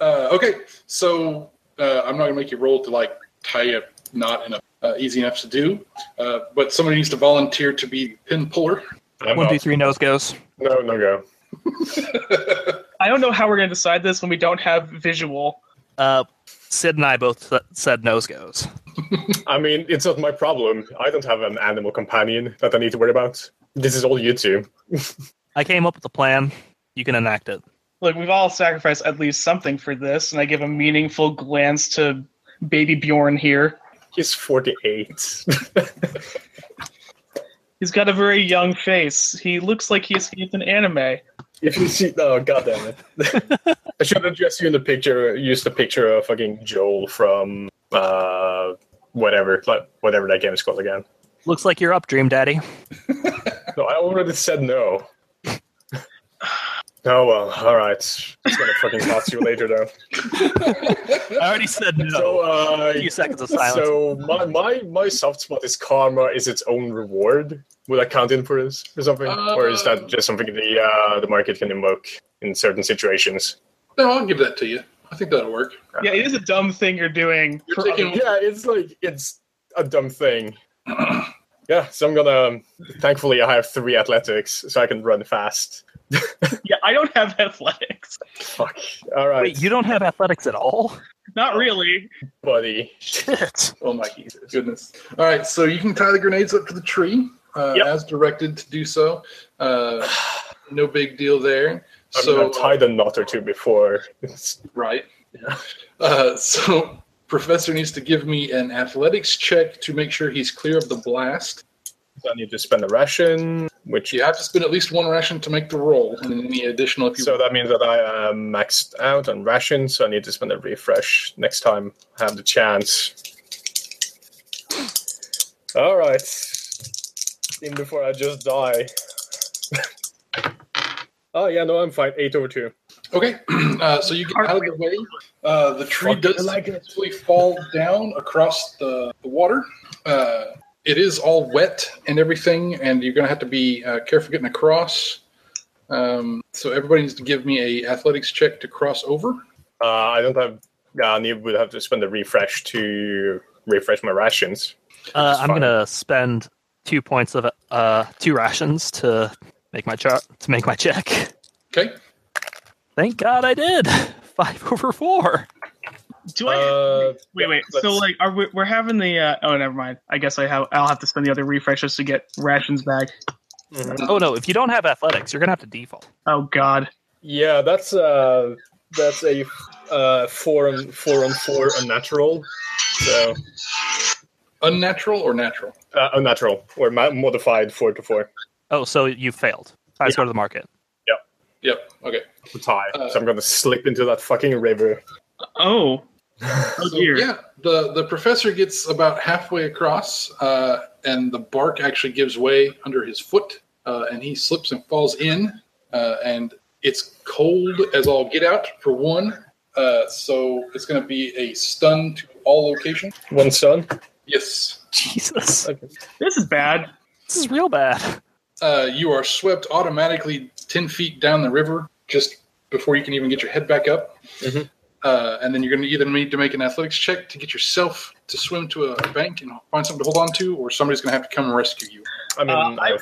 [SPEAKER 3] Uh, okay, so uh, I'm not gonna make you roll to like tie a knot in a uh, easy enough to do, uh, but somebody needs to volunteer to be pin puller.
[SPEAKER 4] I'm
[SPEAKER 1] One,
[SPEAKER 4] not-
[SPEAKER 1] two, three, nose goes.
[SPEAKER 4] No, no go.
[SPEAKER 2] I don't know how we're going to decide this when we don't have visual.
[SPEAKER 1] Uh, Sid and I both s- said nose goes.
[SPEAKER 4] I mean, it's not my problem. I don't have an animal companion that I need to worry about. This is all you two.
[SPEAKER 1] I came up with a plan. You can enact it.
[SPEAKER 2] Look, we've all sacrificed at least something for this, and I give a meaningful glance to baby Bjorn here.
[SPEAKER 4] He's 48.
[SPEAKER 2] He's got a very young face. He looks like he escaped an anime.
[SPEAKER 4] if you see, oh god damn it! I should have just used the picture. Used the picture of fucking Joel from uh whatever, like whatever that game is called again.
[SPEAKER 1] Looks like you're up, Dream Daddy.
[SPEAKER 4] No, I already said no. Oh well, all right. It's gonna fucking cost you later though.
[SPEAKER 1] I already said
[SPEAKER 4] So,
[SPEAKER 1] no.
[SPEAKER 4] uh,
[SPEAKER 1] A few seconds of silence.
[SPEAKER 4] So my, my my soft spot is karma is its own reward. Would that count in for this or something, or is that just something the uh, the market can invoke in certain situations?
[SPEAKER 3] No, I'll give that to you. I think that'll work.
[SPEAKER 2] Yeah, it is a dumb thing you're doing.
[SPEAKER 3] You're
[SPEAKER 2] for
[SPEAKER 3] taking-
[SPEAKER 2] other-
[SPEAKER 4] Yeah, it's like it's a dumb thing. Yeah, so I'm gonna. Thankfully, I have three athletics, so I can run fast.
[SPEAKER 2] yeah, I don't have athletics.
[SPEAKER 4] Fuck. All right,
[SPEAKER 1] Wait, you don't have athletics at all?
[SPEAKER 4] Oh.
[SPEAKER 2] Not really.
[SPEAKER 4] buddy.
[SPEAKER 1] Shit.
[SPEAKER 3] Oh my goodness! All right, so you can tie the grenades up to the tree uh,
[SPEAKER 2] Yep.
[SPEAKER 3] as directed to do so. Uh, no big deal there.
[SPEAKER 4] I'm
[SPEAKER 3] so
[SPEAKER 4] gonna tie the knot or two before. It's-
[SPEAKER 3] right. Uh, so professor needs to give me an athletics check to make sure he's clear of the blast.
[SPEAKER 4] I need to spend a ration, which
[SPEAKER 3] You have to spend at least one ration to make the roll, and then any additional if you.
[SPEAKER 4] so that means that I am maxed out on rations. So I need to spend a refresh next time I have the chance. All right. Even before I just die. oh yeah, no, I'm fine. Eight over two.
[SPEAKER 3] okay, uh, so you get out of the way. Uh, the tree
[SPEAKER 4] Fucking
[SPEAKER 3] does
[SPEAKER 4] like it.
[SPEAKER 3] actually fall down across the, the water. Uh, it is all wet and everything, and you're going to have to be uh, careful getting across. Um, so everybody needs to give me a athletics check to cross over.
[SPEAKER 4] Uh, I don't have. Yeah, I need, would have to spend a refresh to refresh my rations.
[SPEAKER 1] Uh,
[SPEAKER 4] It's
[SPEAKER 1] I'm
[SPEAKER 4] fine.
[SPEAKER 1] gonna spend two points of uh two rations to make my chart to make my check.
[SPEAKER 3] Okay.
[SPEAKER 1] Thank God I did. Five over four.
[SPEAKER 2] Do I?
[SPEAKER 4] Uh,
[SPEAKER 2] wait, wait.
[SPEAKER 4] let's-
[SPEAKER 2] So like, are we, we're having the? Uh, oh, never mind. I guess I have. I'll have to spend the other refreshes to get rations back.
[SPEAKER 4] mm-hmm.
[SPEAKER 1] Oh no, if you don't have athletics, you're gonna have to default.
[SPEAKER 2] Oh God.
[SPEAKER 4] Yeah, that's uh, that's a uh, four on four on four unnatural. So
[SPEAKER 3] Unnatural or natural?
[SPEAKER 4] uh, unnatural or ma- modified four to four
[SPEAKER 1] Oh, so you failed. I
[SPEAKER 4] Yeah.
[SPEAKER 1] go to the market.
[SPEAKER 3] Yep. Okay.
[SPEAKER 4] to tie.
[SPEAKER 3] Uh,
[SPEAKER 4] so I'm gonna slip into that fucking river.
[SPEAKER 2] Oh. Oh
[SPEAKER 3] So,
[SPEAKER 2] dear.
[SPEAKER 3] yeah, the, the professor gets about halfway across, uh, and the bark actually gives way under his foot, uh, and he slips and falls in. Uh, and it's cold as all get out, for one. Uh, so it's going to be a stun to all locations.
[SPEAKER 4] One son.
[SPEAKER 3] Yes.
[SPEAKER 1] Jesus,
[SPEAKER 4] Okay.
[SPEAKER 2] This is bad.
[SPEAKER 1] this is real bad.
[SPEAKER 3] Uh, you are swept automatically 10 feet down the river just before you can even get your head back up.
[SPEAKER 4] Mhm.
[SPEAKER 3] Uh, and then you're going to either need to make an athletics check to get yourself to swim to a bank and find something to hold on to, or somebody's going to have to come and rescue you.
[SPEAKER 4] I mean,
[SPEAKER 2] Uh, I-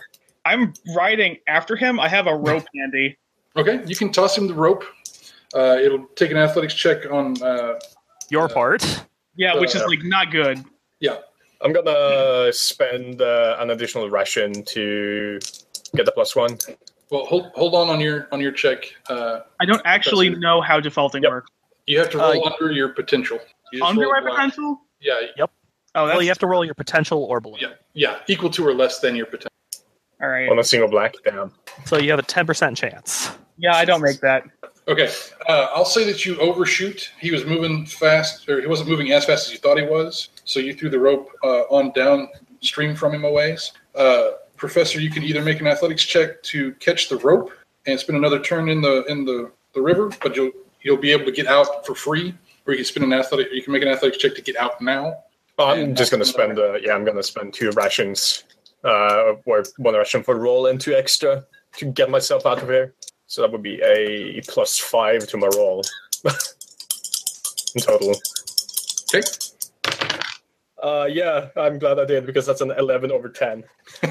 [SPEAKER 4] I-
[SPEAKER 2] I'm riding after him. I have a rope handy.
[SPEAKER 3] Okay, you can toss him the rope. Uh, it'll take an athletics check on. Uh,
[SPEAKER 1] Your
[SPEAKER 3] Yeah.
[SPEAKER 1] part.
[SPEAKER 2] Yeah, which is
[SPEAKER 4] Uh,
[SPEAKER 2] like not good.
[SPEAKER 4] I'm gonna spend uh, an additional ration to get the plus one.
[SPEAKER 3] well, hold hold on on your on your check. Uh,
[SPEAKER 2] I don't actually
[SPEAKER 3] Professor.
[SPEAKER 2] know how defaulting
[SPEAKER 4] Yep.
[SPEAKER 2] works.
[SPEAKER 3] you have to
[SPEAKER 1] Uh,
[SPEAKER 3] roll under your potential. You just
[SPEAKER 2] Under
[SPEAKER 3] roll
[SPEAKER 2] my
[SPEAKER 3] a black.
[SPEAKER 2] potential?
[SPEAKER 3] Yeah,
[SPEAKER 2] Oh, that's
[SPEAKER 1] Well, you have to roll your potential or below.
[SPEAKER 3] yeah, yeah. Equal to or less than your potential.
[SPEAKER 2] all right.
[SPEAKER 4] On a single black. Damn.
[SPEAKER 1] So you have a ten percent chance.
[SPEAKER 3] Uh,
[SPEAKER 2] Yeah, I don't make that.
[SPEAKER 3] Okay, uh, I'll say that you overshoot. He was moving fast, or he wasn't moving as fast as you thought he was. So you threw the rope uh, on downstream from him a ways. Uh, Professor, you can either make an athletics check to catch the rope and spend another turn in the in the, the river, but you'll you'll be able to get out for free, or you can spend an athletic. You can make an athletics check to get out now.
[SPEAKER 4] Oh, I'm
[SPEAKER 3] And
[SPEAKER 4] just gonna
[SPEAKER 3] that's another-
[SPEAKER 4] spend. Uh, yeah, I'm gonna spend two rations, uh, or one ration for roll and two extra to get myself out of here. So that would be a plus five to my roll in total.
[SPEAKER 3] Okay.
[SPEAKER 4] Uh, yeah, I'm glad I did because that's an eleven over ten.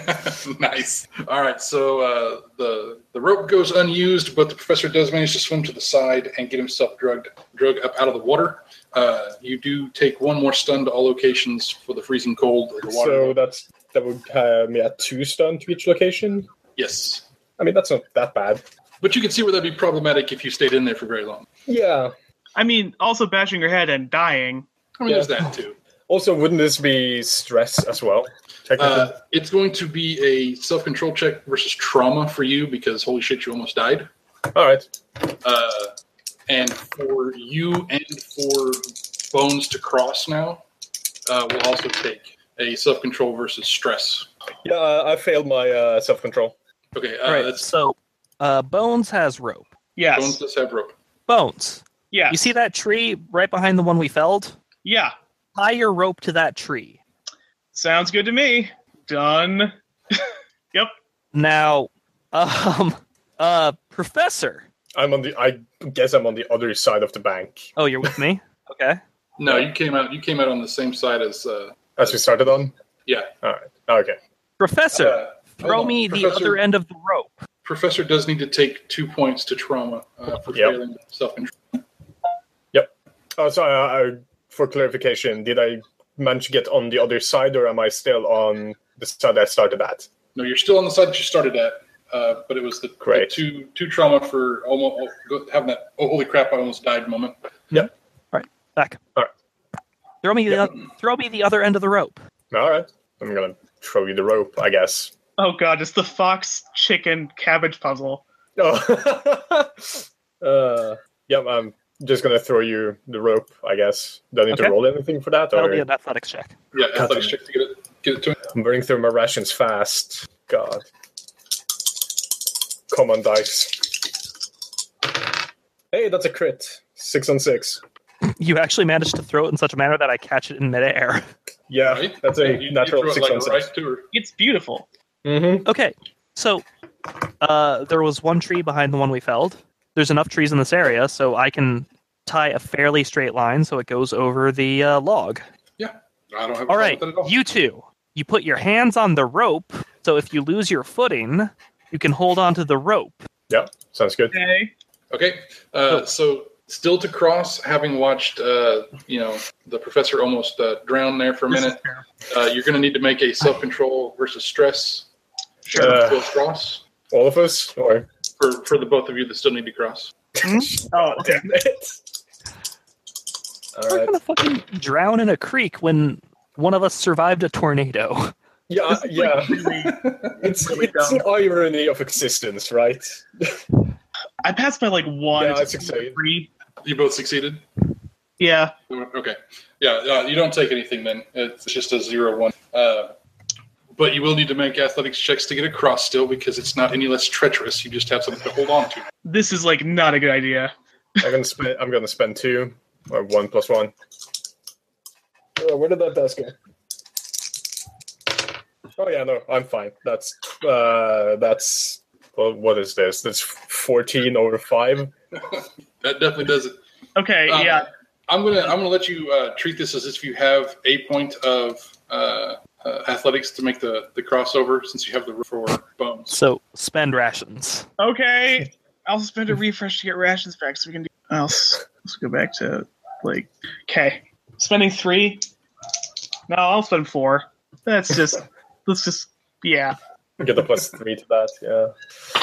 [SPEAKER 3] nice. All right. So uh, the the rope goes unused, but the professor does manage to swim to the side and get himself drugged drug up out of the water. Uh, you do take one more stun to all locations for the freezing cold of the water.
[SPEAKER 4] So that's that would have me at two stun to each location.
[SPEAKER 3] yes,
[SPEAKER 4] I mean, that's not that bad.
[SPEAKER 3] but you can see where that'd be problematic if you stayed in there for very long.
[SPEAKER 4] Yeah.
[SPEAKER 2] I mean, also bashing your head and dying.
[SPEAKER 3] I mean,
[SPEAKER 4] Yeah.
[SPEAKER 3] there's that too.
[SPEAKER 4] Also, wouldn't this be stress as well? Technically.
[SPEAKER 3] Uh, it's going to be a self control check versus trauma for you because holy shit, you almost died.
[SPEAKER 4] All right.
[SPEAKER 3] uh, and for you and for Bones to cross now, uh, will also take a self control versus stress.
[SPEAKER 4] Yeah, I I failed my uh, self control.
[SPEAKER 3] Okay,
[SPEAKER 1] All
[SPEAKER 3] uh,
[SPEAKER 1] right.
[SPEAKER 3] that's
[SPEAKER 1] So uh, Bones has rope.
[SPEAKER 2] Yes.
[SPEAKER 3] Bones does have rope.
[SPEAKER 1] Bones,
[SPEAKER 2] yeah.
[SPEAKER 1] you see that tree right behind the one we felled?
[SPEAKER 2] Yeah.
[SPEAKER 1] Tie your rope to that tree.
[SPEAKER 2] Sounds good to me. Done.
[SPEAKER 1] Now, um, uh, Professor.
[SPEAKER 4] I'm on the. I guess I'm on the other side of the bank
[SPEAKER 1] Oh, you're with me. Okay.
[SPEAKER 3] No, you came out. You came out on the same side as. Uh,
[SPEAKER 4] as we started on.
[SPEAKER 3] Yeah.
[SPEAKER 4] All right. Okay.
[SPEAKER 1] Professor,
[SPEAKER 3] uh,
[SPEAKER 1] throw
[SPEAKER 3] hold on.
[SPEAKER 1] me the
[SPEAKER 3] Professor-
[SPEAKER 1] other end of the rope.
[SPEAKER 3] professor does need to take two points to trauma uh, for
[SPEAKER 4] Yep.
[SPEAKER 3] failing self-control.
[SPEAKER 4] Oh, sorry, I, I- for clarification, did I manage to get on the other side, or am I still on the side I started at?
[SPEAKER 3] No, you're still on the side that you started at, uh, but it was the, the
[SPEAKER 4] Great.
[SPEAKER 3] two two trauma for almost having that oh, holy crap I almost died moment.
[SPEAKER 1] Back.
[SPEAKER 4] All right.
[SPEAKER 1] Throw me
[SPEAKER 4] Yeah.
[SPEAKER 1] the throw me the other end of the rope.
[SPEAKER 4] All right, I'm gonna throw you the rope, I guess.
[SPEAKER 2] Oh god, it's the fox chicken cabbage puzzle.
[SPEAKER 4] Oh. uh, yep, I'm just gonna throw you the rope, I guess. Don't need
[SPEAKER 1] Okay.
[SPEAKER 4] to roll anything for that,
[SPEAKER 1] That'll
[SPEAKER 4] or
[SPEAKER 1] be an athletics check.
[SPEAKER 3] Yeah,
[SPEAKER 4] God
[SPEAKER 3] athletics
[SPEAKER 4] damn
[SPEAKER 3] check to get it get it to him.
[SPEAKER 4] I'm burning through my rations fast. God. Come on, dice. Hey, that's a crit. Six on six.
[SPEAKER 1] You actually managed to throw it in such a manner that I catch it in midair.
[SPEAKER 4] Yeah,
[SPEAKER 3] Right?
[SPEAKER 4] that's a
[SPEAKER 3] You- you
[SPEAKER 4] natural
[SPEAKER 3] threw it,
[SPEAKER 4] six
[SPEAKER 3] like,
[SPEAKER 4] on six.
[SPEAKER 3] right to her.
[SPEAKER 2] It's beautiful.
[SPEAKER 4] Mm-hmm.
[SPEAKER 1] Okay, so uh, there was one tree behind the one we felled. There's enough trees in this area, so I can tie a fairly straight line so it goes over the uh, log.
[SPEAKER 3] I don't have a
[SPEAKER 1] All
[SPEAKER 3] problem
[SPEAKER 1] right,
[SPEAKER 3] with that at all.
[SPEAKER 1] you two, you put your hands on the rope, so if you lose your footing, you can hold onto the rope.
[SPEAKER 4] Yeah, sounds good.
[SPEAKER 2] Okay.
[SPEAKER 3] Okay, uh,
[SPEAKER 1] Oh.
[SPEAKER 3] so still to cross, having watched uh, you know the professor almost uh, drown there for a
[SPEAKER 2] This is
[SPEAKER 3] minute, uh, you're going to need to make a self control versus stress. Sure,
[SPEAKER 4] Uh.
[SPEAKER 3] cross
[SPEAKER 4] All of us? Or
[SPEAKER 3] for for the both of you that still need to cross.
[SPEAKER 4] oh damn it.
[SPEAKER 1] We're
[SPEAKER 4] Alright.
[SPEAKER 1] gonna fucking drown in a creek when one of us survived a tornado.
[SPEAKER 4] Yeah,
[SPEAKER 2] This is,
[SPEAKER 4] uh, yeah.
[SPEAKER 2] like, really-
[SPEAKER 4] it's
[SPEAKER 2] really
[SPEAKER 4] it's an irony of existence, right?
[SPEAKER 2] I passed by like one.
[SPEAKER 4] Yeah, I
[SPEAKER 2] it's
[SPEAKER 4] succeeded.
[SPEAKER 2] three.
[SPEAKER 3] You both succeeded.
[SPEAKER 2] Yeah.
[SPEAKER 3] Okay, yeah, uh, you don't take anything then. It's just a zero one. Uh, but you will need to make athletics checks to get across still because it's not any less treacherous. You just have something to hold on to.
[SPEAKER 2] This is like not a good idea.
[SPEAKER 4] I'm gonna spend. I'm gonna spend two or one plus one. Oh, where did that dice go? Oh yeah, no, I'm fine. That's uh, that's well, what is this? That's fourteen over five.
[SPEAKER 3] That definitely does it.
[SPEAKER 2] Okay,
[SPEAKER 4] Uh,
[SPEAKER 3] Um,
[SPEAKER 2] yeah.
[SPEAKER 3] I'm gonna I'm gonna let you uh, treat this as if you have a point of uh, uh, athletics to make the, the crossover since you have the for bones.
[SPEAKER 1] So spend rations.
[SPEAKER 2] Okay. I'll spend a refresh to get rations back so we can do else. Let's go back to like Okay. Spending three? No, I'll spend four. That's just let's just yeah.
[SPEAKER 4] Get a plus three to that. Yeah.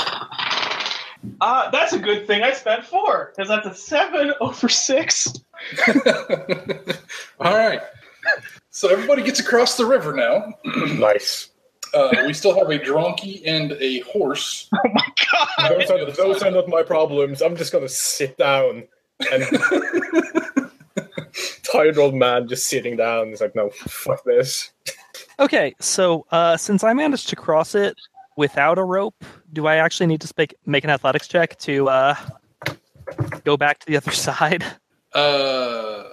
[SPEAKER 2] Uh that's a good thing I spent four. Because that's a seven over six.
[SPEAKER 3] All right. So everybody gets across the river now.
[SPEAKER 4] Nice.
[SPEAKER 3] Uh, we still have a donkey and a horse.
[SPEAKER 2] Oh my god.
[SPEAKER 4] Those are, those are not my problems. I'm just gonna sit down and tired old man just sitting down. He's like, no, fuck this.
[SPEAKER 1] Okay, so uh, since I managed to cross it without a rope, do I actually need to sp- make an athletics check to uh, go back to the other side?
[SPEAKER 3] Uh,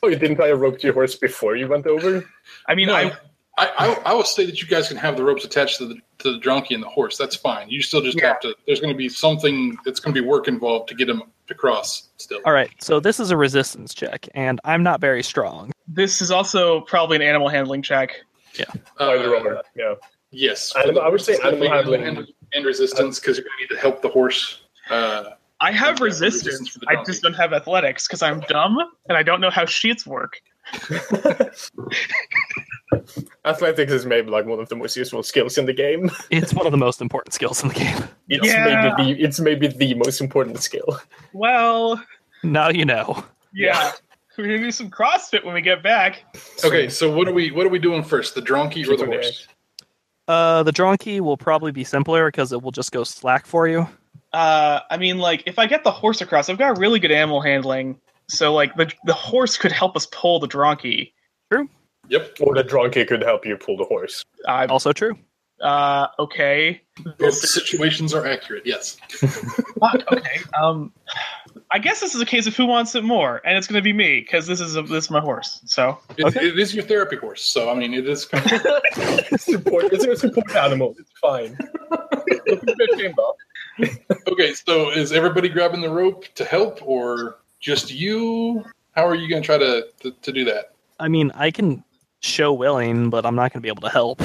[SPEAKER 4] Oh, you didn't tie a rope to your horse before you went over?
[SPEAKER 2] I mean
[SPEAKER 3] no,
[SPEAKER 2] I
[SPEAKER 3] I, I I will say that you guys can have the ropes attached to the to the donkey and the horse. That's fine. You still just
[SPEAKER 2] Yeah.
[SPEAKER 3] have to. There's going to be something that's going to be work involved to get them to cross. Still.
[SPEAKER 1] All right, so this is a resistance check, and I'm not very strong.
[SPEAKER 2] this is also probably an animal handling check.
[SPEAKER 4] By the
[SPEAKER 3] Uh,
[SPEAKER 4] rubber, yeah.
[SPEAKER 3] Yes,
[SPEAKER 4] Animal- I would say animal
[SPEAKER 3] Definitely
[SPEAKER 4] handling.
[SPEAKER 3] and, and resistance because you're going to need to help the horse. Uh,
[SPEAKER 2] I have
[SPEAKER 3] Yeah, resistance
[SPEAKER 2] resistance.
[SPEAKER 3] for the
[SPEAKER 2] I
[SPEAKER 3] donkey.
[SPEAKER 2] just don't have athletics because I'm dumb and I don't know how sheets work.
[SPEAKER 4] Athletics is maybe like one of the most useful skills in the game.
[SPEAKER 1] It's one of the most important skills in the game.
[SPEAKER 4] It's
[SPEAKER 2] Yeah.
[SPEAKER 4] maybe the it's maybe the most important skill.
[SPEAKER 2] Well,
[SPEAKER 1] Now you know.
[SPEAKER 2] yeah.
[SPEAKER 4] Yeah.
[SPEAKER 2] We're gonna do some CrossFit when we get back.
[SPEAKER 3] okay, so what are we what are we doing first? The donkey or the
[SPEAKER 4] Keep an
[SPEAKER 3] horse?
[SPEAKER 1] Uh, the Dronkey will probably be simpler because it will just go slack for you.
[SPEAKER 2] Uh, I mean, like, if I get the horse across, I've got really good animal handling. So, like, the the horse could help us pull the donkey.
[SPEAKER 3] Yep.
[SPEAKER 4] Or the donkey could help you pull the horse.
[SPEAKER 2] I
[SPEAKER 1] Also true.
[SPEAKER 2] uh, okay.
[SPEAKER 3] Both situations are accurate. Yes.
[SPEAKER 2] Fuck, okay. Um, I guess this is a case of who wants it more, and it's gonna be me because this is a, this is my horse. So,
[SPEAKER 3] It,
[SPEAKER 1] Okay.
[SPEAKER 3] it is your therapy horse, so I mean it is. Kind of,
[SPEAKER 4] support it's a support animal. It's fine.
[SPEAKER 3] okay, so is everybody grabbing the rope to help, or just you? How are you going to try to, to to do that?
[SPEAKER 1] I mean, I can show willing, but I'm not going to be able to help.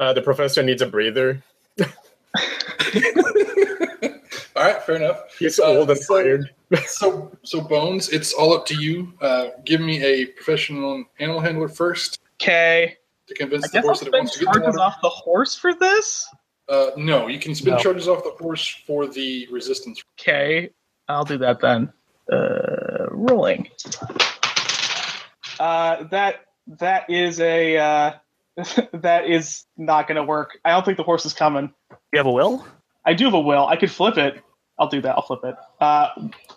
[SPEAKER 4] Uh, the professor needs a breather.
[SPEAKER 3] right, fair enough.
[SPEAKER 4] He's
[SPEAKER 3] Uh,
[SPEAKER 4] old and
[SPEAKER 3] so-
[SPEAKER 4] tired.
[SPEAKER 3] So, so Bones, it's all up to you. Uh, give me a professional animal handler first
[SPEAKER 2] Okay.
[SPEAKER 3] to
[SPEAKER 2] I
[SPEAKER 3] convince the
[SPEAKER 2] guess I'll
[SPEAKER 3] horse that it
[SPEAKER 2] spend
[SPEAKER 3] wants to get the
[SPEAKER 2] charges
[SPEAKER 3] water.
[SPEAKER 2] off the horse for this.
[SPEAKER 3] Uh, no, you can spend
[SPEAKER 1] No.
[SPEAKER 3] charges off the horse for the resistance.
[SPEAKER 2] Okay, I'll do that then. Uh, rolling. Uh, that that is a uh, that is not gonna work. I don't think the horse is coming.
[SPEAKER 1] You have a will?
[SPEAKER 2] I do have a will. I could flip it. I'll do that. I'll flip it. Uh,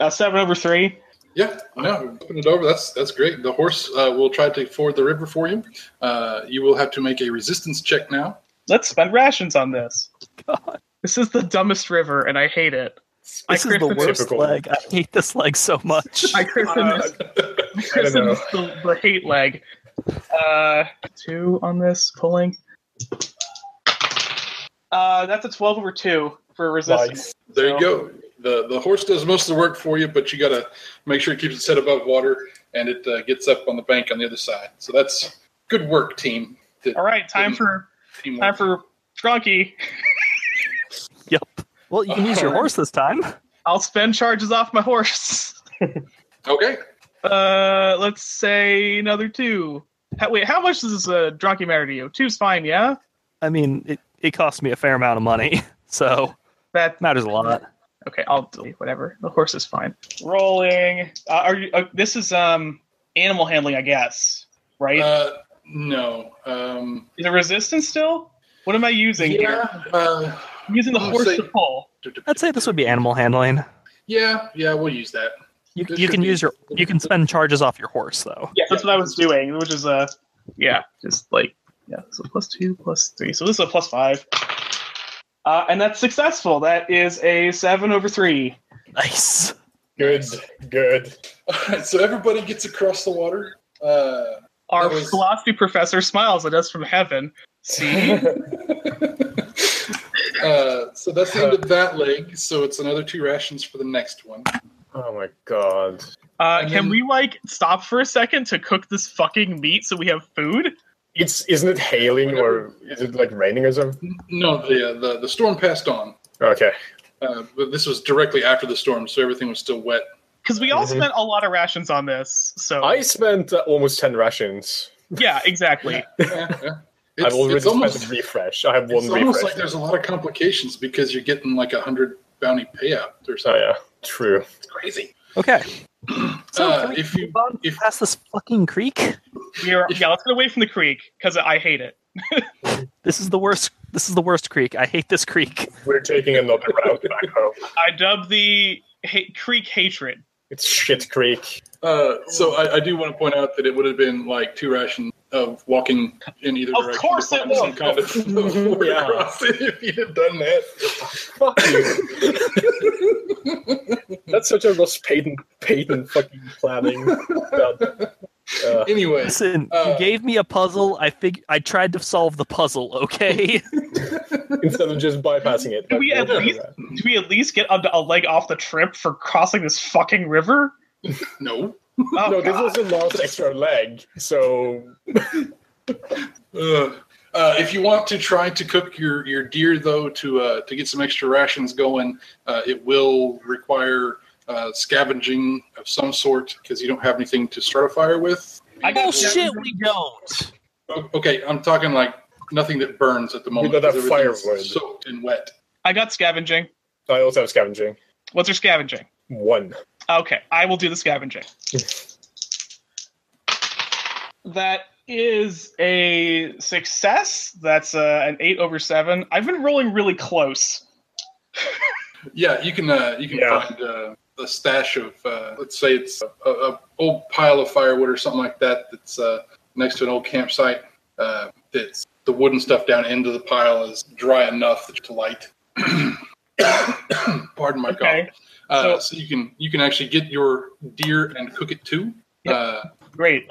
[SPEAKER 2] a seven over three.
[SPEAKER 3] Yeah, no, open it over. That's that's great. The horse uh, will try to ford the river for you. Uh, you will have to make a resistance check now.
[SPEAKER 2] Let's spend rations on this. This is the dumbest river, and I hate it. I
[SPEAKER 1] This is the
[SPEAKER 2] crit-
[SPEAKER 1] worst
[SPEAKER 4] Typical.
[SPEAKER 1] leg. I hate this leg so much.
[SPEAKER 2] I christened this Kristen
[SPEAKER 4] know.
[SPEAKER 2] is the, the hate leg. Uh, two on this pulling. Uh, that's a twelve over two for resistance.
[SPEAKER 4] Nice.
[SPEAKER 3] There you go. The the horse does most of the work for you, but you got to make sure it keeps its head above water and it uh, gets up on the bank on the other side. So that's good work, team. Good
[SPEAKER 2] All right, time for
[SPEAKER 3] teamwork.
[SPEAKER 2] time for Drunky.
[SPEAKER 1] Well, you can use your horse this time.
[SPEAKER 2] I'll spend charges off my horse.
[SPEAKER 3] okay.
[SPEAKER 2] Uh, let's say another two. How, wait, how much does uh, Drunky matter to you? Two's fine, yeah.
[SPEAKER 1] I mean, it, it cost me a fair amount of money, so
[SPEAKER 2] That
[SPEAKER 1] matters a lot.
[SPEAKER 2] Okay, I'll delete whatever. The horse is fine. Rolling. Uh, are you? Uh, this is um animal handling, I guess. Right?
[SPEAKER 3] Uh, no. Um,
[SPEAKER 2] is it resistance still? What am I using here?
[SPEAKER 3] yeah. Uh,
[SPEAKER 2] I'm using the
[SPEAKER 3] I'll
[SPEAKER 2] horse
[SPEAKER 3] say-
[SPEAKER 2] to pull.
[SPEAKER 1] I'd say this would be animal handling.
[SPEAKER 3] Yeah, yeah, we'll use that.
[SPEAKER 1] You,
[SPEAKER 3] This
[SPEAKER 1] you
[SPEAKER 3] could
[SPEAKER 1] can
[SPEAKER 3] be-
[SPEAKER 1] use your you can spend charges off your horse though.
[SPEAKER 2] Yeah, that's what I was doing, which is uh, yeah, just like yeah, so plus two, plus three. So this is a plus five. Uh, and that's successful. That is a seven over three.
[SPEAKER 1] Nice.
[SPEAKER 4] Good, good.
[SPEAKER 3] Alright, so everybody gets across the water. Uh,
[SPEAKER 2] Our
[SPEAKER 3] That was-
[SPEAKER 2] philosophy professor smiles at us from heaven. See,
[SPEAKER 3] uh, so that's the end of that leg. So it's another two rations for the next one.
[SPEAKER 4] oh my god.
[SPEAKER 2] uh,
[SPEAKER 3] And
[SPEAKER 2] can
[SPEAKER 3] then-
[SPEAKER 2] we like stop for a second to cook this fucking meat so we have food?
[SPEAKER 4] It's isn't it hailing or is it like raining or something?
[SPEAKER 3] N- No, the uh, the, the storm passed on,
[SPEAKER 4] Okay.
[SPEAKER 3] uh, but this was directly after the storm, so everything was still wet.
[SPEAKER 2] Because we all
[SPEAKER 4] Mhm.
[SPEAKER 2] spent a lot of rations on this, so
[SPEAKER 4] I spent uh, almost ten rations.
[SPEAKER 2] yeah, exactly.
[SPEAKER 3] Yeah, yeah.
[SPEAKER 4] I've
[SPEAKER 3] It's,
[SPEAKER 4] already
[SPEAKER 3] it's almost,
[SPEAKER 4] spent a refresh. I have one
[SPEAKER 3] it's almost
[SPEAKER 4] refresh.
[SPEAKER 3] like there's a lot of complications because you're getting like a hundred bounty payout or
[SPEAKER 4] oh
[SPEAKER 3] something.
[SPEAKER 4] yeah, true.
[SPEAKER 3] It's crazy.
[SPEAKER 1] Okay. So
[SPEAKER 3] Uh,
[SPEAKER 1] can we
[SPEAKER 3] if you
[SPEAKER 1] move on
[SPEAKER 3] if-
[SPEAKER 1] past this fucking creek?
[SPEAKER 2] We are, yeah, let's get away from the creek because I hate it.
[SPEAKER 1] This is the worst. This is the worst creek. I hate this creek.
[SPEAKER 4] We're taking another route back home.
[SPEAKER 2] I dub the ha- creek hatred.
[SPEAKER 4] It's shit creek.
[SPEAKER 3] Uh, so I, I do want to point out that it would have been like two rations of walking in either
[SPEAKER 2] Of
[SPEAKER 3] direction.
[SPEAKER 2] course
[SPEAKER 3] to
[SPEAKER 2] it
[SPEAKER 3] find
[SPEAKER 2] would.
[SPEAKER 3] Some kind of
[SPEAKER 4] Mhm, yeah.
[SPEAKER 3] across it if you had done that.
[SPEAKER 4] Fuck you. That's such a Ross Payton, Payton fucking planning. God. Uh,
[SPEAKER 3] Anyway,
[SPEAKER 1] Listen,
[SPEAKER 3] Uh,
[SPEAKER 1] you gave me a puzzle. I fig- I tried to solve the puzzle. Okay.
[SPEAKER 4] instead of just bypassing it.
[SPEAKER 2] Can we at least- Do we at least get a, a leg off the trip for crossing this fucking river?
[SPEAKER 3] no.
[SPEAKER 2] Oh,
[SPEAKER 4] no, this
[SPEAKER 2] God.
[SPEAKER 4] was the last extra leg, so
[SPEAKER 3] Ugh. Uh, if you want to try to cook your, your deer though to uh, to get some extra rations going, uh, it will require uh, scavenging of some sort because you don't have anything to start a fire with.
[SPEAKER 2] I got
[SPEAKER 1] Bullshit. We don't.
[SPEAKER 3] O- Okay, I'm talking like nothing that burns at the moment.
[SPEAKER 4] don't have
[SPEAKER 3] 'cause everything's
[SPEAKER 4] firewood.
[SPEAKER 3] soaked and wet.
[SPEAKER 2] I got scavenging.
[SPEAKER 4] I also have scavenging.
[SPEAKER 2] What's your scavenging?
[SPEAKER 4] One.
[SPEAKER 2] Okay, I will do the scavenging. that is a success. That's uh, an eight over seven. I've been rolling really close.
[SPEAKER 3] Yeah, you can uh, you can
[SPEAKER 4] Yeah.
[SPEAKER 3] find uh, a stash of uh, let's say it's a, a old pile of firewood or something like that that's uh, next to an old campsite. Uh, that's the wooden stuff down into the pile is dry enough that to light. Pardon my
[SPEAKER 2] Okay.
[SPEAKER 3] cough. Uh,
[SPEAKER 2] so-
[SPEAKER 3] so you can you can actually get your deer and cook it too.
[SPEAKER 2] Yep.
[SPEAKER 3] Uh,
[SPEAKER 2] Great.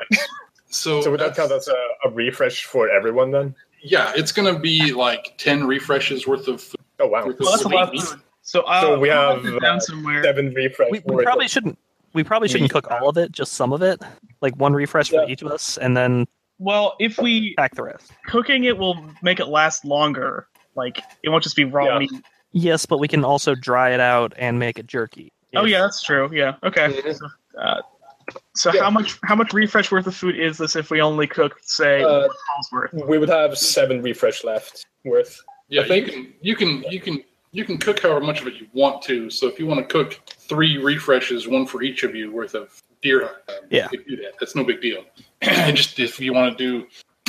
[SPEAKER 3] so
[SPEAKER 4] So would that count
[SPEAKER 3] that's-
[SPEAKER 4] as a, a refresh for everyone then?
[SPEAKER 3] yeah, it's gonna be like ten refreshes worth of food.
[SPEAKER 4] Oh wow.
[SPEAKER 3] With
[SPEAKER 2] Well, that's a lot of
[SPEAKER 3] Sweet.
[SPEAKER 2] food. So, uh,
[SPEAKER 4] So we
[SPEAKER 2] I'll
[SPEAKER 4] have,
[SPEAKER 2] write it down
[SPEAKER 4] uh,
[SPEAKER 2] somewhere.
[SPEAKER 4] Seven refresh.
[SPEAKER 1] We, we
[SPEAKER 4] worth
[SPEAKER 1] probably
[SPEAKER 4] of-
[SPEAKER 1] shouldn't. We probably shouldn't cook all of it. Just some of it. Like one refresh for
[SPEAKER 4] Yeah.
[SPEAKER 1] each of us, and then
[SPEAKER 2] Well, if we
[SPEAKER 1] pack the rest.
[SPEAKER 2] cooking it will make it last longer. Like it won't just be raw
[SPEAKER 4] Yeah.
[SPEAKER 2] meat.
[SPEAKER 1] Yes, but we can also dry it out and make it jerky.
[SPEAKER 2] Oh yeah, that's true. Yeah. Okay.
[SPEAKER 4] Yeah.
[SPEAKER 2] Uh, so
[SPEAKER 4] Yeah.
[SPEAKER 2] how much how much refresh worth of food is this if we only cook say
[SPEAKER 4] Uh,
[SPEAKER 2] one ball's worth?
[SPEAKER 4] We would have seven refresh left worth.
[SPEAKER 3] Yeah,
[SPEAKER 4] I think-
[SPEAKER 3] you can you can you can you can cook however much of it you want to. So if you want to cook three refreshes, one for each of you worth of deer, uh,
[SPEAKER 1] Yeah.
[SPEAKER 3] you could do that. That's no big deal. Just if you want to do,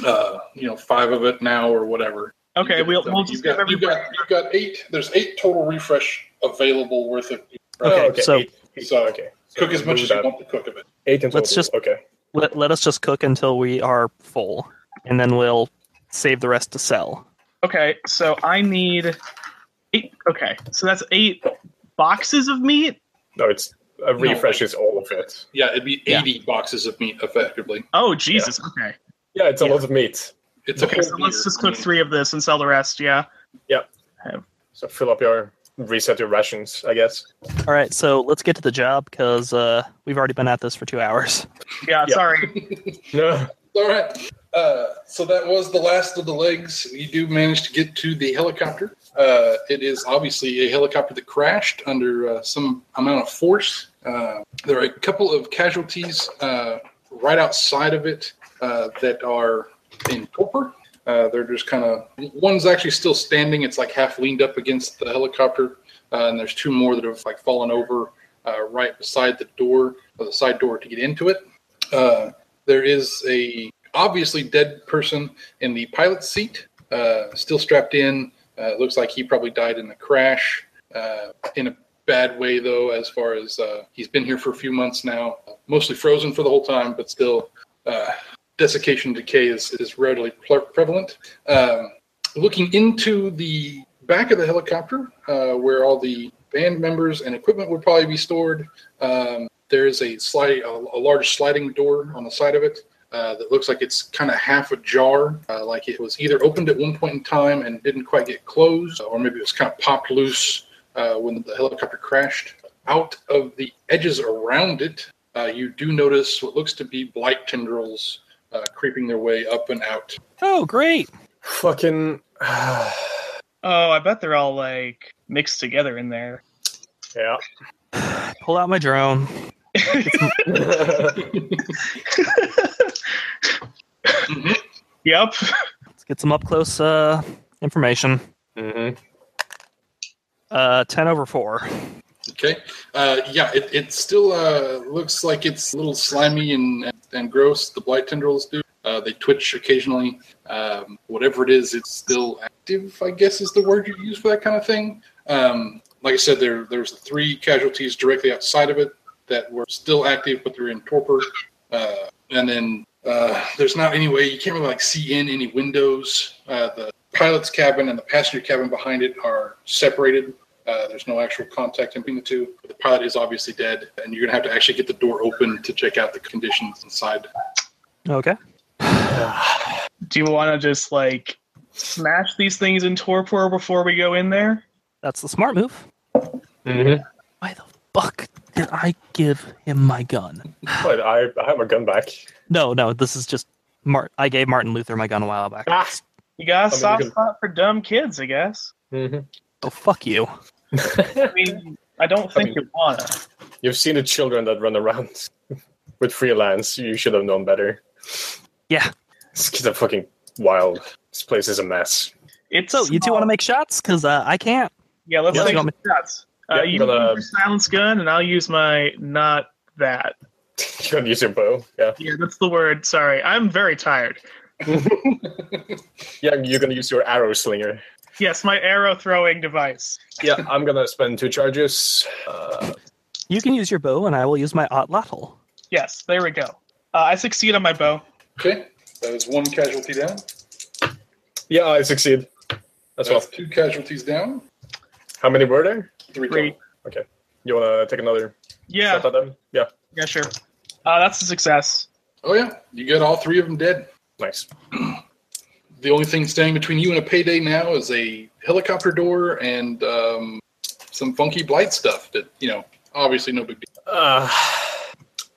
[SPEAKER 3] uh, you know, five of it now or whatever. you
[SPEAKER 2] Okay,
[SPEAKER 3] get
[SPEAKER 2] we'll
[SPEAKER 3] it done.
[SPEAKER 2] we'll just
[SPEAKER 3] you've
[SPEAKER 2] give
[SPEAKER 3] got, you've
[SPEAKER 2] everybody.
[SPEAKER 3] got you've got eight. There's eight total refresh available worth of.
[SPEAKER 1] Okay, so-
[SPEAKER 4] Oh, eight, eight,
[SPEAKER 3] so
[SPEAKER 4] okay. So
[SPEAKER 3] cook as much
[SPEAKER 4] move
[SPEAKER 3] as you
[SPEAKER 4] that.
[SPEAKER 3] want to cook of it.
[SPEAKER 4] Eight in total.
[SPEAKER 1] Let's just-
[SPEAKER 4] okay.
[SPEAKER 1] Let, let us just cook until we are full, and then we'll save the rest to sell.
[SPEAKER 2] Okay, so I need eight. Okay, so that's eight boxes of meat.
[SPEAKER 4] No, it's a refresh is all of it.
[SPEAKER 3] Yeah, it'd be
[SPEAKER 1] Yeah.
[SPEAKER 3] eighty boxes of meat effectively.
[SPEAKER 2] Oh Jesus. Okay.
[SPEAKER 4] Yeah, it's a
[SPEAKER 1] Yeah.
[SPEAKER 4] lot of meat.
[SPEAKER 3] It's
[SPEAKER 2] Okay,
[SPEAKER 3] a
[SPEAKER 2] so
[SPEAKER 3] whole
[SPEAKER 2] let's
[SPEAKER 3] deer.
[SPEAKER 2] just
[SPEAKER 3] I
[SPEAKER 2] cook
[SPEAKER 3] mean,
[SPEAKER 2] three of this and sell the rest. Yeah.
[SPEAKER 4] So fill up your reset your rations, I guess.
[SPEAKER 1] All right, so let's get to the job because uh, we've already been at this for two hours.
[SPEAKER 2] Yeah.
[SPEAKER 4] Yeah.
[SPEAKER 2] Sorry.
[SPEAKER 4] No.
[SPEAKER 3] All right. Uh, so that was the last of the legs. You do manage to get to the helicopter. Uh, it is obviously a helicopter that crashed under uh, some amount of force. Uh, there are a couple of casualties uh, right outside of it uh, that are in torpor. Uh, they're just kind of one's actually still standing. It's like half leaned up against the helicopter, uh, and there's two more that have like fallen over uh, right beside the door or the side door to get into it. Uh, there is a obviously dead person in the pilot's seat, uh, still strapped in. Uh, looks like he probably died in the crash. Uh, in a bad way though, as far as uh, he's been here for a few months now, mostly frozen for the whole time, but still uh, desiccation decay is is readily pre- prevalent. Um, looking into the back of the helicopter, uh, where all the band members and equipment would probably be stored, um, there is a slide, a, a large sliding door on the side of it uh, that looks like it's kind of half ajar, uh, like it was either opened at one point in time and didn't quite get closed, or maybe it was kind of popped loose uh, when the helicopter crashed. Out of the edges around it, uh, you do notice what looks to be blight tendrils uh, creeping their way up and out.
[SPEAKER 1] Oh, great!
[SPEAKER 4] Fucking Yeah.
[SPEAKER 2] Oh, I bet they're all like mixed together in there.
[SPEAKER 1] Pull out my drone.
[SPEAKER 4] Mm-hmm.
[SPEAKER 2] Yep.
[SPEAKER 1] Let's get some up close uh, information.
[SPEAKER 4] Mhm.
[SPEAKER 1] Uh, Ten over four.
[SPEAKER 3] Okay. Uh, yeah, it, it still uh, looks like it's a little slimy and, and gross. The blight tendrils do. Uh, they twitch occasionally. Um, whatever it is, it's still active, I guess is the word you use for that kind of thing. Um, like I said, there there's three casualties directly outside of it that were still active, but they're in torpor. Uh, and then uh, there's not any way, you can't really like see in any windows. Uh, the pilot's cabin and the passenger cabin behind it are separated. Uh, there's no actual contact in between the two. The pilot is obviously dead, and you're going to have to actually get the door open to check out the conditions inside.
[SPEAKER 1] Okay.
[SPEAKER 2] Do you want to just like smash these things in torpor before we go in there?
[SPEAKER 1] That's the smart move.
[SPEAKER 4] Mhm.
[SPEAKER 1] Why the fuck did I give him my gun?
[SPEAKER 4] But I, I have my gun back.
[SPEAKER 1] No, no, this is just Mart. I gave Martin Luther my gun a while back.
[SPEAKER 4] Ah.
[SPEAKER 2] You got a
[SPEAKER 4] I'm
[SPEAKER 2] soft
[SPEAKER 4] gonna-
[SPEAKER 2] spot for dumb kids, I guess.
[SPEAKER 4] Mhm.
[SPEAKER 1] Oh fuck you!
[SPEAKER 2] I mean, I don't think you wanna.
[SPEAKER 4] You've seen the children that run around with freelance. You should have known better.
[SPEAKER 1] Yeah.
[SPEAKER 4] These kids are fucking wild. This place is a mess.
[SPEAKER 2] It's
[SPEAKER 1] So you two want to make shots? Cause uh, I can't.
[SPEAKER 2] Yeah, let's
[SPEAKER 1] Yeah.
[SPEAKER 2] take
[SPEAKER 1] You want
[SPEAKER 2] some
[SPEAKER 1] me-
[SPEAKER 2] shots. Uh,
[SPEAKER 4] Yeah,
[SPEAKER 2] you
[SPEAKER 4] but, uh,
[SPEAKER 2] use your silence gun, and I'll use my not that.
[SPEAKER 4] You can use your bow. Yeah.
[SPEAKER 2] Yeah, that's the word. Sorry, I'm very tired.
[SPEAKER 4] Yeah, you're gonna use your arrow slinger.
[SPEAKER 2] Yes, my arrow throwing device.
[SPEAKER 4] Yeah, I'm gonna spend two charges. Uh,
[SPEAKER 1] You can use your bow, and I will use my otlatl.
[SPEAKER 2] Yes, there we go. Uh, I succeed on my bow.
[SPEAKER 3] Okay, that is one casualty down.
[SPEAKER 4] yeah, I succeed. That's well.
[SPEAKER 3] That's two casualties down.
[SPEAKER 4] How many were there?
[SPEAKER 3] Three.
[SPEAKER 2] Three.
[SPEAKER 3] total.
[SPEAKER 4] You wanna take another
[SPEAKER 2] Yeah,
[SPEAKER 4] shot at them? Yeah,
[SPEAKER 2] yeah, sure. Uh, that's a success.
[SPEAKER 3] Oh yeah, you got all three of them dead.
[SPEAKER 4] nice.
[SPEAKER 3] The only thing standing between you and a payday now is a helicopter door and um, some funky blight stuff. That you know, obviously no big deal.
[SPEAKER 4] Uh,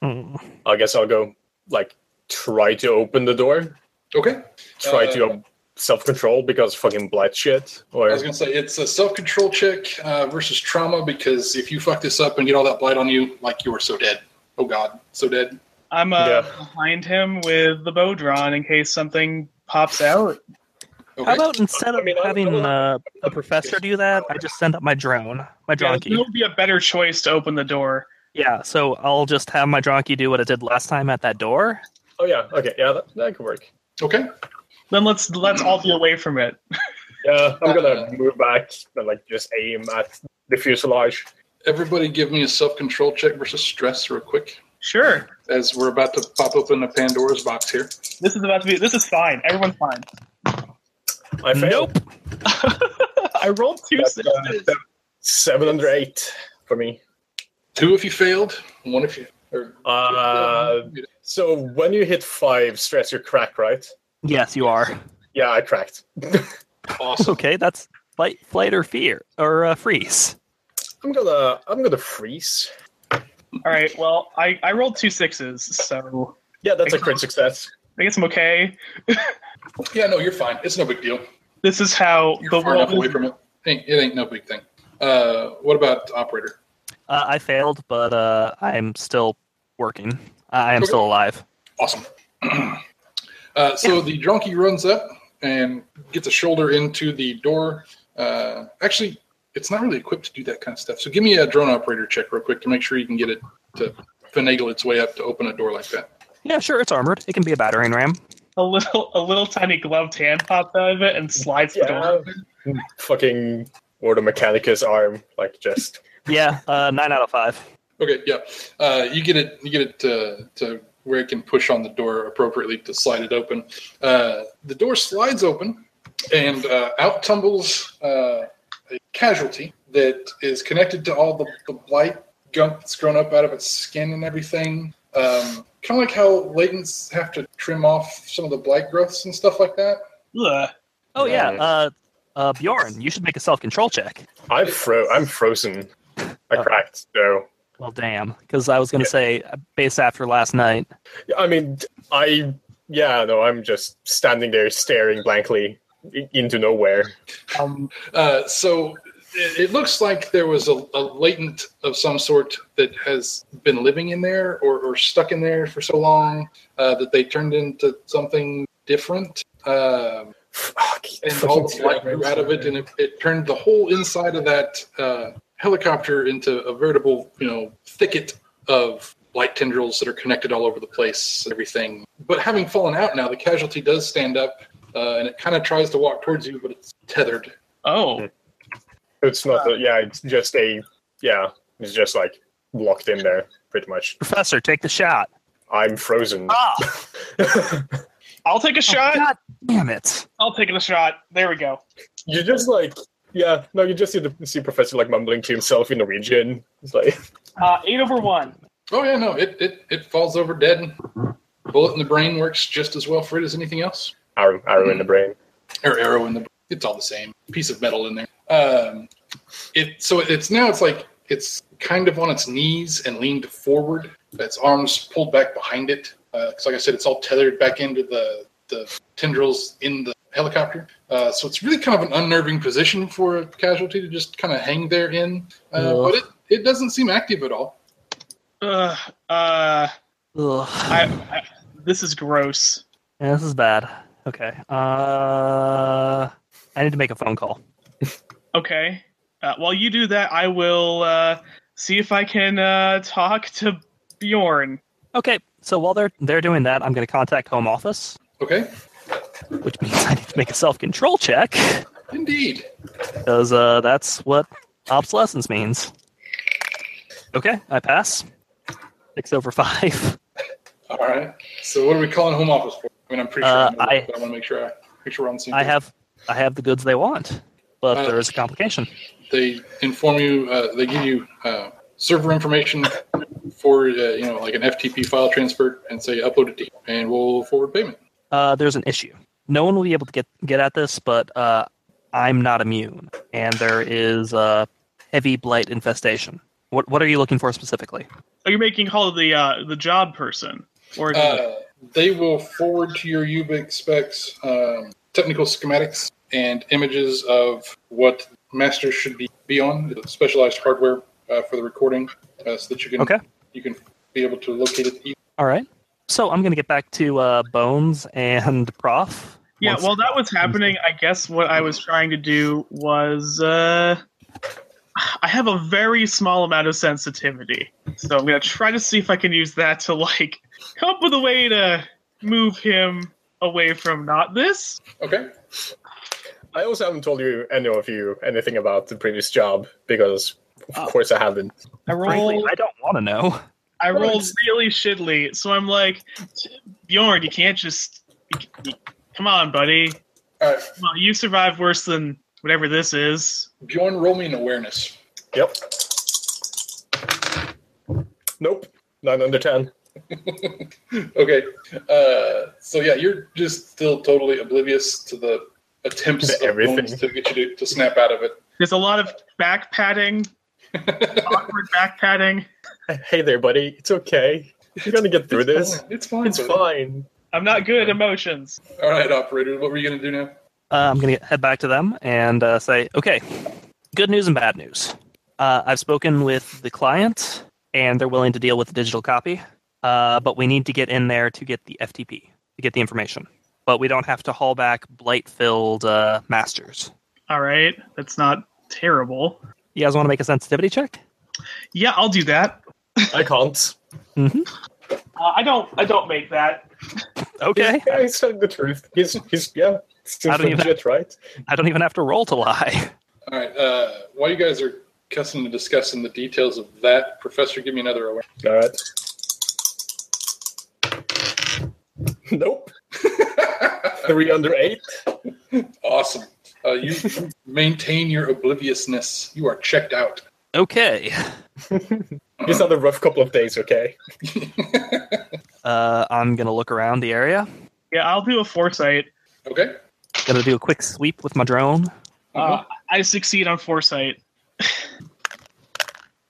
[SPEAKER 1] Hmm.
[SPEAKER 4] I guess I'll go like try to open the door.
[SPEAKER 3] Okay.
[SPEAKER 4] Try
[SPEAKER 3] Uh,
[SPEAKER 4] to self control because fucking blight shit? Or
[SPEAKER 3] I was gonna say it's a self-control check uh, versus trauma because if you fuck this up and get all that blight on you, like you are so dead. Oh God, so dead.
[SPEAKER 2] I'm uh,
[SPEAKER 4] Yeah.
[SPEAKER 2] behind him with the bow drawn in case something pops out.
[SPEAKER 3] Okay.
[SPEAKER 1] How about instead of
[SPEAKER 4] I mean, I-
[SPEAKER 1] having uh, the professor do that, I just send up my drone, my
[SPEAKER 2] Yeah,
[SPEAKER 1] dronky.
[SPEAKER 2] it would be a better choice to open the door.
[SPEAKER 1] Yeah, so I'll just have my dronky do what it did last time at that door.
[SPEAKER 4] oh yeah, okay, yeah, that, that could work.
[SPEAKER 3] okay.
[SPEAKER 2] Then let's let's all be away from it.
[SPEAKER 4] Yeah, I'm
[SPEAKER 3] Uh,
[SPEAKER 4] gonna move back and like just aim at the fuselage.
[SPEAKER 3] Everybody, give me a self-control check versus stress, real quick,
[SPEAKER 2] Sure,
[SPEAKER 3] as we're about to pop open a Pandora's box here.
[SPEAKER 2] this is about to be. This is fine. Everyone's fine.
[SPEAKER 4] I failed.
[SPEAKER 1] Nope.
[SPEAKER 2] I rolled two
[SPEAKER 4] That's, uh,
[SPEAKER 2] sixes.
[SPEAKER 4] Seven under eight for me.
[SPEAKER 3] Two if you failed, one if you. Or,
[SPEAKER 4] Uh, so when you hit five stress, you crack, right?
[SPEAKER 1] Yes, you are.
[SPEAKER 4] Yeah, I cracked.
[SPEAKER 3] awesome.
[SPEAKER 1] Okay, that's fight, flight, or fear or uh, freeze.
[SPEAKER 4] I'm gonna I'm gonna freeze.
[SPEAKER 2] All right. Well, I I rolled two sixes, so
[SPEAKER 4] Yeah, that's a crit success.
[SPEAKER 2] I guess I'm okay.
[SPEAKER 3] Yeah, no, you're fine. It's no big deal.
[SPEAKER 2] This is how
[SPEAKER 3] You're
[SPEAKER 2] the
[SPEAKER 3] far enough away
[SPEAKER 2] world.
[SPEAKER 3] from it. Ain't, it ain't no big thing. Uh, what about operator?
[SPEAKER 1] Uh, I failed, but uh, I'm still working. I am
[SPEAKER 3] Okay.
[SPEAKER 1] still alive.
[SPEAKER 3] Awesome. uh, so the drunkie runs up and gets a shoulder into the door. Uh, actually, it's not really equipped to do that kind of stuff. So give me a drone operator check real quick to make sure you can get it to finagle its way up to open a door like that.
[SPEAKER 1] Yeah, sure, it's armored. It can be a battering ram.
[SPEAKER 2] A little a little tiny gloved hand pops out of it and slides the door.
[SPEAKER 4] Yeah, fucking or the mechanicus arm, like just
[SPEAKER 1] Yeah, uh, nine out of five.
[SPEAKER 3] Okay, yeah. Uh, you get it. You get it to, to where it can push on the door appropriately to slide it open. Uh, the door slides open, and uh, out tumbles uh, a casualty that is connected to all the, the blight gunk that's grown up out of its skin and everything. Um, kind of like how Laytons have to trim off some of the blight growths and stuff like that.
[SPEAKER 2] Ugh.
[SPEAKER 1] Oh yeah,
[SPEAKER 4] Nice.
[SPEAKER 1] uh, uh, Bjorn, you should make a self control check.
[SPEAKER 4] I'm fro I'm frozen. I
[SPEAKER 1] Oh.
[SPEAKER 4] cracked though.
[SPEAKER 1] Well, damn, because I was gonna say uh, based after last night.
[SPEAKER 4] Yeah, I mean, I yeah, no, I'm just standing there staring blankly i- into nowhere.
[SPEAKER 2] Um,
[SPEAKER 3] Uh, so it, it looks like there was a, a latent of some sort that has been living in there or, or stuck in there for so long uh, that they turned into something different. Um
[SPEAKER 4] Fuck,
[SPEAKER 3] and
[SPEAKER 4] fucking
[SPEAKER 3] all the light
[SPEAKER 4] tyrants,
[SPEAKER 3] grew out of it, and
[SPEAKER 4] man.
[SPEAKER 3] it, it turned the whole inside of that uh, helicopter into a veritable, you know, thicket of light tendrils that are connected all over the place, everything. But having fallen out now, the casualty does stand up, uh, and it kind of tries to walk towards you, but it's tethered.
[SPEAKER 2] oh,
[SPEAKER 4] It's not. a, yeah, it's just a yeah. It's just like locked in there, pretty much.
[SPEAKER 1] Professor, take the shot.
[SPEAKER 4] I'm frozen.
[SPEAKER 1] Ah,
[SPEAKER 2] I'll take a shot.
[SPEAKER 1] God damn it!
[SPEAKER 2] I'll take it a shot. There we go.
[SPEAKER 4] you just like yeah. No, you just see the see Professor like mumbling to himself in Norwegian. It's like
[SPEAKER 2] Uh, eight over one.
[SPEAKER 3] Oh yeah, no, it it, it falls over dead. Bullet in the brain works just as well for it as anything else.
[SPEAKER 4] arrow, arrow in the brain.
[SPEAKER 3] Or arrow in the it's all the same piece of metal in there. Um, it so it's now it's like it's kind of on its knees and leaned forward. Its arms pulled back behind it. Uh, 'cause like I said, it's all tethered back into the the tendrils in the helicopter. Uh, so it's really kind of an unnerving position for a casualty to just kind of hang there in. Uh,
[SPEAKER 4] Yeah.
[SPEAKER 3] But it it doesn't seem active at all.
[SPEAKER 2] Ugh. Uh,
[SPEAKER 1] Ugh.
[SPEAKER 2] I, I, this is gross.
[SPEAKER 1] Yeah, this is bad. Okay, uh, I need to make a phone call.
[SPEAKER 2] Okay. Uh, while you do that, I will uh, see if I can uh, talk to Bjorn.
[SPEAKER 1] Okay, so while they're they're doing that, I'm gonna contact home office,
[SPEAKER 3] Okay,
[SPEAKER 1] which means I need to make a self control check
[SPEAKER 3] indeed.
[SPEAKER 1] because uh, that's what obsolescence means. Okay, I pass. Six over five.
[SPEAKER 3] All right. So what are we calling home office for? I mean, I'm pretty sure
[SPEAKER 1] Uh,
[SPEAKER 3] I, know that,
[SPEAKER 1] I-
[SPEAKER 3] but I want to make sure I make sure we're on the same.
[SPEAKER 1] I
[SPEAKER 3] page.
[SPEAKER 1] have I have the goods they want, but
[SPEAKER 3] Uh,
[SPEAKER 1] there is a complication.
[SPEAKER 3] They inform you. Uh, they give you uh, server information for uh, you know like an FTP file transfer and say upload it to you, and we'll forward payment.
[SPEAKER 1] Uh, there's an issue. No one will be able to get get at this, but uh, I'm not immune, and there is uh, heavy blight infestation. What what are you looking for specifically?
[SPEAKER 2] Oh, you're making call of the uh, the job person or the,
[SPEAKER 3] Uh, they will forward to your Ubix specs um, technical schematics and images of what masters should be, be on specialized hardware uh, for the recording uh, so that you can
[SPEAKER 1] Okay.
[SPEAKER 3] you can be able to locate it e-
[SPEAKER 1] All right. So I'm going to get back to uh, Bones and Prof.
[SPEAKER 2] Yeah,
[SPEAKER 1] once-
[SPEAKER 2] while that was happening, I guess what I was trying to do was uh, I have a very small amount of sensitivity, so I'm gonna try to see if I can use that to like come up with a way to move him away from not this.
[SPEAKER 3] okay
[SPEAKER 4] I also haven't told you any of you anything about the previous job because, of
[SPEAKER 2] Oh.
[SPEAKER 4] course, I haven't.
[SPEAKER 2] I
[SPEAKER 1] Frankly,
[SPEAKER 2] rolled,
[SPEAKER 1] I don't want to know.
[SPEAKER 2] I rolled really shittily, so I'm like, Bjorn, you can't just you- you- come on, buddy.
[SPEAKER 3] all right
[SPEAKER 2] Come on, you survived worse than whatever this is.
[SPEAKER 3] bjorn roll me an awareness
[SPEAKER 4] Yep. Nope. Nine under ten.
[SPEAKER 3] okay uh, so yeah you're just still totally oblivious to the attempts
[SPEAKER 4] To
[SPEAKER 3] of
[SPEAKER 4] everything.
[SPEAKER 3] Bones to get you to, to snap out of it
[SPEAKER 2] There's a lot of back patting, awkward back patting.
[SPEAKER 4] Hey there, buddy. It's okay. You're gonna get through
[SPEAKER 3] It's
[SPEAKER 4] this.
[SPEAKER 3] fine. It's fine.
[SPEAKER 4] It's
[SPEAKER 3] buddy.
[SPEAKER 4] fine.
[SPEAKER 2] I'm not good at emotions.
[SPEAKER 3] All right, operator. What were you gonna do now?
[SPEAKER 1] Uh, I'm going to head back to them and uh, say, okay, good news and bad news. Uh, I've spoken with the client, and they're willing to deal with the digital copy, uh, but we need to get in there to get the FTP, to get the information. But we don't have to haul back blight filled uh, masters.
[SPEAKER 2] All right, that's not terrible.
[SPEAKER 1] You guys want to make a sensitivity check?
[SPEAKER 2] Yeah, I'll do that.
[SPEAKER 4] I can't.
[SPEAKER 1] Mm-hmm.
[SPEAKER 2] Uh, I don't. I don't make that.
[SPEAKER 1] Okay.
[SPEAKER 4] Yeah, he's telling the truth. He's he's yeah. It's
[SPEAKER 1] I
[SPEAKER 4] just
[SPEAKER 1] don't even-
[SPEAKER 4] legit, right?
[SPEAKER 1] I don't even have to roll to lie.
[SPEAKER 3] All right. Uh, while you guys are cussing and discussing the details of that, Professor, give me another awareness.
[SPEAKER 4] All right. Nope. Three under eight.
[SPEAKER 3] Awesome. Uh, you maintain your obliviousness. You are checked out.
[SPEAKER 1] Okay.
[SPEAKER 4] These are the rough couple of days, okay?
[SPEAKER 1] Uh, I'm going to look around the area.
[SPEAKER 2] Yeah, I'll do a foresight.
[SPEAKER 3] Okay.
[SPEAKER 1] Going to do a quick sweep with my drone.
[SPEAKER 2] Uh, I succeed on foresight.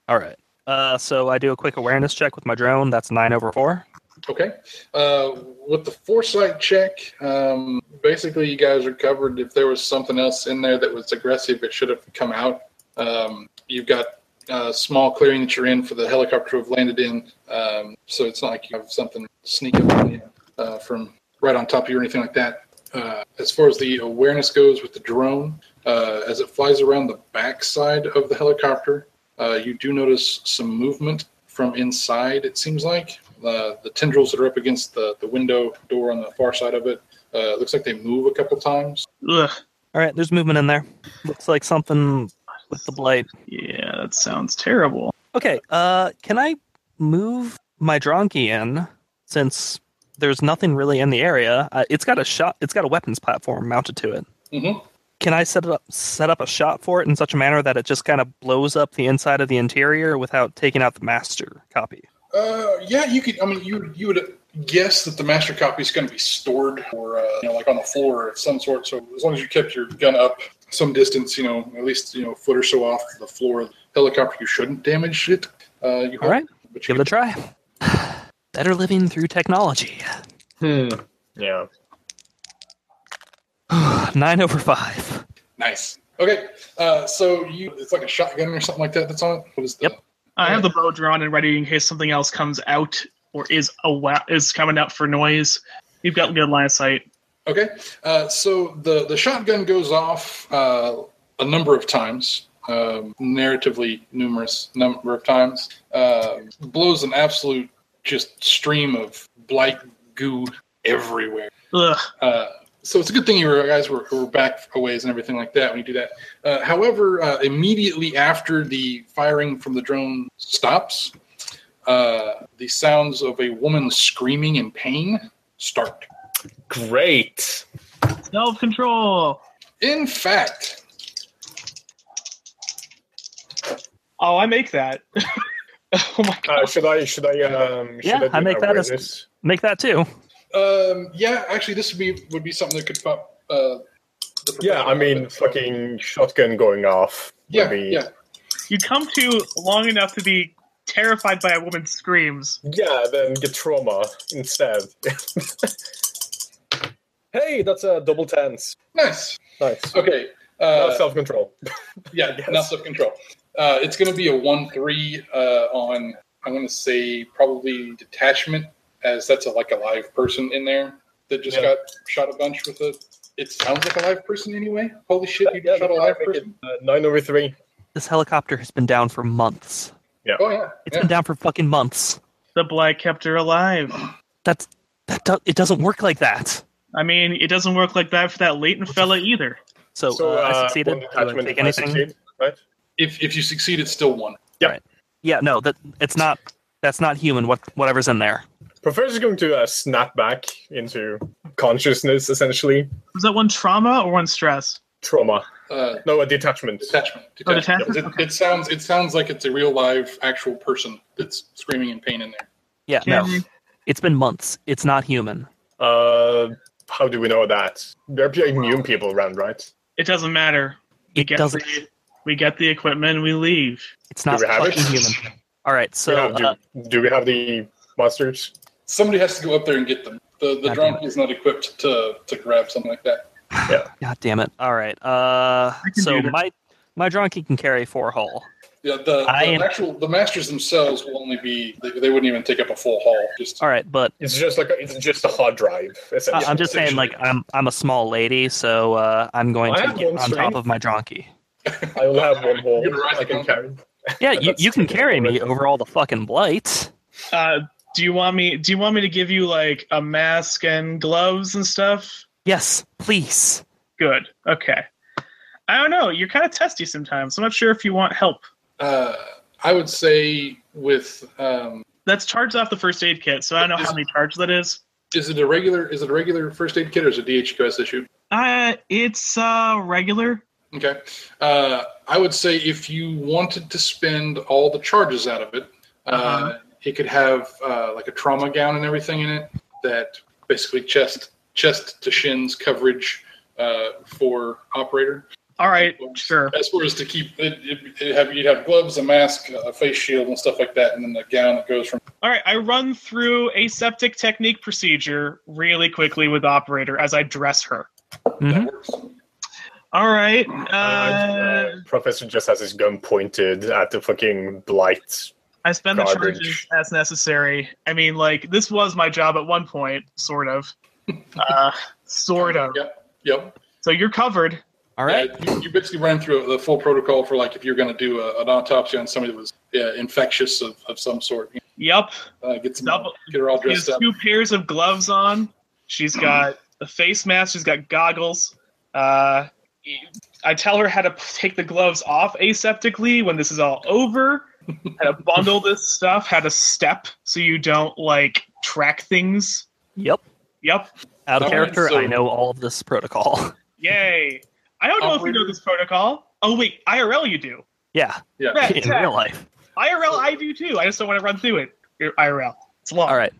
[SPEAKER 1] All right. Uh, so I do a quick awareness check with my drone. That's nine over four.
[SPEAKER 3] Okay. Uh, with the foresight check, um, basically, you guys are covered. If there was something else in there that was aggressive, it should have come out. Um, you've got a small clearing that you're in for the helicopter to have landed in, um, so it's not like you have something sneak up on you uh, from right on top of you or anything like that. Uh, as far as the awareness goes with the drone, uh, as it flies around the backside of the helicopter, uh, you do notice some movement from inside, it seems like. Uh, the tendrils that are up against the, the window door on the far side of it, uh, it looks like they move a couple times.
[SPEAKER 2] Ugh.
[SPEAKER 1] All right, there's movement in there. Looks like something with the blight.
[SPEAKER 2] Yeah, that sounds terrible.
[SPEAKER 1] Okay, uh, can I move my Dronki in since there's nothing really in the area? Uh, it's got a shot. It's got a weapons platform mounted to it.
[SPEAKER 3] hmm
[SPEAKER 1] Can I set it up set up a shot for it in such a manner that it just kind of blows up the inside of the interior without taking out the master copy?
[SPEAKER 3] Uh, yeah, you could. I mean, you you would guess that the master copy is going to be stored or uh, you know, like on the floor of some sort. So as long as you kept your gun up some distance, you know, at least you know a foot or so off the floor of the helicopter, you shouldn't damage it. Uh, you
[SPEAKER 1] All right,
[SPEAKER 3] But you
[SPEAKER 1] give it a try. Better living through technology.
[SPEAKER 4] Hmm. Yeah.
[SPEAKER 1] Nine over five.
[SPEAKER 3] nice. Okay, uh, so you it's like a shotgun or something like that that's on it. What is the,
[SPEAKER 1] Yep.
[SPEAKER 2] I have the bow drawn and ready in case something else comes out or is a wa- is coming out for noise. You've got good line of sight.
[SPEAKER 3] Okay, uh, so the the shotgun goes off uh, a number of times, um, narratively numerous number of times. Uh, blows an absolute just stream of blight goo everywhere.
[SPEAKER 2] Ugh.
[SPEAKER 3] Uh, so it's a good thing you were, guys were, were back a ways and everything like that when you do that. Uh, however, uh, immediately after the firing from the drone stops, uh, the sounds of a woman screaming in pain start.
[SPEAKER 4] Great.
[SPEAKER 2] Self control.
[SPEAKER 3] In fact,
[SPEAKER 2] Oh, I make that. oh my
[SPEAKER 4] Uh,
[SPEAKER 2] gosh.
[SPEAKER 4] should I should I um should
[SPEAKER 1] Yeah,
[SPEAKER 4] I, do
[SPEAKER 1] I make that as-
[SPEAKER 4] awareness?
[SPEAKER 1] Make that two.
[SPEAKER 3] Um, yeah, actually, this would be would be something that could pop. Uh, the
[SPEAKER 4] Yeah, I mean
[SPEAKER 3] professional-
[SPEAKER 4] fucking shotgun going off. would
[SPEAKER 3] Yeah,
[SPEAKER 4] be-
[SPEAKER 3] yeah.
[SPEAKER 2] You come to long enough to be terrified by a woman's screams.
[SPEAKER 4] Yeah, then get trauma instead. Hey, that's a double tens.
[SPEAKER 3] Nice.
[SPEAKER 4] Nice.
[SPEAKER 3] Okay.
[SPEAKER 4] Uh,
[SPEAKER 3] Uh,
[SPEAKER 4] Self control.
[SPEAKER 3] yeah,
[SPEAKER 4] Yes.
[SPEAKER 3] not self control. Uh, it's going to be a 1 3 uh, on, I want to say, probably detachment, as that's a, like a live person in there that just
[SPEAKER 4] Yeah.
[SPEAKER 3] got shot a bunch with a. It sounds like a live person anyway. Holy shit, you just shot a live person.
[SPEAKER 4] Uh, nine over three.
[SPEAKER 1] This helicopter has been down for months.
[SPEAKER 3] Oh, yeah.
[SPEAKER 1] It's
[SPEAKER 3] yeah.
[SPEAKER 1] been down for fucking months.
[SPEAKER 2] The blight kept her alive.
[SPEAKER 1] That's that. Do, it doesn't work like that.
[SPEAKER 2] I mean, it doesn't work like that for that Leighton fella either.
[SPEAKER 1] So, uh, I succeeded.
[SPEAKER 4] one
[SPEAKER 1] Do I
[SPEAKER 4] detachment
[SPEAKER 1] take
[SPEAKER 4] if I
[SPEAKER 1] anything?
[SPEAKER 4] succeed, right?
[SPEAKER 3] If, if you succeed, it's still 1.
[SPEAKER 1] Yeah, no. That it's not. That's not human. What whatever's in there.
[SPEAKER 4] Professor's going to uh, snap back into consciousness, essentially.
[SPEAKER 2] Was that one trauma or one stress?
[SPEAKER 4] Trauma.
[SPEAKER 3] Uh,
[SPEAKER 4] No, a detachment.
[SPEAKER 3] detachment.
[SPEAKER 2] Oh,
[SPEAKER 3] detachment.
[SPEAKER 2] detachment?
[SPEAKER 3] It,
[SPEAKER 2] Okay.
[SPEAKER 3] it sounds it sounds like it's a real live actual person that's screaming in pain in there.
[SPEAKER 1] Yeah,
[SPEAKER 2] Can
[SPEAKER 1] no.
[SPEAKER 2] you-
[SPEAKER 1] It's been months. It's not human.
[SPEAKER 4] Uh, how do we know that? There are immune people around, right?
[SPEAKER 2] It doesn't matter. We
[SPEAKER 1] It
[SPEAKER 2] get
[SPEAKER 1] doesn't.
[SPEAKER 2] the, we get the equipment and we leave.
[SPEAKER 1] It's not
[SPEAKER 4] Do we have it?
[SPEAKER 1] fucking human. All right. So
[SPEAKER 4] we have,
[SPEAKER 1] uh,
[SPEAKER 4] do, do we have the monsters?
[SPEAKER 3] Somebody has to go up there and get them. The the
[SPEAKER 1] God
[SPEAKER 3] drone is not equipped to to grab something like that.
[SPEAKER 1] God damn it. All right. Uh,
[SPEAKER 2] can
[SPEAKER 1] so
[SPEAKER 2] do this.
[SPEAKER 1] my my donkey can carry four hull.
[SPEAKER 3] Yeah, the,
[SPEAKER 1] I
[SPEAKER 3] the
[SPEAKER 1] am-
[SPEAKER 3] actual the masters themselves will only be they, they wouldn't even take up a full hall. Just
[SPEAKER 1] All right, but
[SPEAKER 4] It's just like it's just a hard drive.
[SPEAKER 1] I,
[SPEAKER 4] essentially.
[SPEAKER 1] I'm just saying, like I'm I'm a small lady, so uh, I'm going
[SPEAKER 4] I
[SPEAKER 1] to
[SPEAKER 4] have
[SPEAKER 1] get
[SPEAKER 4] one
[SPEAKER 1] on
[SPEAKER 4] strength.
[SPEAKER 1] top of my donkey.
[SPEAKER 4] I only have one hole
[SPEAKER 3] You're right.
[SPEAKER 4] I can carry.
[SPEAKER 1] Yeah, you, you can
[SPEAKER 4] That's-
[SPEAKER 1] carry me over all the fucking blight.
[SPEAKER 2] Uh, do you want me? Do you want me to give you like a mask and gloves and stuff?
[SPEAKER 1] Yes, please.
[SPEAKER 2] Good. Okay. I don't know. You're kind of testy sometimes. I'm not sure if you want help.
[SPEAKER 3] uh, I would say with um,
[SPEAKER 2] That's charged off the first aid kit, so I don't know how many charges that is.
[SPEAKER 3] is it a regular is it a regular first aid kit or is it a DHQS issue?
[SPEAKER 2] Uh, it's uh regular.
[SPEAKER 3] Okay, uh, I would say if you wanted to spend all the charges out of it, uh,
[SPEAKER 2] Uh-huh.
[SPEAKER 3] it could have uh, like a trauma gown and everything in it that basically chest chest to shins coverage uh, for operator.
[SPEAKER 2] All right. Sure.
[SPEAKER 3] As far as to keep it, it, it have you'd have gloves, a mask, a face shield, and stuff like that, and then the gown that goes from.
[SPEAKER 2] All right, I run through aseptic technique procedure really quickly with the operator as I dress her.
[SPEAKER 1] Mhm.
[SPEAKER 3] That works.
[SPEAKER 2] All right.
[SPEAKER 4] Uh,
[SPEAKER 2] Uh,
[SPEAKER 4] Professor just has his gun pointed at the fucking blight.
[SPEAKER 2] I spend the
[SPEAKER 4] garbage.
[SPEAKER 2] charges as necessary. I mean, like, this was my job at one point, sort of. Uh, sort of.
[SPEAKER 3] Yep. Yep.
[SPEAKER 2] So you're covered.
[SPEAKER 1] All right.
[SPEAKER 3] Yeah, you, you basically ran through the full protocol for like if you're going to do a, an autopsy on somebody that was yeah, infectious of, of some sort.
[SPEAKER 2] Yep.
[SPEAKER 3] Uh, get some,
[SPEAKER 2] Double-
[SPEAKER 3] get her all
[SPEAKER 2] She has
[SPEAKER 3] dressed up.
[SPEAKER 2] two pairs of gloves on. She's got a face mask. She's got goggles. Uh, I tell her how to p- take the gloves off aseptically when this is all over. How to bundle this stuff. How to step so you don't like track things.
[SPEAKER 1] Yep.
[SPEAKER 2] Yep.
[SPEAKER 1] Out
[SPEAKER 3] All
[SPEAKER 1] of
[SPEAKER 3] right,
[SPEAKER 1] character,
[SPEAKER 3] so-
[SPEAKER 1] I know all of this protocol.
[SPEAKER 2] Yay. I don't know if you know
[SPEAKER 3] Operator.
[SPEAKER 2] this protocol. Oh wait, IRL you do.
[SPEAKER 1] yeah,
[SPEAKER 3] Yeah.
[SPEAKER 2] Right,
[SPEAKER 1] in real life.
[SPEAKER 2] IRL I do too. I just don't want to run through it. Your IRL. It's long.
[SPEAKER 1] All right.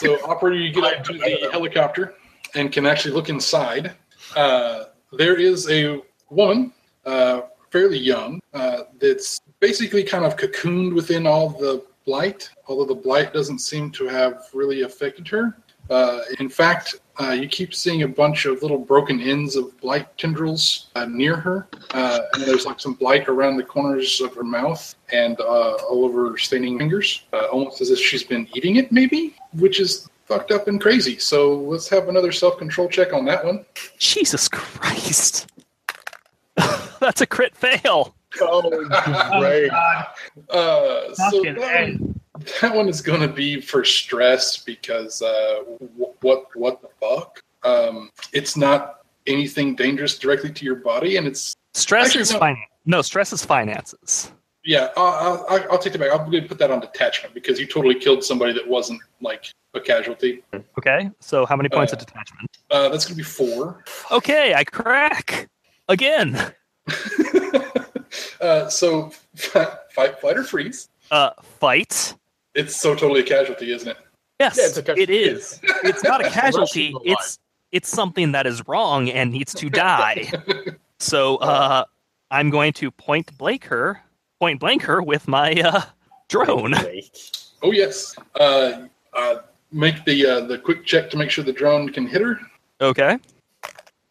[SPEAKER 3] So, operator, you get up to the helicopter and can actually look inside. Uh, there is a woman, uh, fairly young, uh, that's basically kind of cocooned within all the blight, although the blight doesn't seem to have really affected her. Uh, in fact, uh, you keep seeing a bunch of little broken ends of blight tendrils uh, near her, uh, and there's like some blight around the corners of her mouth and uh, all over her staining fingers, uh, almost as if she's been eating it, maybe, which is fucked up and crazy. So let's have another self-control check on that one.
[SPEAKER 1] Jesus Christ. That's a crit fail.
[SPEAKER 4] Oh, great.
[SPEAKER 3] Uh, so
[SPEAKER 2] Fucking
[SPEAKER 3] that one, that one is going to be for stress because uh, wh- what what the fuck? Um, it's not anything dangerous directly to your body, and it's
[SPEAKER 1] Stress
[SPEAKER 3] Actually,
[SPEAKER 1] is
[SPEAKER 3] no.
[SPEAKER 1] finance. No, stress is finances.
[SPEAKER 3] yeah. I'll, I'll, I'll take it back. I'm going to put that on detachment because you totally killed somebody that wasn't like a casualty.
[SPEAKER 1] Okay. So how many points
[SPEAKER 3] Uh,
[SPEAKER 1] of detachment?
[SPEAKER 3] Uh, that's going to be four.
[SPEAKER 1] Okay, I crack again.
[SPEAKER 3] uh, so fight, fight or freeze.
[SPEAKER 1] Uh, fight.
[SPEAKER 3] It's so totally a casualty, isn't it?
[SPEAKER 1] Yes,
[SPEAKER 4] Yeah, it's a casualty.
[SPEAKER 1] it is. It's not a
[SPEAKER 4] It's a
[SPEAKER 1] casualty.
[SPEAKER 4] rational lie.
[SPEAKER 1] It's it's something that is wrong and needs to die. so uh, I'm going to point blank her, point blank her with my uh, drone.
[SPEAKER 3] Oh yes. Uh, uh, make the uh, the quick check to make sure the drone can hit her.
[SPEAKER 1] Okay.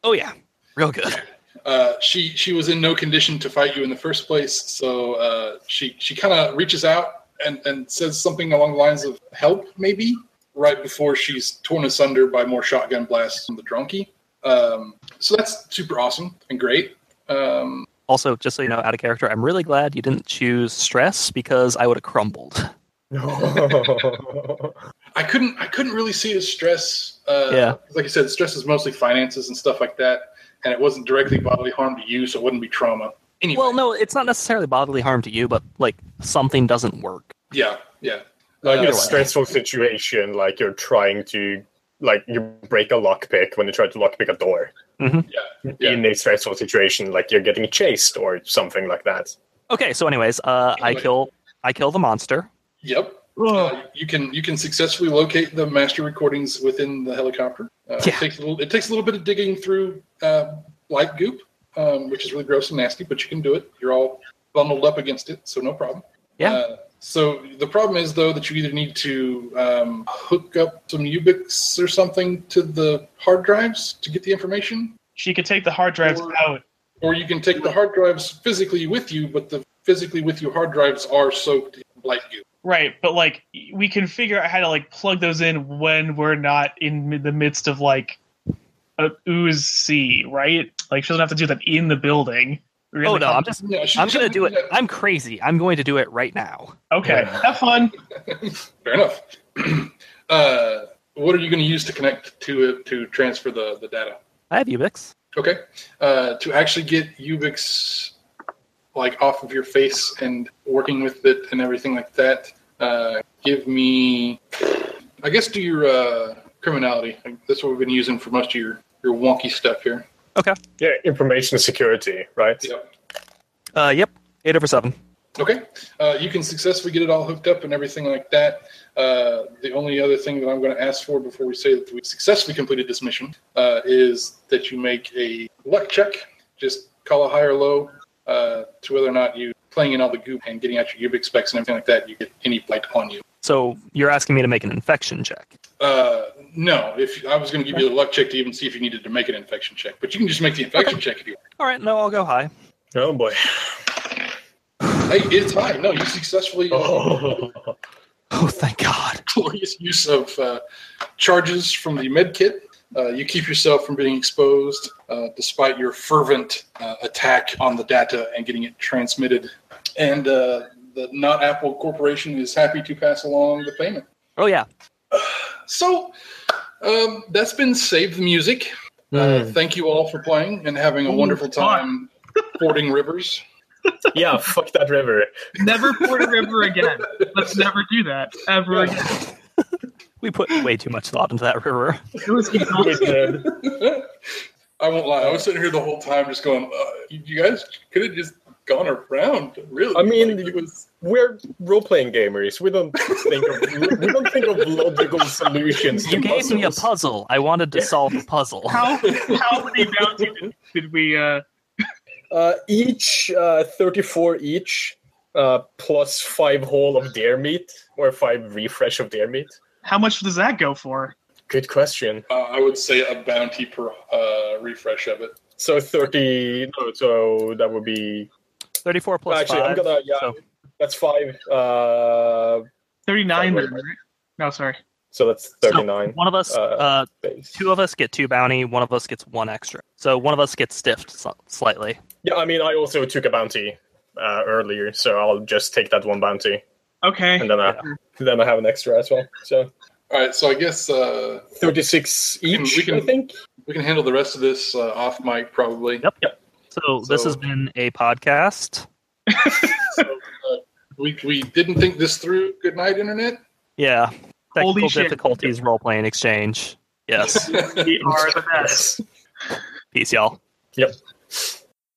[SPEAKER 1] Oh yeah, real good.
[SPEAKER 3] Uh, she she was in no condition to fight you in the first place, so uh, she she kind of reaches out and, and says something along the lines of "help," maybe right before she's torn asunder by more shotgun blasts from the drunkie. Um, so that's super awesome and great. Um,
[SPEAKER 1] Also, just so you know, out of character, I'm really glad you didn't choose stress because I would have crumbled.
[SPEAKER 3] I couldn't I couldn't really see his stress. Uh,
[SPEAKER 1] Yeah.
[SPEAKER 3] like I said, stress is mostly finances and stuff like that, and it wasn't directly bodily harm to you, so it wouldn't be trauma. Anyway,
[SPEAKER 1] Well, no, it's not necessarily bodily harm to you, but like something doesn't work.
[SPEAKER 3] yeah, yeah.
[SPEAKER 4] like
[SPEAKER 3] Uh,
[SPEAKER 4] a stressful situation, like you're trying to, like you break a lockpick when you try to lockpick a door.
[SPEAKER 3] Yeah.
[SPEAKER 4] In a stressful situation, like you're getting chased or something like that.
[SPEAKER 1] Okay, so anyways, uh, I
[SPEAKER 3] Anyway.
[SPEAKER 1] kill I kill the monster.
[SPEAKER 3] Yep. Uh, you can you can successfully locate the master recordings within the helicopter. Uh,
[SPEAKER 1] Yeah.
[SPEAKER 3] it, takes a little, it takes a little bit of digging through uh, light goop, um, which is really gross and nasty, but you can do it. You're all bundled up against it, so no problem.
[SPEAKER 1] Yeah.
[SPEAKER 3] Uh, so the problem is though that you either need to um, hook up some Ubix or something to the hard drives to get the information,
[SPEAKER 2] She could take the hard drives
[SPEAKER 3] Or-
[SPEAKER 2] out.
[SPEAKER 3] or you can take the hard drives physically with you, but the physically with you hard drives are soaked in light goop.
[SPEAKER 2] Right, but like we can figure out how to like plug those in when we're not in mi- the midst of like a ooze sea, right? Like she doesn't have to do that in the building. We're in
[SPEAKER 1] Oh
[SPEAKER 2] the
[SPEAKER 1] no, I'm
[SPEAKER 2] con-
[SPEAKER 1] just
[SPEAKER 3] Yeah, she-
[SPEAKER 1] I'm
[SPEAKER 3] she-
[SPEAKER 1] gonna do it.
[SPEAKER 3] yeah.
[SPEAKER 1] I'm crazy. I'm going to do it right now.
[SPEAKER 2] okay. Have fun.
[SPEAKER 3] Fair enough. uh, what are you going to use to connect to it to transfer the, the data?
[SPEAKER 1] I have Ubix.
[SPEAKER 3] Okay. Uh, to actually get Ubix like off of your face and working with it and everything like that, uh, give me. I guess do your uh, criminality. Like, That's what we've been using for most of your your wonky stuff here.
[SPEAKER 4] Yeah, information security, right?
[SPEAKER 3] Yep.
[SPEAKER 1] Uh, yep, eight over seven.
[SPEAKER 3] Okay. Uh, you can successfully get it all hooked up and everything like that. Uh, the only other thing that I'm going to ask for before we say that we successfully completed this mission uh, is that you make a luck check. Just call a high or low uh, to whether or not you playing in all the goop and getting out your cubic specs and everything like that. You get any blight on you.
[SPEAKER 1] So you're asking me to make an infection check.
[SPEAKER 3] Uh, no, if I was going to give you the luck check to even see if you needed to make an infection check, but you can just make the infection check if you.
[SPEAKER 1] All right, no, I'll go high.
[SPEAKER 4] Oh boy.
[SPEAKER 3] Hey, it's high. No, you successfully.
[SPEAKER 4] Oh.
[SPEAKER 1] Oh, thank God.
[SPEAKER 3] glorious use of uh, charges from the med kit. Uh, you keep yourself from being exposed uh, despite your fervent uh, attack on the data and getting it transmitted. And uh, the Not Apple Corporation is happy to pass along the payment.
[SPEAKER 1] Oh yeah,
[SPEAKER 3] So um, that's been Save the Music. Uh,
[SPEAKER 4] Hmm.
[SPEAKER 3] thank you all for playing and having a wonderful time fording rivers.
[SPEAKER 4] yeah, fuck that river.
[SPEAKER 2] Never port a river again. Let's never do that ever
[SPEAKER 3] Yeah.
[SPEAKER 2] again.
[SPEAKER 1] we put way too much thought into that river.
[SPEAKER 2] It was
[SPEAKER 4] It did.
[SPEAKER 3] I won't lie. I was sitting here the whole time just going, uh, you you guys could have just gone around, really.
[SPEAKER 4] I mean,
[SPEAKER 3] Like, it was.
[SPEAKER 4] We're role playing gamers. We don't think of we don't think of logical solutions. to
[SPEAKER 1] You gave me a
[SPEAKER 4] puzzles.
[SPEAKER 1] puzzle. I wanted to solve a puzzle.
[SPEAKER 2] how how many bounties did, did we uh
[SPEAKER 4] Uh, each uh, thirty-four each, uh, plus five whole of deer meat or five refresh of deer meat.
[SPEAKER 2] how much does that go for?
[SPEAKER 4] Good question.
[SPEAKER 3] Uh, I would say a bounty per uh, refresh of it.
[SPEAKER 4] So thirty. No, so that would be
[SPEAKER 1] Thirty-four plus
[SPEAKER 4] Actually, I'm
[SPEAKER 1] five.
[SPEAKER 4] gonna- yeah.
[SPEAKER 1] so-
[SPEAKER 4] that's five. Uh,
[SPEAKER 2] Thirty nine
[SPEAKER 4] Sorry,
[SPEAKER 2] then, er, right? No, sorry.
[SPEAKER 4] so that's thirty-nine.
[SPEAKER 1] one of us,
[SPEAKER 4] Uh,
[SPEAKER 1] uh,
[SPEAKER 4] base.
[SPEAKER 1] two of us get two bounty. One of us gets one extra. So one of us gets stiffed sl- slightly.
[SPEAKER 4] Yeah, I mean, I also took a bounty uh, earlier, so I'll just take that one bounty,
[SPEAKER 2] Okay.
[SPEAKER 4] and then I then I have an extra as well. So
[SPEAKER 3] All right, so I guess uh,
[SPEAKER 4] thirty-six
[SPEAKER 3] can-
[SPEAKER 4] each.
[SPEAKER 3] we can-
[SPEAKER 4] I think.
[SPEAKER 3] we can handle the rest of this uh, off mic probably.
[SPEAKER 1] Yep. So, this
[SPEAKER 3] So-
[SPEAKER 1] has been a podcast.
[SPEAKER 3] uh, We, we didn't think this through. Good night, Internet.
[SPEAKER 1] Yeah. Technical
[SPEAKER 2] Holy shit.
[SPEAKER 1] difficulties, role playing exchange. Yes.
[SPEAKER 2] We are the best.
[SPEAKER 1] Peace, y'all.
[SPEAKER 4] Yep.